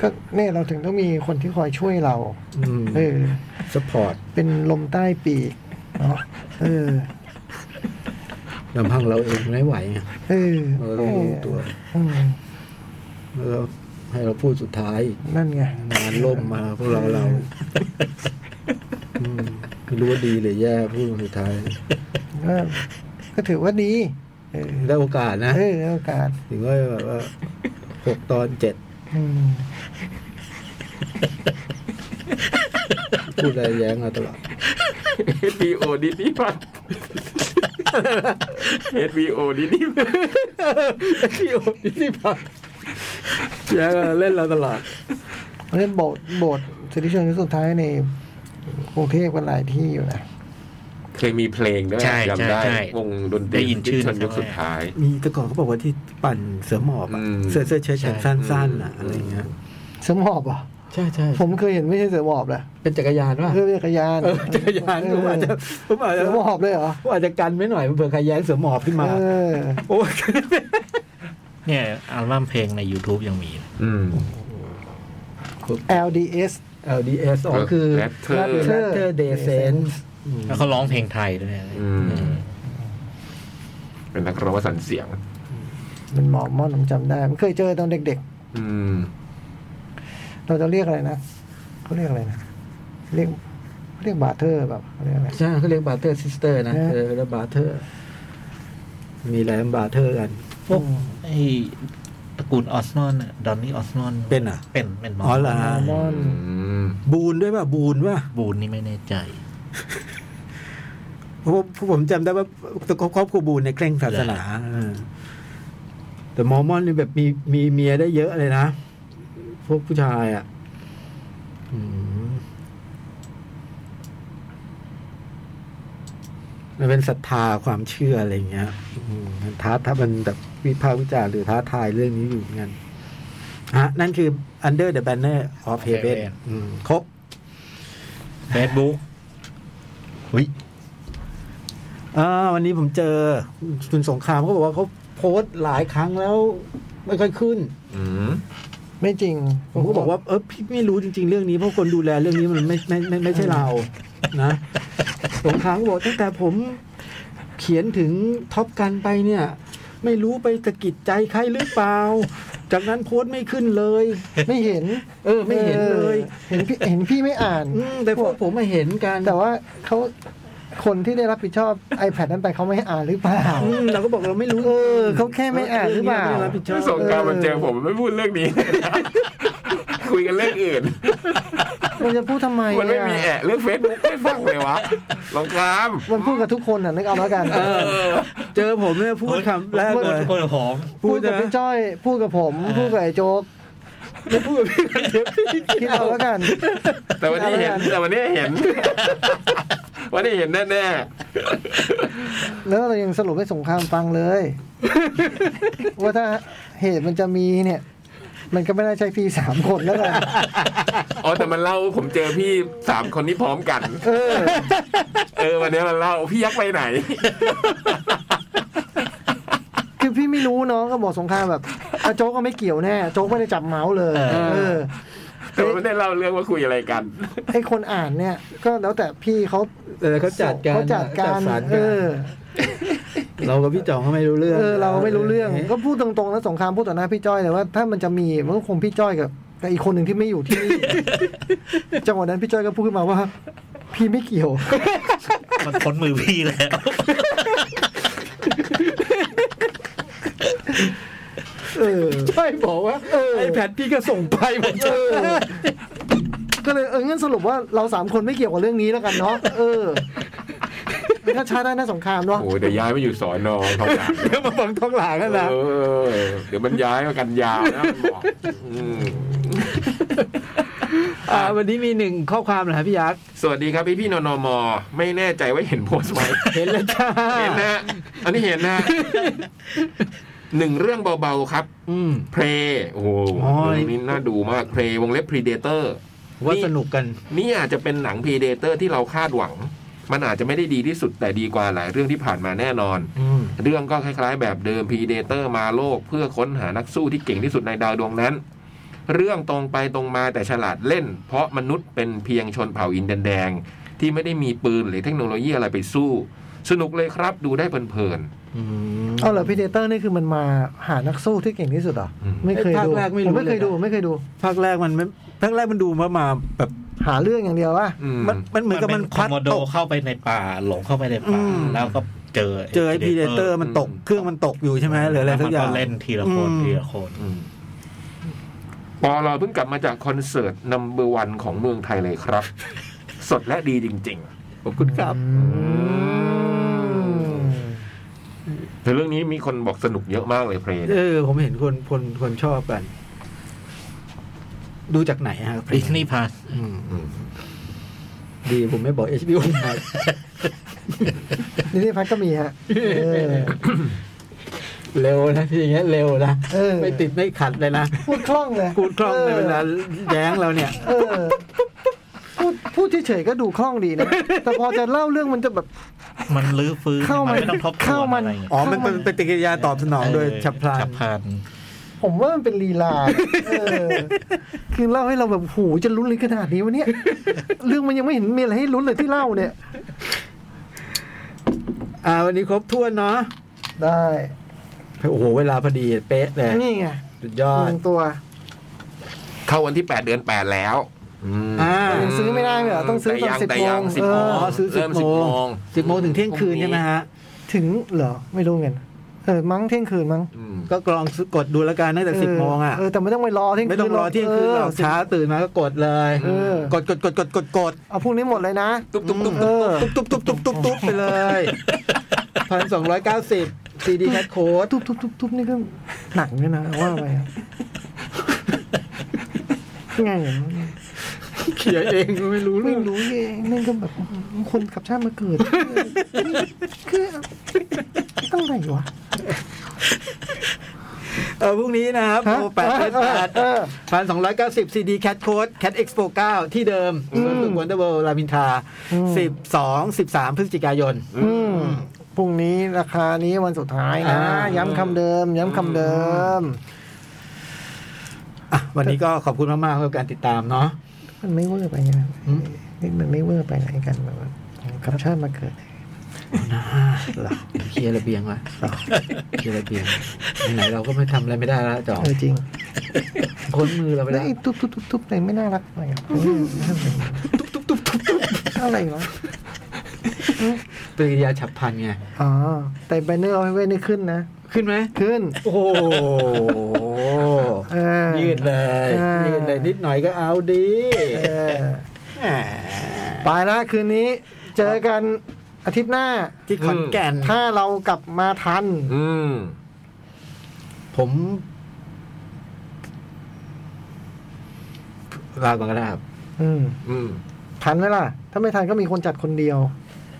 B: ก็เนี่ยเราถึงต้องมีคนที่คอยช่วยเรา
A: อืม
B: เออ
A: สปอร์ต
B: เป็นลมใต้ปีกเนาะเออ
A: ลำพังเราเองไม่ไหวไง
B: เออ
A: เราต้องรู้ตัว
B: อืม
A: แล้วให้เราพูดสุดท้ายอีก
B: นั่นไง
A: งานล่มมาพวกเราเราอืมไม่รู้ว่าดีหรือแย่พูดสุดท้าย
B: ก็ก็ถือว่าดี เออ
A: ได้โอกาสนะ
B: เออได้โอกาส
A: ถึงว่าแบบว่าหกตอนเจ็ด
B: อืม
A: พูดอะไรแย้งเราตลอด
C: HBO ดิสนีย์พัน HBO ดิสนีย์พัน
A: ที่โอ้ที่พักแย้งเราเล่นเราตลอด
B: เล่นโบสถ์โบสถ์สิทธิชนสุดท้ายในกรุงเทพกันหลายที่อยู่นะ
C: เคยมีเพลงด้วย
D: ใช่
C: จำได้
D: ใช่ใช่
C: วงดนต
D: ได้
C: รี
D: ยินชื่อ
C: ที่ชนยุคสุดท้าย
A: มีแต่ก่อนเขาบอกว่าที่ปั่นเสือหมอบอะ
C: อืม
A: เสื้อเสื้อเชิ้ตแขนสั้นๆอะอะไรเงี้ย
B: เสือหมอบเหรอ่ะ
A: ใช่ใช่
B: ผมเคยเห็นไม่ใช่เสือหมอบนะ
A: เป็นจักรยานว่ะ
B: เรื่องจักรยาน
A: เออจักรยาน
B: เอ
A: ผมอาจจะ
B: อ
A: ผมอาจ
B: เสื
A: จะ
B: อหมอบเลยเหรอ
A: ว่าอาจจะกันไม่หน่อยเผื่อใครแย้งเสือหมอบขึ้นมา
B: เออ
A: โอ้ ย
D: เนี่ยอัลบั้มเพลงใน YouTube ยังมีเลย
C: อืม
B: เออ LDS
A: LDS อ๋อคือ
C: Letter
A: Letter Day Sense
D: แล้วเขาร้องเพลงไทยด้วย
C: อืม เป็นนักร้องประสันเสียง
B: มันหมอบม่อนผมจำได้มันเคยเจอตอนเด็ก
C: อืม
B: ๆ เราจะเรียกอะไรนะเขาเรียกอะไรนะเรียกเรียกบาเทอร์แบบเขาเรียกอะไร
A: ใช่เขาเรียกบาร์เทอร์ซิสเตอร์นะ
B: นะ
A: เออแล้วบาร์เทอร์ มีแหลมบาร์เทอร์กัน
D: พวกไอ้ตระกูลออสนอนดอนนี่ออสนอน
A: เป็นอ่ะ
D: เป็นเป็นหม
A: อ๋อเหรอฮะ
B: ม่อน
C: อืม
A: บูนด้วยป่ะ บูนป่ะ
D: บูนนี่ไม่แน่ใจ
A: เพราะว่าเพราะผมจำได้ว่าครอบครัวบูนเนี่ยเคร่งศาสนาเออแต่มอร์มอนนี่แบบมีมีเมียได้เยอะเลยนะ พวกผู้ชายอ่ะอืมมันเป็นศรัทธาความเชื่ออะไรอย่างเงี้ยอืมมันท้าถ้ามันแบบวิพากษ์วิจารณ์หรือท้าทายเรื่องนี้อยู่เหมือนกันฮะ นั่นคือ Under the Banner of Heaven อืมครบ
D: เฟซบุ๊กวิ
A: อ่าวันนี้ผมเจอคุณสงครามเขาบอกว่าเขาโพสต์หลายครั้งแล้ว ไม่ค่อยขึ้น
C: อืม
B: ไม่จริง
A: ผมก็บอกว่าเออพี่ไม่รู้จริง ๆ เรื่องนี้เพราะคนดูแลเรื่องนี้มันไม่ไม่ไม่ไม่ใช่เรา นะ สงครามก็บอกตั้งแต่ผมเขียนถึงท็อปกันไปเนี่ย ไม่รู้ไปสะกิดใจใครหรือเปล่า จากนั้นโพสต์ไม่ขึ้นเลย
B: ไม่เห็น
A: เออไม่เห็นเลย
B: เห็นพี่เห็นพี่ไม่อ่าน
A: อืมแต่พวกผมไม่เห็นกัน
B: แต่ว่าเขาคนที่ได้รับผิดชอบ iPad นั้นไปเขาไม่ให้อ่านหรือเปล่า
A: อืมเราก็บอกเราไม่รู้
B: เออเขาแค่ไม่อ่านหรือเปล่า
A: ไม่ได้บผิดชอบ
C: สงกรารมันเจอผมไม่พูดเรื่องนี้ คุยกันเรื่องอื่น
B: มันจะพูดทำไม
C: มันไม่มี
B: อ่ะ
C: แอะเรื่องเฟซบุ๊กไม่ฟังเลยวะสงกราม
B: มันพูดกับทุกคนอ่ะนึกเอาแล้วกัน
A: เออ เจอผมเนี่ยพูดคำแรกเลย
D: คนหอม
B: พูดกับ
A: นะ
B: พี่จ้อยพูดกับผมพูดกับไอ้โจ๊ก
A: ไม่พูดกับพี่เจี๊ยบ
B: คิดเอาแล้วกัน
C: แต่วันนี้เห็น แต่วันนี้เห็น วันนี้เห็นแน่
B: แล้วเรายังสรุปให้สงครามฟังเลย ว่าถ้าเหตุมันจะมีเนี่ย มันก็ไม่ได้ใช่พี่สามคนแล้ว กัน
C: ๆอ๋อแต่มันเล่าผมเจอพี่สามคนนี้พร้อมกัน
B: เออ
C: เออวันนี้มันเล่าพี่ยักษ์ไปไหน
B: คือพี่ไม่รู้น้องก็บอกสงครามแบบอ่ะโจ๊กก็ไม่เกี่ยวแน่โจ๊กไม่ได้จับเมาส์เลยเออ
C: แต่มันไม่ได้เล่าเรื่องว่าคุยอะไรกัน
B: ให้คนอ่านเนี่ย ก็แล้วแต่พี่เขา
A: เออเขาจัดการ
B: เขาจัดการ
A: สร
B: เอ
A: กั
B: อ
A: นเรากับพี่จ่องเขาไม่รู้เรื่อง
B: เออ เราไม่รู้เรื่องก็พูดตรงๆนะสงครามพูดต่อหน้าพี่จ้อยเลยว่าถ้ามันจะมีมันก็คงพี่จ้อยกับกับอีกคนหนึ่งที่ไม่อยู่ ที่นี่ จังหวะนั้นพี่จ้อยก็พูดขึ้นมาว่า พี่ไม่เกี่ยว
D: มันพ้นมือพี่แล้ว
B: เออ
A: ใช่บอกว่า
B: เออ
A: ไอแพดพี่ก็ส่งไปหมดเลย
B: ก็เลยเอองั้นสรุปว่าเราสามคนไม่เกี่ยวกับเรื่องนี้แล้วกันเนาะเออมันก็ช้าได้นะสงครามเนาะ
C: โอ้ยเดี๋ยวย้ายไปอยู่สอนอเขาอยาก
A: เดี๋ยวมาฟังท้องหลังกันนะ
C: เออเดี๋ยวมันย้ายมากันยาวนะมันบอกอืม
A: อ่าวันนี้มีหนึ่งข้อความนะครับพี่ยักษ์
C: สวัสดีครับพี่พี่ๆนนมไม่แน่ใจว่าเห็นโพสต์ไหม
A: เห็นแล้วจ้า
C: เห็นนะ อันนี้เห็นนะหนึ่งเรื่องเบา ๆ ครับ
A: อืม
C: เพลโอ้โห
A: อ๋อ
C: เรื่
A: นี่
C: องนี่น่าดูมากเพลวงเล็บ Predator
A: ว่าสนุกกัน
C: นี่อาจจะเป็นหนัง Predator ที่เราคาดหวัง มันอาจจะไม่ได้ดีที่สุดแต่ดีกว่าหลายเรื่องที่ผ่านมาแน่นอน
A: อืม
C: เรื่องก็คล้ายๆ แบบเดิมพีเดเตอร์มาโลก เพื่อค้นหานักสู้ที่เก่งที่สุดในดาวดวงนั้น เรื่องตรงไปตรงมาแต่ฉลาดเล่น เพราะมนุษย์เป็นเพียงชนเผ่าอินเดียนแดง ที่ไม่ได้มีปืนหรือเทคโนโลยีอะไรไปสู้ สนุกเลยครับดูได้เพลิน
A: อืม
B: เอาเหรอพีเดเตอร์นี่คือมันมาหานักสู้ที่เก่งที่สุดเหรอ
C: อืม
B: ไม่เคยดู
A: ภาคแรกไม่
B: ผ
A: รู้
B: มไม่เคยดู
A: เลยนะ
B: ไม่เคยดู
A: ภาคแรกมันไม่ภาคแรกมันดูมามาแบบ
B: หาเรื่องอย่างเดียวว่ะ
C: ๆอืม
A: มันมันเหมือนกับมัน
D: ค
A: พัด
D: โมโด
A: ตก
D: เข้าไปในป่าหลงเข้าไปในป่า
A: อืม
D: แล้วก็เจอ
A: เจอไอ้พีเดเตอร์มันตกเครื่องมันตกอยู่ใช่ไหมหรืออะไรสักอย่าง
D: แล้วมันเล่นทีละคน
A: อืม
D: ทีละคน
C: อืมปอเราเพิ่งกลับมาจากคอนเสิร์ตนัมเบอร์วันของเมืองไทยเลยครับ สดและดีจริงๆขอบคุณครับ แต่เรื่องนี้มีคนบอกสนุกเยอะมากเลยเพลง
A: เออ ผมเห็นคนคนคนชอบกัน ดูจากไหนฮะ
D: ดิสนีย์พาส
A: อืมอืมดีผมไม่บอก HBO ครับ
B: ดิสนีย์พัทก็มีฮะเออ
A: เร็วนะพี่อย่างเงี้ยเร็วนะ
B: เออ
A: ไม่ติดไม่ขัดเลยนะ
B: พูดคล่องเลย
A: พูดคล่องในเวลาแย้งเราเนี่ย
B: เออพูดพูดเฉยๆก็ดูคล่องดีนะ แต่พอจะเล่าเรื่องมันจะแบบ
D: มันลื้อฟื้น
B: เข้ามัน
D: ไม่ต้องทบท
B: เข้า
D: วน
B: มั
D: อะ
B: น
D: ไรอย่างเงี้ย
A: อ๋อ มันเป็นปฏิกิริยาตอบสนองโดยฉับพลัน
D: ฉับพลัน
B: ผมว่ามันเป็นลีลาเออคือเล่าให้เราแบบหูจะลุ้นเลยขนาดนี้วะเนี่ยเรื่องมันยังไม่เห็นมีอะไรให้ลุ้นเลยที่เล่าเนี่ย
A: อ่า วันนี้ครบถ้วนเนาะ
B: ได้
A: โอ้โห เวลาพอดีเป๊ะเลย
B: นี่ไง
A: สุดยอ
B: ห
A: ด
B: นึ่งตัว
C: เข้าวันที่ 8 เดือน 8 แล้ว
A: อ่า
B: ยังซื้อไม่ได้เหรอต้องซื้อตอน
C: แต่ยั
B: 10
C: แต่ยัง
B: โมง
A: อ๋อ ซื้อสิบ
C: เริ่
A: โม
C: 10
A: งสิบโมงถึงเที่ยงคืนใช่ไหมฮะ
B: ถึงเหรอไม่รู้เหมือนกันเออมั้งเที่ยงคืนมั้ง
C: อืม
A: ก็กรองกดดูแล้วกันตั้งแต่สิบโมงอ่ะ
B: เออแต่ไม่ต้องไปรอเที่ยงคืน
A: ไม่ต้องรอเที่ยงคืนหรอก
B: เออ
A: เช้าตื่นมาก็กดเลย
B: เออ
A: กดกดกดกดกดกด
B: เอาพรุ่งนี้หมดเลยนะ
C: ตุ๊บตุ๊บตุ๊บ
B: เออ
A: ตุ๊บตุ๊บตุ๊บตุ๊บตุ๊บตุ๊บไปเลยพันสองร้อยเก้าสิบซีดีแคทโค้ด
B: ทุบทุบทุบทุบนี่ก็หนักเลยนะว่าไปอะ ไงอะ
A: เขียนเองไม่รู้เรื่
B: ไม่
A: อง
B: รู้เองนั่นก็แบบคนกับชาติมาเกิดคือตั้งไหนวะ
A: เออพรุ่งนี้นะครับโอแปดเดือนแปด
B: เออ
A: พันสองร้อยเก้าสิบซีดีแคทโค้ดแคทเอ็กซ์โปเก้าที่เดิมสวนสุขวันเดอร์เวิลด์รามอินทรา
B: อืม
A: สิบสองสิบสามพฤศจิกายน
B: อืมพรุ่งนี้ราคานี้วันสุดท้ายนะ
A: อ่า
B: ย้ำคำเดิม ย้ำคำเดิม
A: อ่ะวันนี้ก็ขอบคุณมากๆกับการติดตามเนาะ
B: มันไม่เวอร์ไปไง
A: อืม
B: นี่มันไม่เวอร์ไปไหนกันแบบว่ากับชาติมาเกิด
A: เหรอเคลียร์ระเบียงวะเหรอเคลียร์ระเบียงไหนๆเราก็ไม่ทำอะไรไม่ได้แล้วจ่อง
B: เออจริง
A: พ้นมือเราไปแล้ว
B: ไอ้ตุ๊บตุ๊บตุ๊บตุ๊บไหนไม่น่ารักหน่อยอะ
H: ตุ๊บตุ๊บตุ๊บตุ๊บตุ๊บ
B: อะไรวะ
A: ปฏิกิริยาฉับพลันไง
B: อ๋อแต่แบนเนอร์เอาไว้นี่ขึ้นนะ
H: ขึ้นไหม
B: ขึ้น
A: โอ้โห
B: เออ
A: ยืดเลย
B: อ่ายื
A: ยืดเลยนิดหน่อยก็เอาดี
B: เออ
A: แหม
B: ไปละคืนนี้ เจอกันอาทิตย์หน้า
H: ที่ขอนแก่น
B: ถ้าเรากลับมาทัน
C: อืม
A: ผมลาก่อนก็ได้ครับ
B: อืม
C: อืม
B: ทันไหมล่ะ ถ้าไม่ทันก็มีคนจัดคนเดียว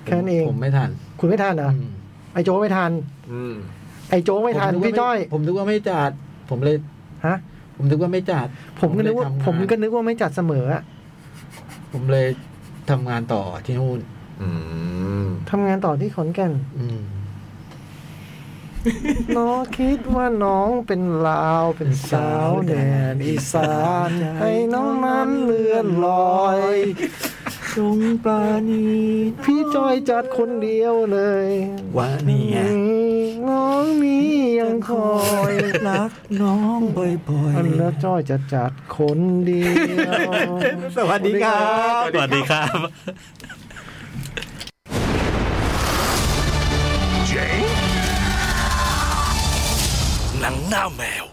B: แค่นั้นเอง
A: ผมไม่ทัน
B: คุณไม่ทันเหรอ
A: อืม
B: ไอโจไม่ทัน
C: อืม
B: ไอโจไม่ทัน
A: ผกว่า
B: พี่จ้อย
A: ผมนึกว่าไม่จัด ผมเลย
B: ฮะ
A: ผมนึกว่าไม่จัด
B: ผมก็นึกว่า
A: เลยทำง
B: ผมก็นึกว่าไม่จัดเสมออะ
A: ผมเลยทำงานต่อที่นู่น
C: อืม
B: ทำงานต่อที่ขอนแก่น
A: อืม
B: น้องคิดว่าน้องเป็นลาวเป็นสาวแดนอีส านให้น้องนั้นเลื่อนลอย
H: จงปราณี
B: พี่จอยจัดคนเดียวเลย
H: ว่านี่ไง
B: น้องนี้ยังคอย
H: รักน้องบ่อย
B: อันแล้วจอยจะจัดคนเดียว
H: ๆสวัสดีครับ
D: สวัสดีครับ
I: หนังหน้าแมว